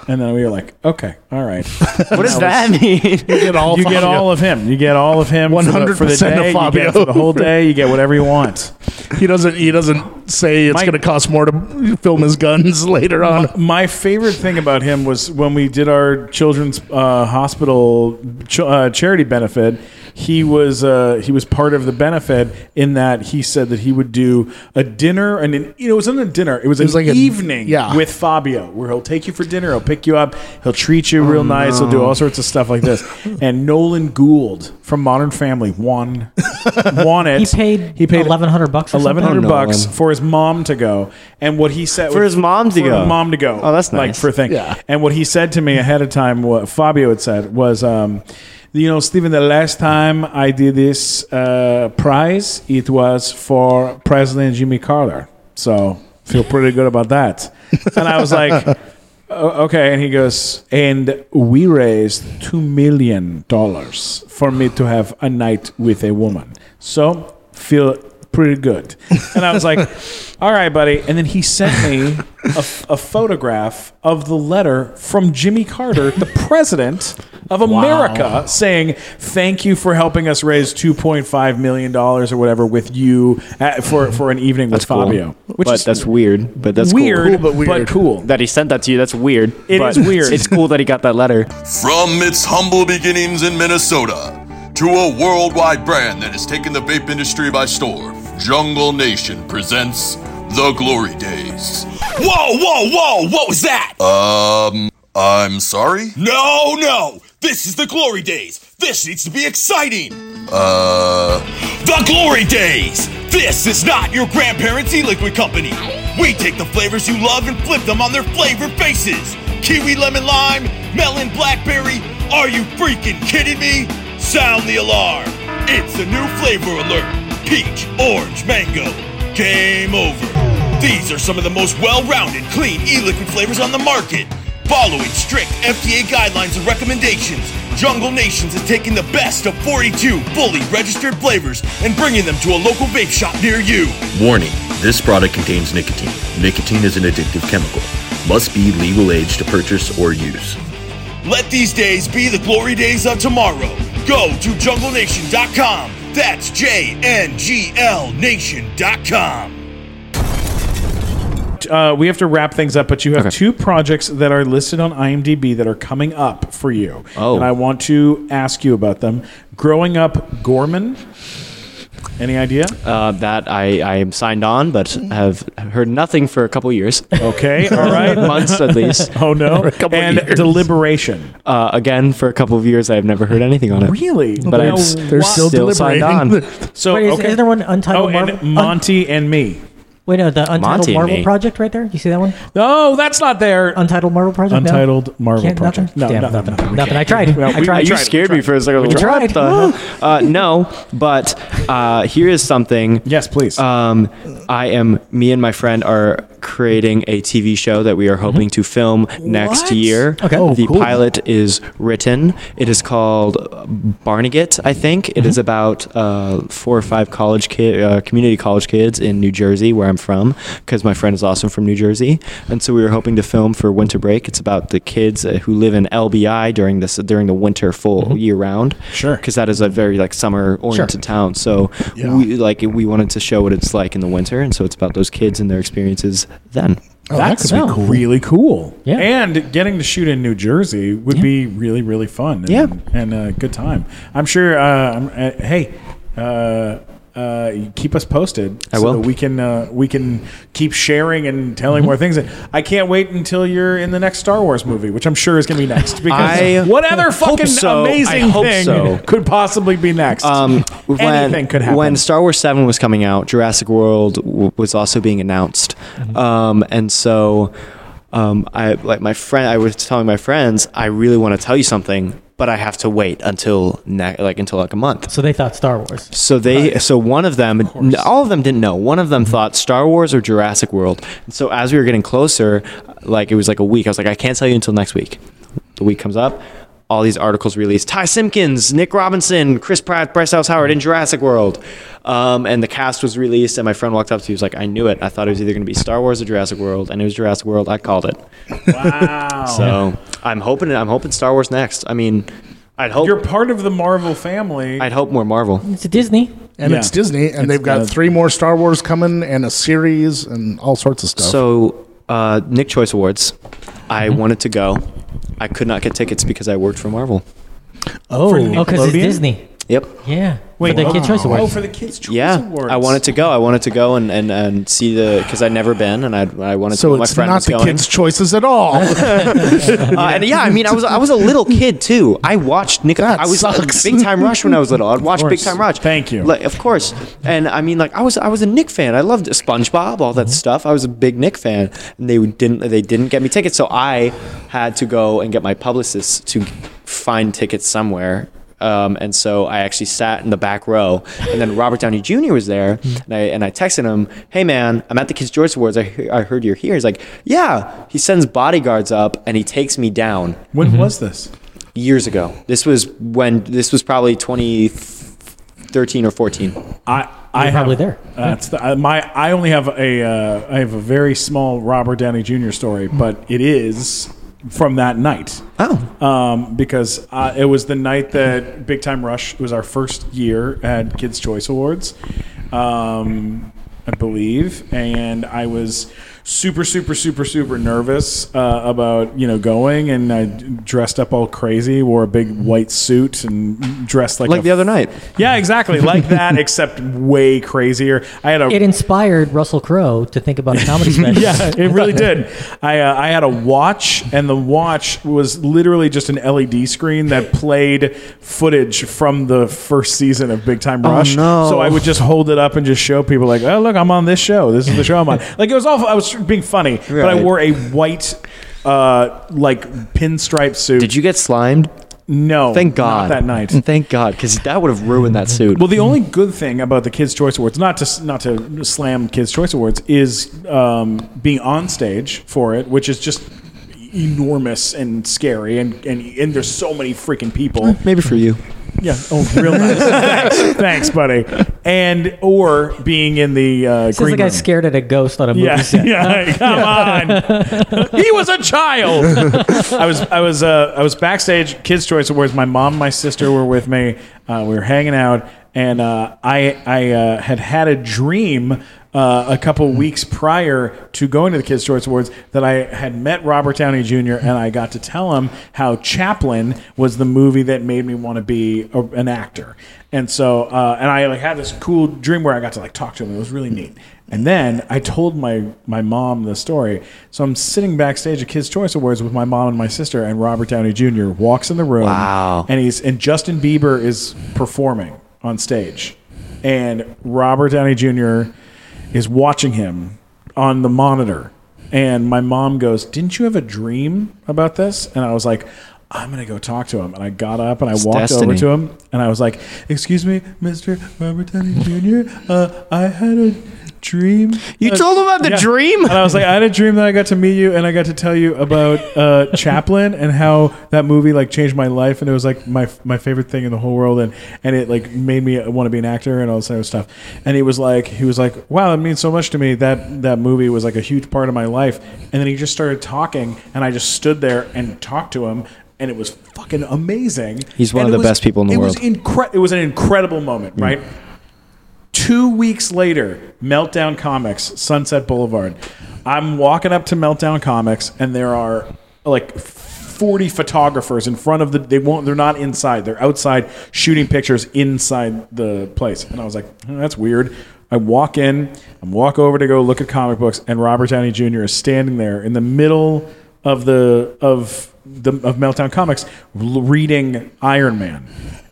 [SPEAKER 2] And then we were like, okay, all right.
[SPEAKER 4] What does that mean?
[SPEAKER 1] Get all
[SPEAKER 2] you get
[SPEAKER 1] Fabio.
[SPEAKER 2] all of him. You get all of him. for the- for the
[SPEAKER 1] 100% of
[SPEAKER 2] day. You get
[SPEAKER 1] Fabio.
[SPEAKER 2] it for the whole day. You get whatever you want.
[SPEAKER 1] He doesn't. He doesn't say it's
[SPEAKER 2] Mike-
[SPEAKER 1] going to cost more to film his guns later on.
[SPEAKER 2] Um, My favorite thing about him was when we did our children's uh, hospital ch- uh, charity benefit. He was uh, he was part of the benefit in that he said that he would do a dinner and an, you know it wasn't a dinner it was, an
[SPEAKER 1] like an-
[SPEAKER 2] evening
[SPEAKER 1] yeah.
[SPEAKER 2] with Fabio where he'll take you for dinner he'll pick you up he'll treat you real nice he'll do all sorts of stuff like this and Nolan Gould from Modern Family won won it
[SPEAKER 3] He paid
[SPEAKER 2] he paid
[SPEAKER 3] eleven hundred bucks. Or
[SPEAKER 2] eleven hundred
[SPEAKER 4] Oh,
[SPEAKER 2] bucks
[SPEAKER 4] Nolan.
[SPEAKER 2] for his mom to go, and what he said
[SPEAKER 4] For his mom to
[SPEAKER 2] for
[SPEAKER 4] go.
[SPEAKER 2] his mom to go.
[SPEAKER 4] Oh, that's
[SPEAKER 2] like
[SPEAKER 4] nice.
[SPEAKER 2] for a thing.
[SPEAKER 1] Yeah.
[SPEAKER 2] And what he said to me ahead of time, what Fabio had said was, um, you know, Stephen, the last time I did this uh, prize, it was for President Jimmy Carter. So feel pretty good about that. And I was like. "O- Oh, Okay, and he goes, and we raised two million dollars for me to have a night with a woman. So feel pretty good. And I was like, all right, buddy. And then he sent me a, a photograph of the letter from Jimmy Carter, the president of America, saying, thank you for helping us raise $2.5 million or whatever with you at, for, for an evening with Fabio. Which
[SPEAKER 4] but
[SPEAKER 2] is
[SPEAKER 4] that's weird. But that's
[SPEAKER 2] weird,
[SPEAKER 4] Cool.
[SPEAKER 1] Cool, but
[SPEAKER 2] but
[SPEAKER 1] weird.
[SPEAKER 2] cool.
[SPEAKER 4] That he sent that to you. That's weird.
[SPEAKER 2] It
[SPEAKER 4] but
[SPEAKER 2] is weird.
[SPEAKER 4] It's cool that he got that letter.
[SPEAKER 6] From its humble beginnings in Minnesota to a worldwide brand that has taken the vape industry by storm, Jungle Nation presents The Glory Days.
[SPEAKER 7] Whoa, whoa, whoa, what was that?
[SPEAKER 6] Um, I'm sorry?
[SPEAKER 7] no, no, this is the glory days. This needs to be exciting.
[SPEAKER 6] Uh,
[SPEAKER 7] The glory days. This is not your grandparents' e liquid company. We take the flavors you love and flip them on their flavor faces kiwi lemon lime, melon blackberry. Are you freaking kidding me? Sound the alarm. It's a new flavor alert peach, orange, mango. Game over. These are some of the most well-rounded, clean e-liquid flavors on the market. Following strict FDA guidelines and recommendations, Jungle Nations has taken the best of 42 fully registered flavors and bringing them to a local vape shop near you.
[SPEAKER 8] Warning this product contains nicotine. Nicotine is an addictive chemical. Must be legal age to purchase or use.
[SPEAKER 7] Let these days be the glory days of tomorrow. Go to junglenation.com. That's J-N-G-L nation.com.
[SPEAKER 2] uh, we have to wrap things up, but you have two projects that are listed on IMDb that are coming up for you.
[SPEAKER 4] Oh.
[SPEAKER 2] And I want to ask you about them. Growing Up Gorman. Any idea?
[SPEAKER 4] Uh, that I, I am signed on, but have heard nothing for a couple years,
[SPEAKER 2] Okay, all right.
[SPEAKER 4] months at least.
[SPEAKER 2] Oh no!
[SPEAKER 1] couple
[SPEAKER 2] And
[SPEAKER 1] years.
[SPEAKER 2] deliberation.
[SPEAKER 4] Uh, again, for a couple of years, I have never heard anything on it.
[SPEAKER 2] Really?
[SPEAKER 4] But I'm
[SPEAKER 2] Now,
[SPEAKER 4] s-
[SPEAKER 2] wha-
[SPEAKER 1] They're still,
[SPEAKER 4] signed
[SPEAKER 1] deliberating.
[SPEAKER 4] on.
[SPEAKER 2] so
[SPEAKER 3] Wait, is,
[SPEAKER 2] okay.
[SPEAKER 3] is there one untitled
[SPEAKER 2] oh,
[SPEAKER 3] Marvel?
[SPEAKER 2] and Monty and me.
[SPEAKER 3] Wait, no, the Untitled
[SPEAKER 4] Monty and
[SPEAKER 3] Marvel
[SPEAKER 4] me.
[SPEAKER 3] project right there. You see that one?
[SPEAKER 2] No, Oh, that's not there.
[SPEAKER 3] Untitled Marvel project. No?
[SPEAKER 2] Untitled Marvel
[SPEAKER 3] Can't-
[SPEAKER 2] project.
[SPEAKER 3] Nothing? Damn,
[SPEAKER 2] No, no,
[SPEAKER 3] nothing.
[SPEAKER 2] no, no, we
[SPEAKER 3] nothing. I tried. I
[SPEAKER 2] we-
[SPEAKER 3] tried.
[SPEAKER 4] you
[SPEAKER 2] tried, we
[SPEAKER 4] scared me
[SPEAKER 2] tried.
[SPEAKER 4] for a second. What
[SPEAKER 3] tried.
[SPEAKER 4] the hell? Uh, no, but uh, here is something.
[SPEAKER 2] Yes, please.
[SPEAKER 4] Um, I am. Me and my friend are creating a TV show that we are hoping to film next
[SPEAKER 2] Mm-hmm. What?
[SPEAKER 4] year.
[SPEAKER 3] Okay. Oh,
[SPEAKER 4] the
[SPEAKER 1] cool.
[SPEAKER 4] pilot is written. It is called Barnegat. I think It is
[SPEAKER 2] Mm-hmm.
[SPEAKER 4] about uh, four or five college kid, uh, community college kids in New Jersey, where I'm from, because my friend is also from New Jersey, and so we were hoping to film for winter break. It's about the kids uh, who live in LBI during this during the winter full year round.
[SPEAKER 2] Mm-hmm. Sure.
[SPEAKER 4] because that is a very like summer oriented town. So we like we wanted to show what it's like in the winter, and so it's about those kids and their experiences then.
[SPEAKER 1] that
[SPEAKER 2] That's
[SPEAKER 1] could be cool.
[SPEAKER 2] really cool.
[SPEAKER 3] Yeah.
[SPEAKER 2] And getting to shoot in New Jersey would be really, really fun. And,
[SPEAKER 4] Yeah.
[SPEAKER 2] And a good time. I'm sure, uh, I'm- uh, hey, uh, uh, you keep us posted
[SPEAKER 4] I
[SPEAKER 2] so
[SPEAKER 4] will. Mm-hmm.
[SPEAKER 2] that we can uh, we can keep sharing and telling more things. I can't wait until you're in the next Star Wars movie, which I'm sure is going to be next. Because
[SPEAKER 4] I
[SPEAKER 2] what other fucking
[SPEAKER 4] so. I
[SPEAKER 2] amazing
[SPEAKER 4] hope
[SPEAKER 2] thing
[SPEAKER 4] so.
[SPEAKER 2] could possibly be next?
[SPEAKER 4] Um, when,
[SPEAKER 2] Anything could happen.
[SPEAKER 4] When Star Wars Seven was coming out, Jurassic World w- was also being announced,
[SPEAKER 2] Mm-hmm.
[SPEAKER 4] um, and so um, I like my friend. I was telling my friends, I really want to tell you something, but I have to wait until ne- like until like a month.
[SPEAKER 3] So they thought Star Wars.
[SPEAKER 4] So they, so one of them, all of them didn't know. One of them thought Star Wars or Jurassic World. And so as we were getting closer, like it was like a week. I was like, I can't tell you until next week. The week comes up. all these articles released. Ty Simpkins, Nick Robinson, Chris Pratt, Bryce Dallas Howard in Jurassic World. Um, and the cast was released, and my friend walked up to me. He was like, I knew it. I thought it was either going to be Star Wars or Jurassic World, and it was Jurassic World. I called it. Wow. so I'm hoping I'm hoping Star Wars next. I mean, I'd hope
[SPEAKER 2] You're part of the Marvel family.
[SPEAKER 4] I'd hope more Marvel.
[SPEAKER 3] It's a Disney.
[SPEAKER 1] and
[SPEAKER 2] Yeah.
[SPEAKER 1] it's Disney, and they've got
[SPEAKER 2] good.
[SPEAKER 1] three more Star Wars coming, and a series, and all sorts of stuff.
[SPEAKER 4] So, uh, Nick Choice Awards. I
[SPEAKER 1] Mm-hmm.
[SPEAKER 4] wanted to go. I could not get tickets because I worked for Marvel.
[SPEAKER 2] oh,
[SPEAKER 3] Oh, because it's Disney.
[SPEAKER 4] Yep.
[SPEAKER 3] Yeah. Wait, the Kid Choice
[SPEAKER 2] Oh,
[SPEAKER 3] Awards.
[SPEAKER 2] for the Kids' Choice
[SPEAKER 4] Yeah.
[SPEAKER 2] Awards.
[SPEAKER 4] I wanted to go. I wanted to go and, and, and see the because I'd never been and I I wanted
[SPEAKER 1] So
[SPEAKER 4] to.
[SPEAKER 1] it's
[SPEAKER 4] my friend
[SPEAKER 1] not
[SPEAKER 4] was
[SPEAKER 1] the
[SPEAKER 4] going.
[SPEAKER 1] kids' choices at all.
[SPEAKER 4] Uh, and yeah, I mean, I was I was a little kid too. I watched Nick.
[SPEAKER 1] That
[SPEAKER 4] I was
[SPEAKER 1] sucks.
[SPEAKER 4] Big Time Rush when I was little. I'd watch Big
[SPEAKER 2] course.
[SPEAKER 4] Time Rush.
[SPEAKER 2] Thank you.
[SPEAKER 4] Like, of course. And I mean, like I was I was a Nick fan. I loved SpongeBob, all that stuff. I was a big Nick fan, and they didn't they didn't get me tickets, so I had to go and get my publicist to find tickets somewhere. Um, and so I actually sat in the back row, and then Robert Downey Jr. was there, and I and I texted him, "Hey man, I'm at the Kids Choice Awards. I, he- I heard you're here." He's like, "Yeah." He sends bodyguards up, and he takes me down
[SPEAKER 2] When was this?
[SPEAKER 4] years ago. This was when this was probably 2013 or 14.
[SPEAKER 2] I I
[SPEAKER 3] were
[SPEAKER 2] have,
[SPEAKER 3] probably there.
[SPEAKER 2] That's the, uh, my. I only have a. Uh, I have a very small Robert Downey Jr. story,
[SPEAKER 4] Hmm.
[SPEAKER 2] but it is from that night.
[SPEAKER 4] Oh.
[SPEAKER 2] um, because uh, it was the night that Big Time Rush was our first year at Kids Choice Awards, um, I believe, and I was super, super, super, super nervous uh, about you know going, and I dressed up all crazy, wore a big white suit, and dressed like
[SPEAKER 4] Like
[SPEAKER 2] a-
[SPEAKER 4] the other night.
[SPEAKER 2] Yeah, exactly, like that, except way crazier. I had a
[SPEAKER 3] It inspired Russell Crowe to think about a comedy special.
[SPEAKER 2] yeah, it really did. I uh, I had a watch, and the watch was literally just an LED screen that played footage from the first season of Big Time Rush.
[SPEAKER 4] Oh, no.
[SPEAKER 2] So I would just hold it up and just show people like, oh look, I'm on this show. This is the show I'm on. Like it was awful. I was being funny, but I
[SPEAKER 4] Right.
[SPEAKER 2] wore a white. Uh, like pinstripe suit.
[SPEAKER 4] Did you get slimed?
[SPEAKER 2] No,
[SPEAKER 4] Thank
[SPEAKER 2] not
[SPEAKER 4] God.
[SPEAKER 2] that night.
[SPEAKER 4] Thank God, because that would have ruined that suit.
[SPEAKER 2] Well, the only good thing about the Kids Choice Awards, not to not to slam Kids Choice Awards, is um, being on stage for it, which is just enormous and scary, and and, and there's so many freaking people.
[SPEAKER 4] maybe for you.
[SPEAKER 2] Yeah. Oh, real nice. thanks, thanks, buddy. And or being in the uh,
[SPEAKER 3] This is
[SPEAKER 2] green
[SPEAKER 3] the guy
[SPEAKER 2] room.
[SPEAKER 3] scared at a ghost on a movie
[SPEAKER 2] Yeah,
[SPEAKER 3] set.
[SPEAKER 2] yeah, come on. he was a child. I was, I was, uh, I was backstage. Kids' Choice Awards. My mom, and my sister were with me. Uh, we were hanging out, and uh, I, I uh, had had a dream. Uh, a couple
[SPEAKER 3] Hmm.
[SPEAKER 2] weeks prior to going to the Kids' Choice Awards, that I had met Robert Downey Jr. and I got to tell him how Chaplin was the movie that made me want to be a, an actor, and so uh, and I like had this cool dream where I got to like talk to him. It was really neat. And then I told my my mom the story. So I'm sitting backstage at Kids Choice Awards with my mom and my sister, and Robert Downey Jr. walks in the room.
[SPEAKER 4] Wow.
[SPEAKER 2] And he's and Justin Bieber is performing on stage, and Robert Downey Jr. is watching him on the monitor. And my mom goes, "Didn't you have a dream about this?" And I was like. I'm gonna go talk to him, and I got up and I walked over
[SPEAKER 4] destiny.
[SPEAKER 2] to him, and I was like, "Excuse me, Mr. Robert Downey Jr. Uh, I had a dream
[SPEAKER 4] You told him about the
[SPEAKER 2] yeah.
[SPEAKER 4] dream?
[SPEAKER 2] And I was like, I had a dream that I got to meet you, and I got to tell you about uh, Chaplin and how that movie like changed my life, and it was like my my favorite thing in the whole world, and and it like made me want to be an actor and all this kind of stuff. And he was like, he was like, wow, that means so much to me. That that movie was like a huge part of my life. And then he just started talking, and I just stood there and talked to him. And it was fucking amazing.
[SPEAKER 4] He's one
[SPEAKER 2] And
[SPEAKER 4] of
[SPEAKER 2] it
[SPEAKER 4] the best people in the
[SPEAKER 2] it
[SPEAKER 4] world. Mm.
[SPEAKER 2] Was incre- it was an incredible moment, right? Two weeks later, Meltdown Comics, Sunset Boulevard. I'm walking up to Meltdown Comics, and there are like 40 photographers in front of the. They won't. They're not inside. They're outside shooting pictures inside the place. And I was like, "Hmm, that's weird. I walk in. I walk over to go look at comic books, and Robert Downey Jr. is standing there in the middle of the of the of Meltdown Comics l- reading Iron Man,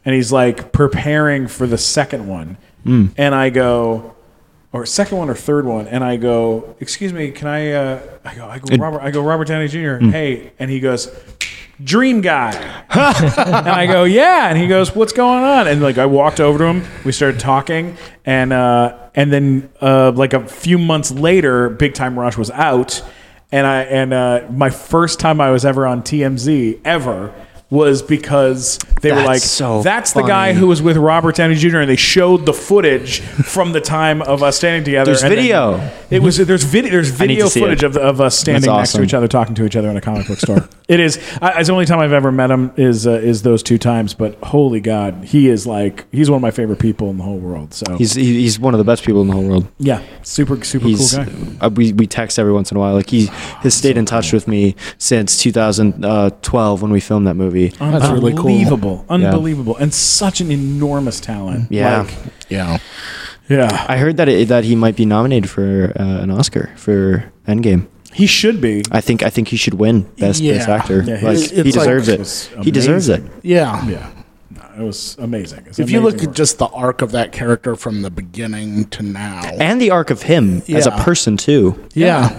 [SPEAKER 2] and he's like preparing for the second one, and I go. Or second one or third one, and I go, excuse me, can I? Uh, I go, I go, Robert, I go, Robert Downey Jr.
[SPEAKER 4] Hmm.
[SPEAKER 2] Hey, and he goes, Dream Guy. And I go, yeah. And he goes, what's going on? And like, I walked over to him. We started talking, and uh, and then uh, like a few months later, Big Time Rush was out, and I and uh, my first time I was ever on TMZ ever was because they were
[SPEAKER 4] That's
[SPEAKER 2] like,
[SPEAKER 4] so
[SPEAKER 2] "That's the guy
[SPEAKER 4] funny.
[SPEAKER 2] who was with Robert Downey Jr." and they showed the footage from the time of us standing together.
[SPEAKER 4] There's
[SPEAKER 2] and then-
[SPEAKER 4] video.
[SPEAKER 2] it was there's video there's
[SPEAKER 4] need
[SPEAKER 2] video
[SPEAKER 4] to see it.
[SPEAKER 2] footage of, of us standing
[SPEAKER 4] That's
[SPEAKER 2] next to
[SPEAKER 4] awesome.
[SPEAKER 2] each other talking to each other in a comic book store. it is I, it's the only time I've ever met him is uh, is those two times. But holy God, he is like he's one of my favorite people in the whole world. So
[SPEAKER 4] He's he- he's one of the best people in the whole world.
[SPEAKER 2] yeah, super super
[SPEAKER 4] He's
[SPEAKER 2] cool guy.
[SPEAKER 4] uh, we we text every once in a while. Like he has stayed in touch with me since 2012 when we filmed that movie.
[SPEAKER 2] That's really cool. Unbelievable,
[SPEAKER 4] Yeah.
[SPEAKER 2] unbelievable, and such an enormous talent.
[SPEAKER 4] Yeah,
[SPEAKER 2] Like,
[SPEAKER 1] Yeah.
[SPEAKER 2] yeah.
[SPEAKER 4] I heard that it, that he might be nominated for uh, an Oscar for Endgame.
[SPEAKER 2] He should be.
[SPEAKER 4] I think I think he should win best
[SPEAKER 1] Yeah.
[SPEAKER 4] best actor.
[SPEAKER 2] Yeah,
[SPEAKER 4] like,
[SPEAKER 2] his-
[SPEAKER 4] he
[SPEAKER 1] it's like-
[SPEAKER 4] deserves
[SPEAKER 2] was
[SPEAKER 4] it. He deserves it.
[SPEAKER 1] Yeah.
[SPEAKER 2] Yeah, no, it was amazing. It's
[SPEAKER 1] If you
[SPEAKER 2] amazing
[SPEAKER 1] look at
[SPEAKER 2] work.
[SPEAKER 1] just the arc of that character from the beginning to now.
[SPEAKER 4] And the arc of him as a
[SPEAKER 1] Yeah.
[SPEAKER 4] person too.
[SPEAKER 1] yeah.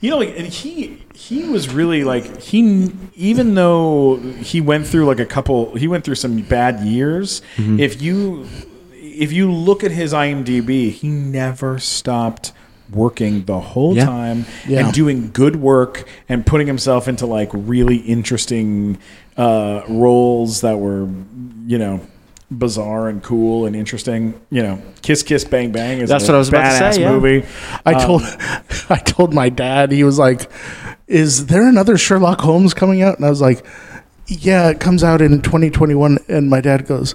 [SPEAKER 2] you know, like, and he he was really like he even though he went through like a couple, he went through some bad years.
[SPEAKER 4] Mm-hmm.
[SPEAKER 2] If you if you look at his IMDb, he never stopped working the whole
[SPEAKER 4] Yeah.
[SPEAKER 2] time
[SPEAKER 1] Yeah.
[SPEAKER 2] and doing good work and putting himself into like really interesting uh, roles that were, you know, bizarre and cool and interesting. You know, Kiss Kiss Bang Bang is
[SPEAKER 4] That's
[SPEAKER 2] a
[SPEAKER 4] what I was about to
[SPEAKER 2] badass
[SPEAKER 4] say, yeah.
[SPEAKER 2] movie.
[SPEAKER 1] I told I told my dad, he was like, Is there another Sherlock Holmes coming out? And I was like, Yeah, it comes out in twenty twenty one and my dad goes,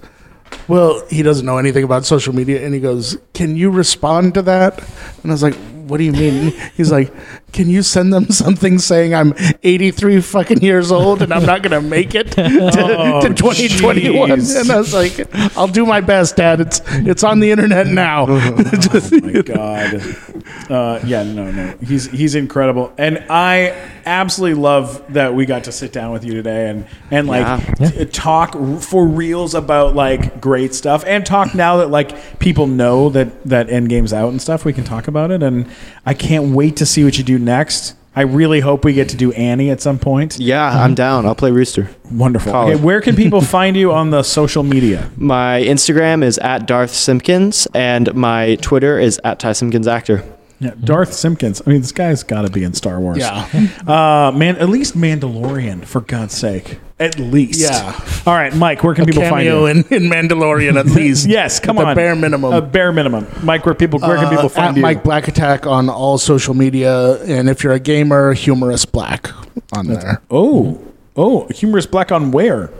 [SPEAKER 1] Well, he doesn't know anything about social media and he goes, Can you respond to that? And I was like, What do you mean? He's like, Can you send them something saying I'm eighty three fucking years old and I'm not gonna make it to, to twenty twenty one?
[SPEAKER 2] jeez.
[SPEAKER 1] And I was like, I'll do my best, Dad. It's it's on the internet now. Just-
[SPEAKER 2] my god. Uh, yeah, no, no, he's he's incredible, and I absolutely love that we got to sit down with you today and and like
[SPEAKER 3] Yeah.
[SPEAKER 2] t- talk r- for reals about like great stuff, and talk now that like people know that that Endgame's out and stuff. We can talk about it, and I can't wait to see what you do next. I really hope we get to do Annie at some point.
[SPEAKER 4] Yeah, I'm down. I'll play Rooster.
[SPEAKER 2] Wonderful.
[SPEAKER 4] Colin.
[SPEAKER 2] Okay, where can people find you on the social media?
[SPEAKER 4] My Instagram is at Darth Simpkins and my Twitter is at Ty Simpkins Actor.
[SPEAKER 2] Yeah, Darth Simpkins. I mean, this guy's got to be in Star Wars.
[SPEAKER 1] Yeah.
[SPEAKER 2] Uh, man, at least Mandalorian, for God's sake. At least.
[SPEAKER 1] Yeah.
[SPEAKER 2] All right, Mike, where can people find
[SPEAKER 1] cameo
[SPEAKER 2] you?
[SPEAKER 1] in, in Mandalorian at least.
[SPEAKER 2] yes, come
[SPEAKER 1] at
[SPEAKER 2] on.
[SPEAKER 1] The bare minimum.
[SPEAKER 2] A bare minimum. Mike, where people where can people
[SPEAKER 1] Uh, at
[SPEAKER 2] find you?
[SPEAKER 1] Mike Black Attack on all social media, and if you're a gamer, humorous Black on there
[SPEAKER 2] Oh. Oh, humorous black on where?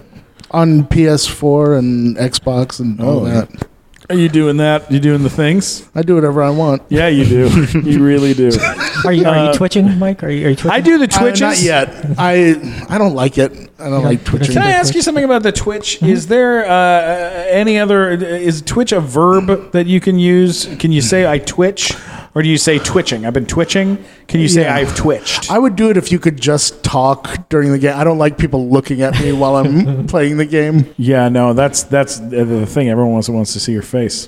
[SPEAKER 1] on PS4 and Xbox and
[SPEAKER 2] Oh,
[SPEAKER 1] all that.
[SPEAKER 2] Are you doing that? You doing the things?
[SPEAKER 1] I do whatever I want.
[SPEAKER 2] Yeah, you do. you really do.
[SPEAKER 3] Are you, are you twitching, Mike? Are you, are you twitching?
[SPEAKER 2] I do the
[SPEAKER 1] Uh,
[SPEAKER 2] twitches.
[SPEAKER 1] not yet. I I don't like it. I don't like Twitch.
[SPEAKER 2] Can I ask you something about the Twitch? Is there uh, any other? Is Twitch a verb that you can use? Can you say I twitch, or do you say twitching? I've been twitching. Can you say
[SPEAKER 1] Yeah.
[SPEAKER 2] I've twitched?
[SPEAKER 1] I would do it if you could just talk during the game. I don't like people looking at me while I'm playing the game.
[SPEAKER 2] Yeah, no, that's that's the thing. Everyone wants wants to see your face.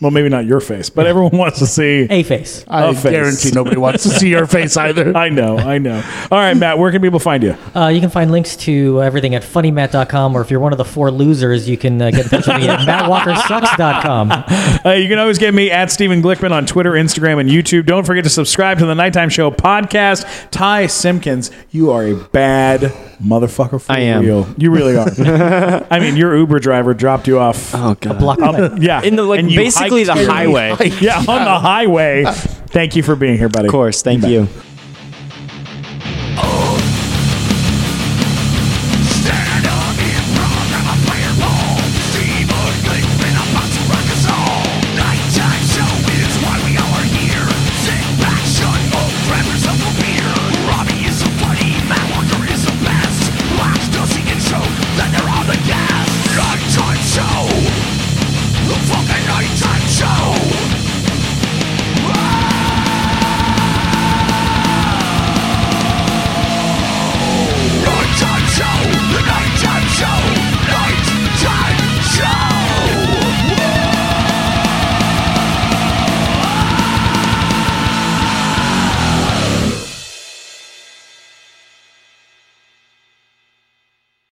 [SPEAKER 2] Well, maybe not your face, but everyone wants to see.
[SPEAKER 3] A face.
[SPEAKER 1] I
[SPEAKER 2] A face.
[SPEAKER 1] guarantee nobody wants to see your face either.
[SPEAKER 2] I know, I know. All right, Matt, where can people find you?
[SPEAKER 3] Uh, you can find links to everything at funnymat.com, or if you're one of the four losers, you can uh, get in touch with me at mattwalkersucks.com.
[SPEAKER 2] Uh, you can always get me at Stephen Glickman on Twitter, Instagram, and YouTube. Don't forget to subscribe to the Nighttime Show podcast. Ty Simpkins, you are a bad motherfucker for
[SPEAKER 4] I am.
[SPEAKER 2] real. You really are. I mean, your Uber driver dropped you off.
[SPEAKER 4] Oh god.
[SPEAKER 3] Block away.
[SPEAKER 2] Um, yeah,
[SPEAKER 4] In the like
[SPEAKER 2] and you
[SPEAKER 4] basically the
[SPEAKER 2] hiked-
[SPEAKER 4] highway.
[SPEAKER 2] Yeah, on the highway. Thank you for being here, buddy.
[SPEAKER 4] Of course, thank you.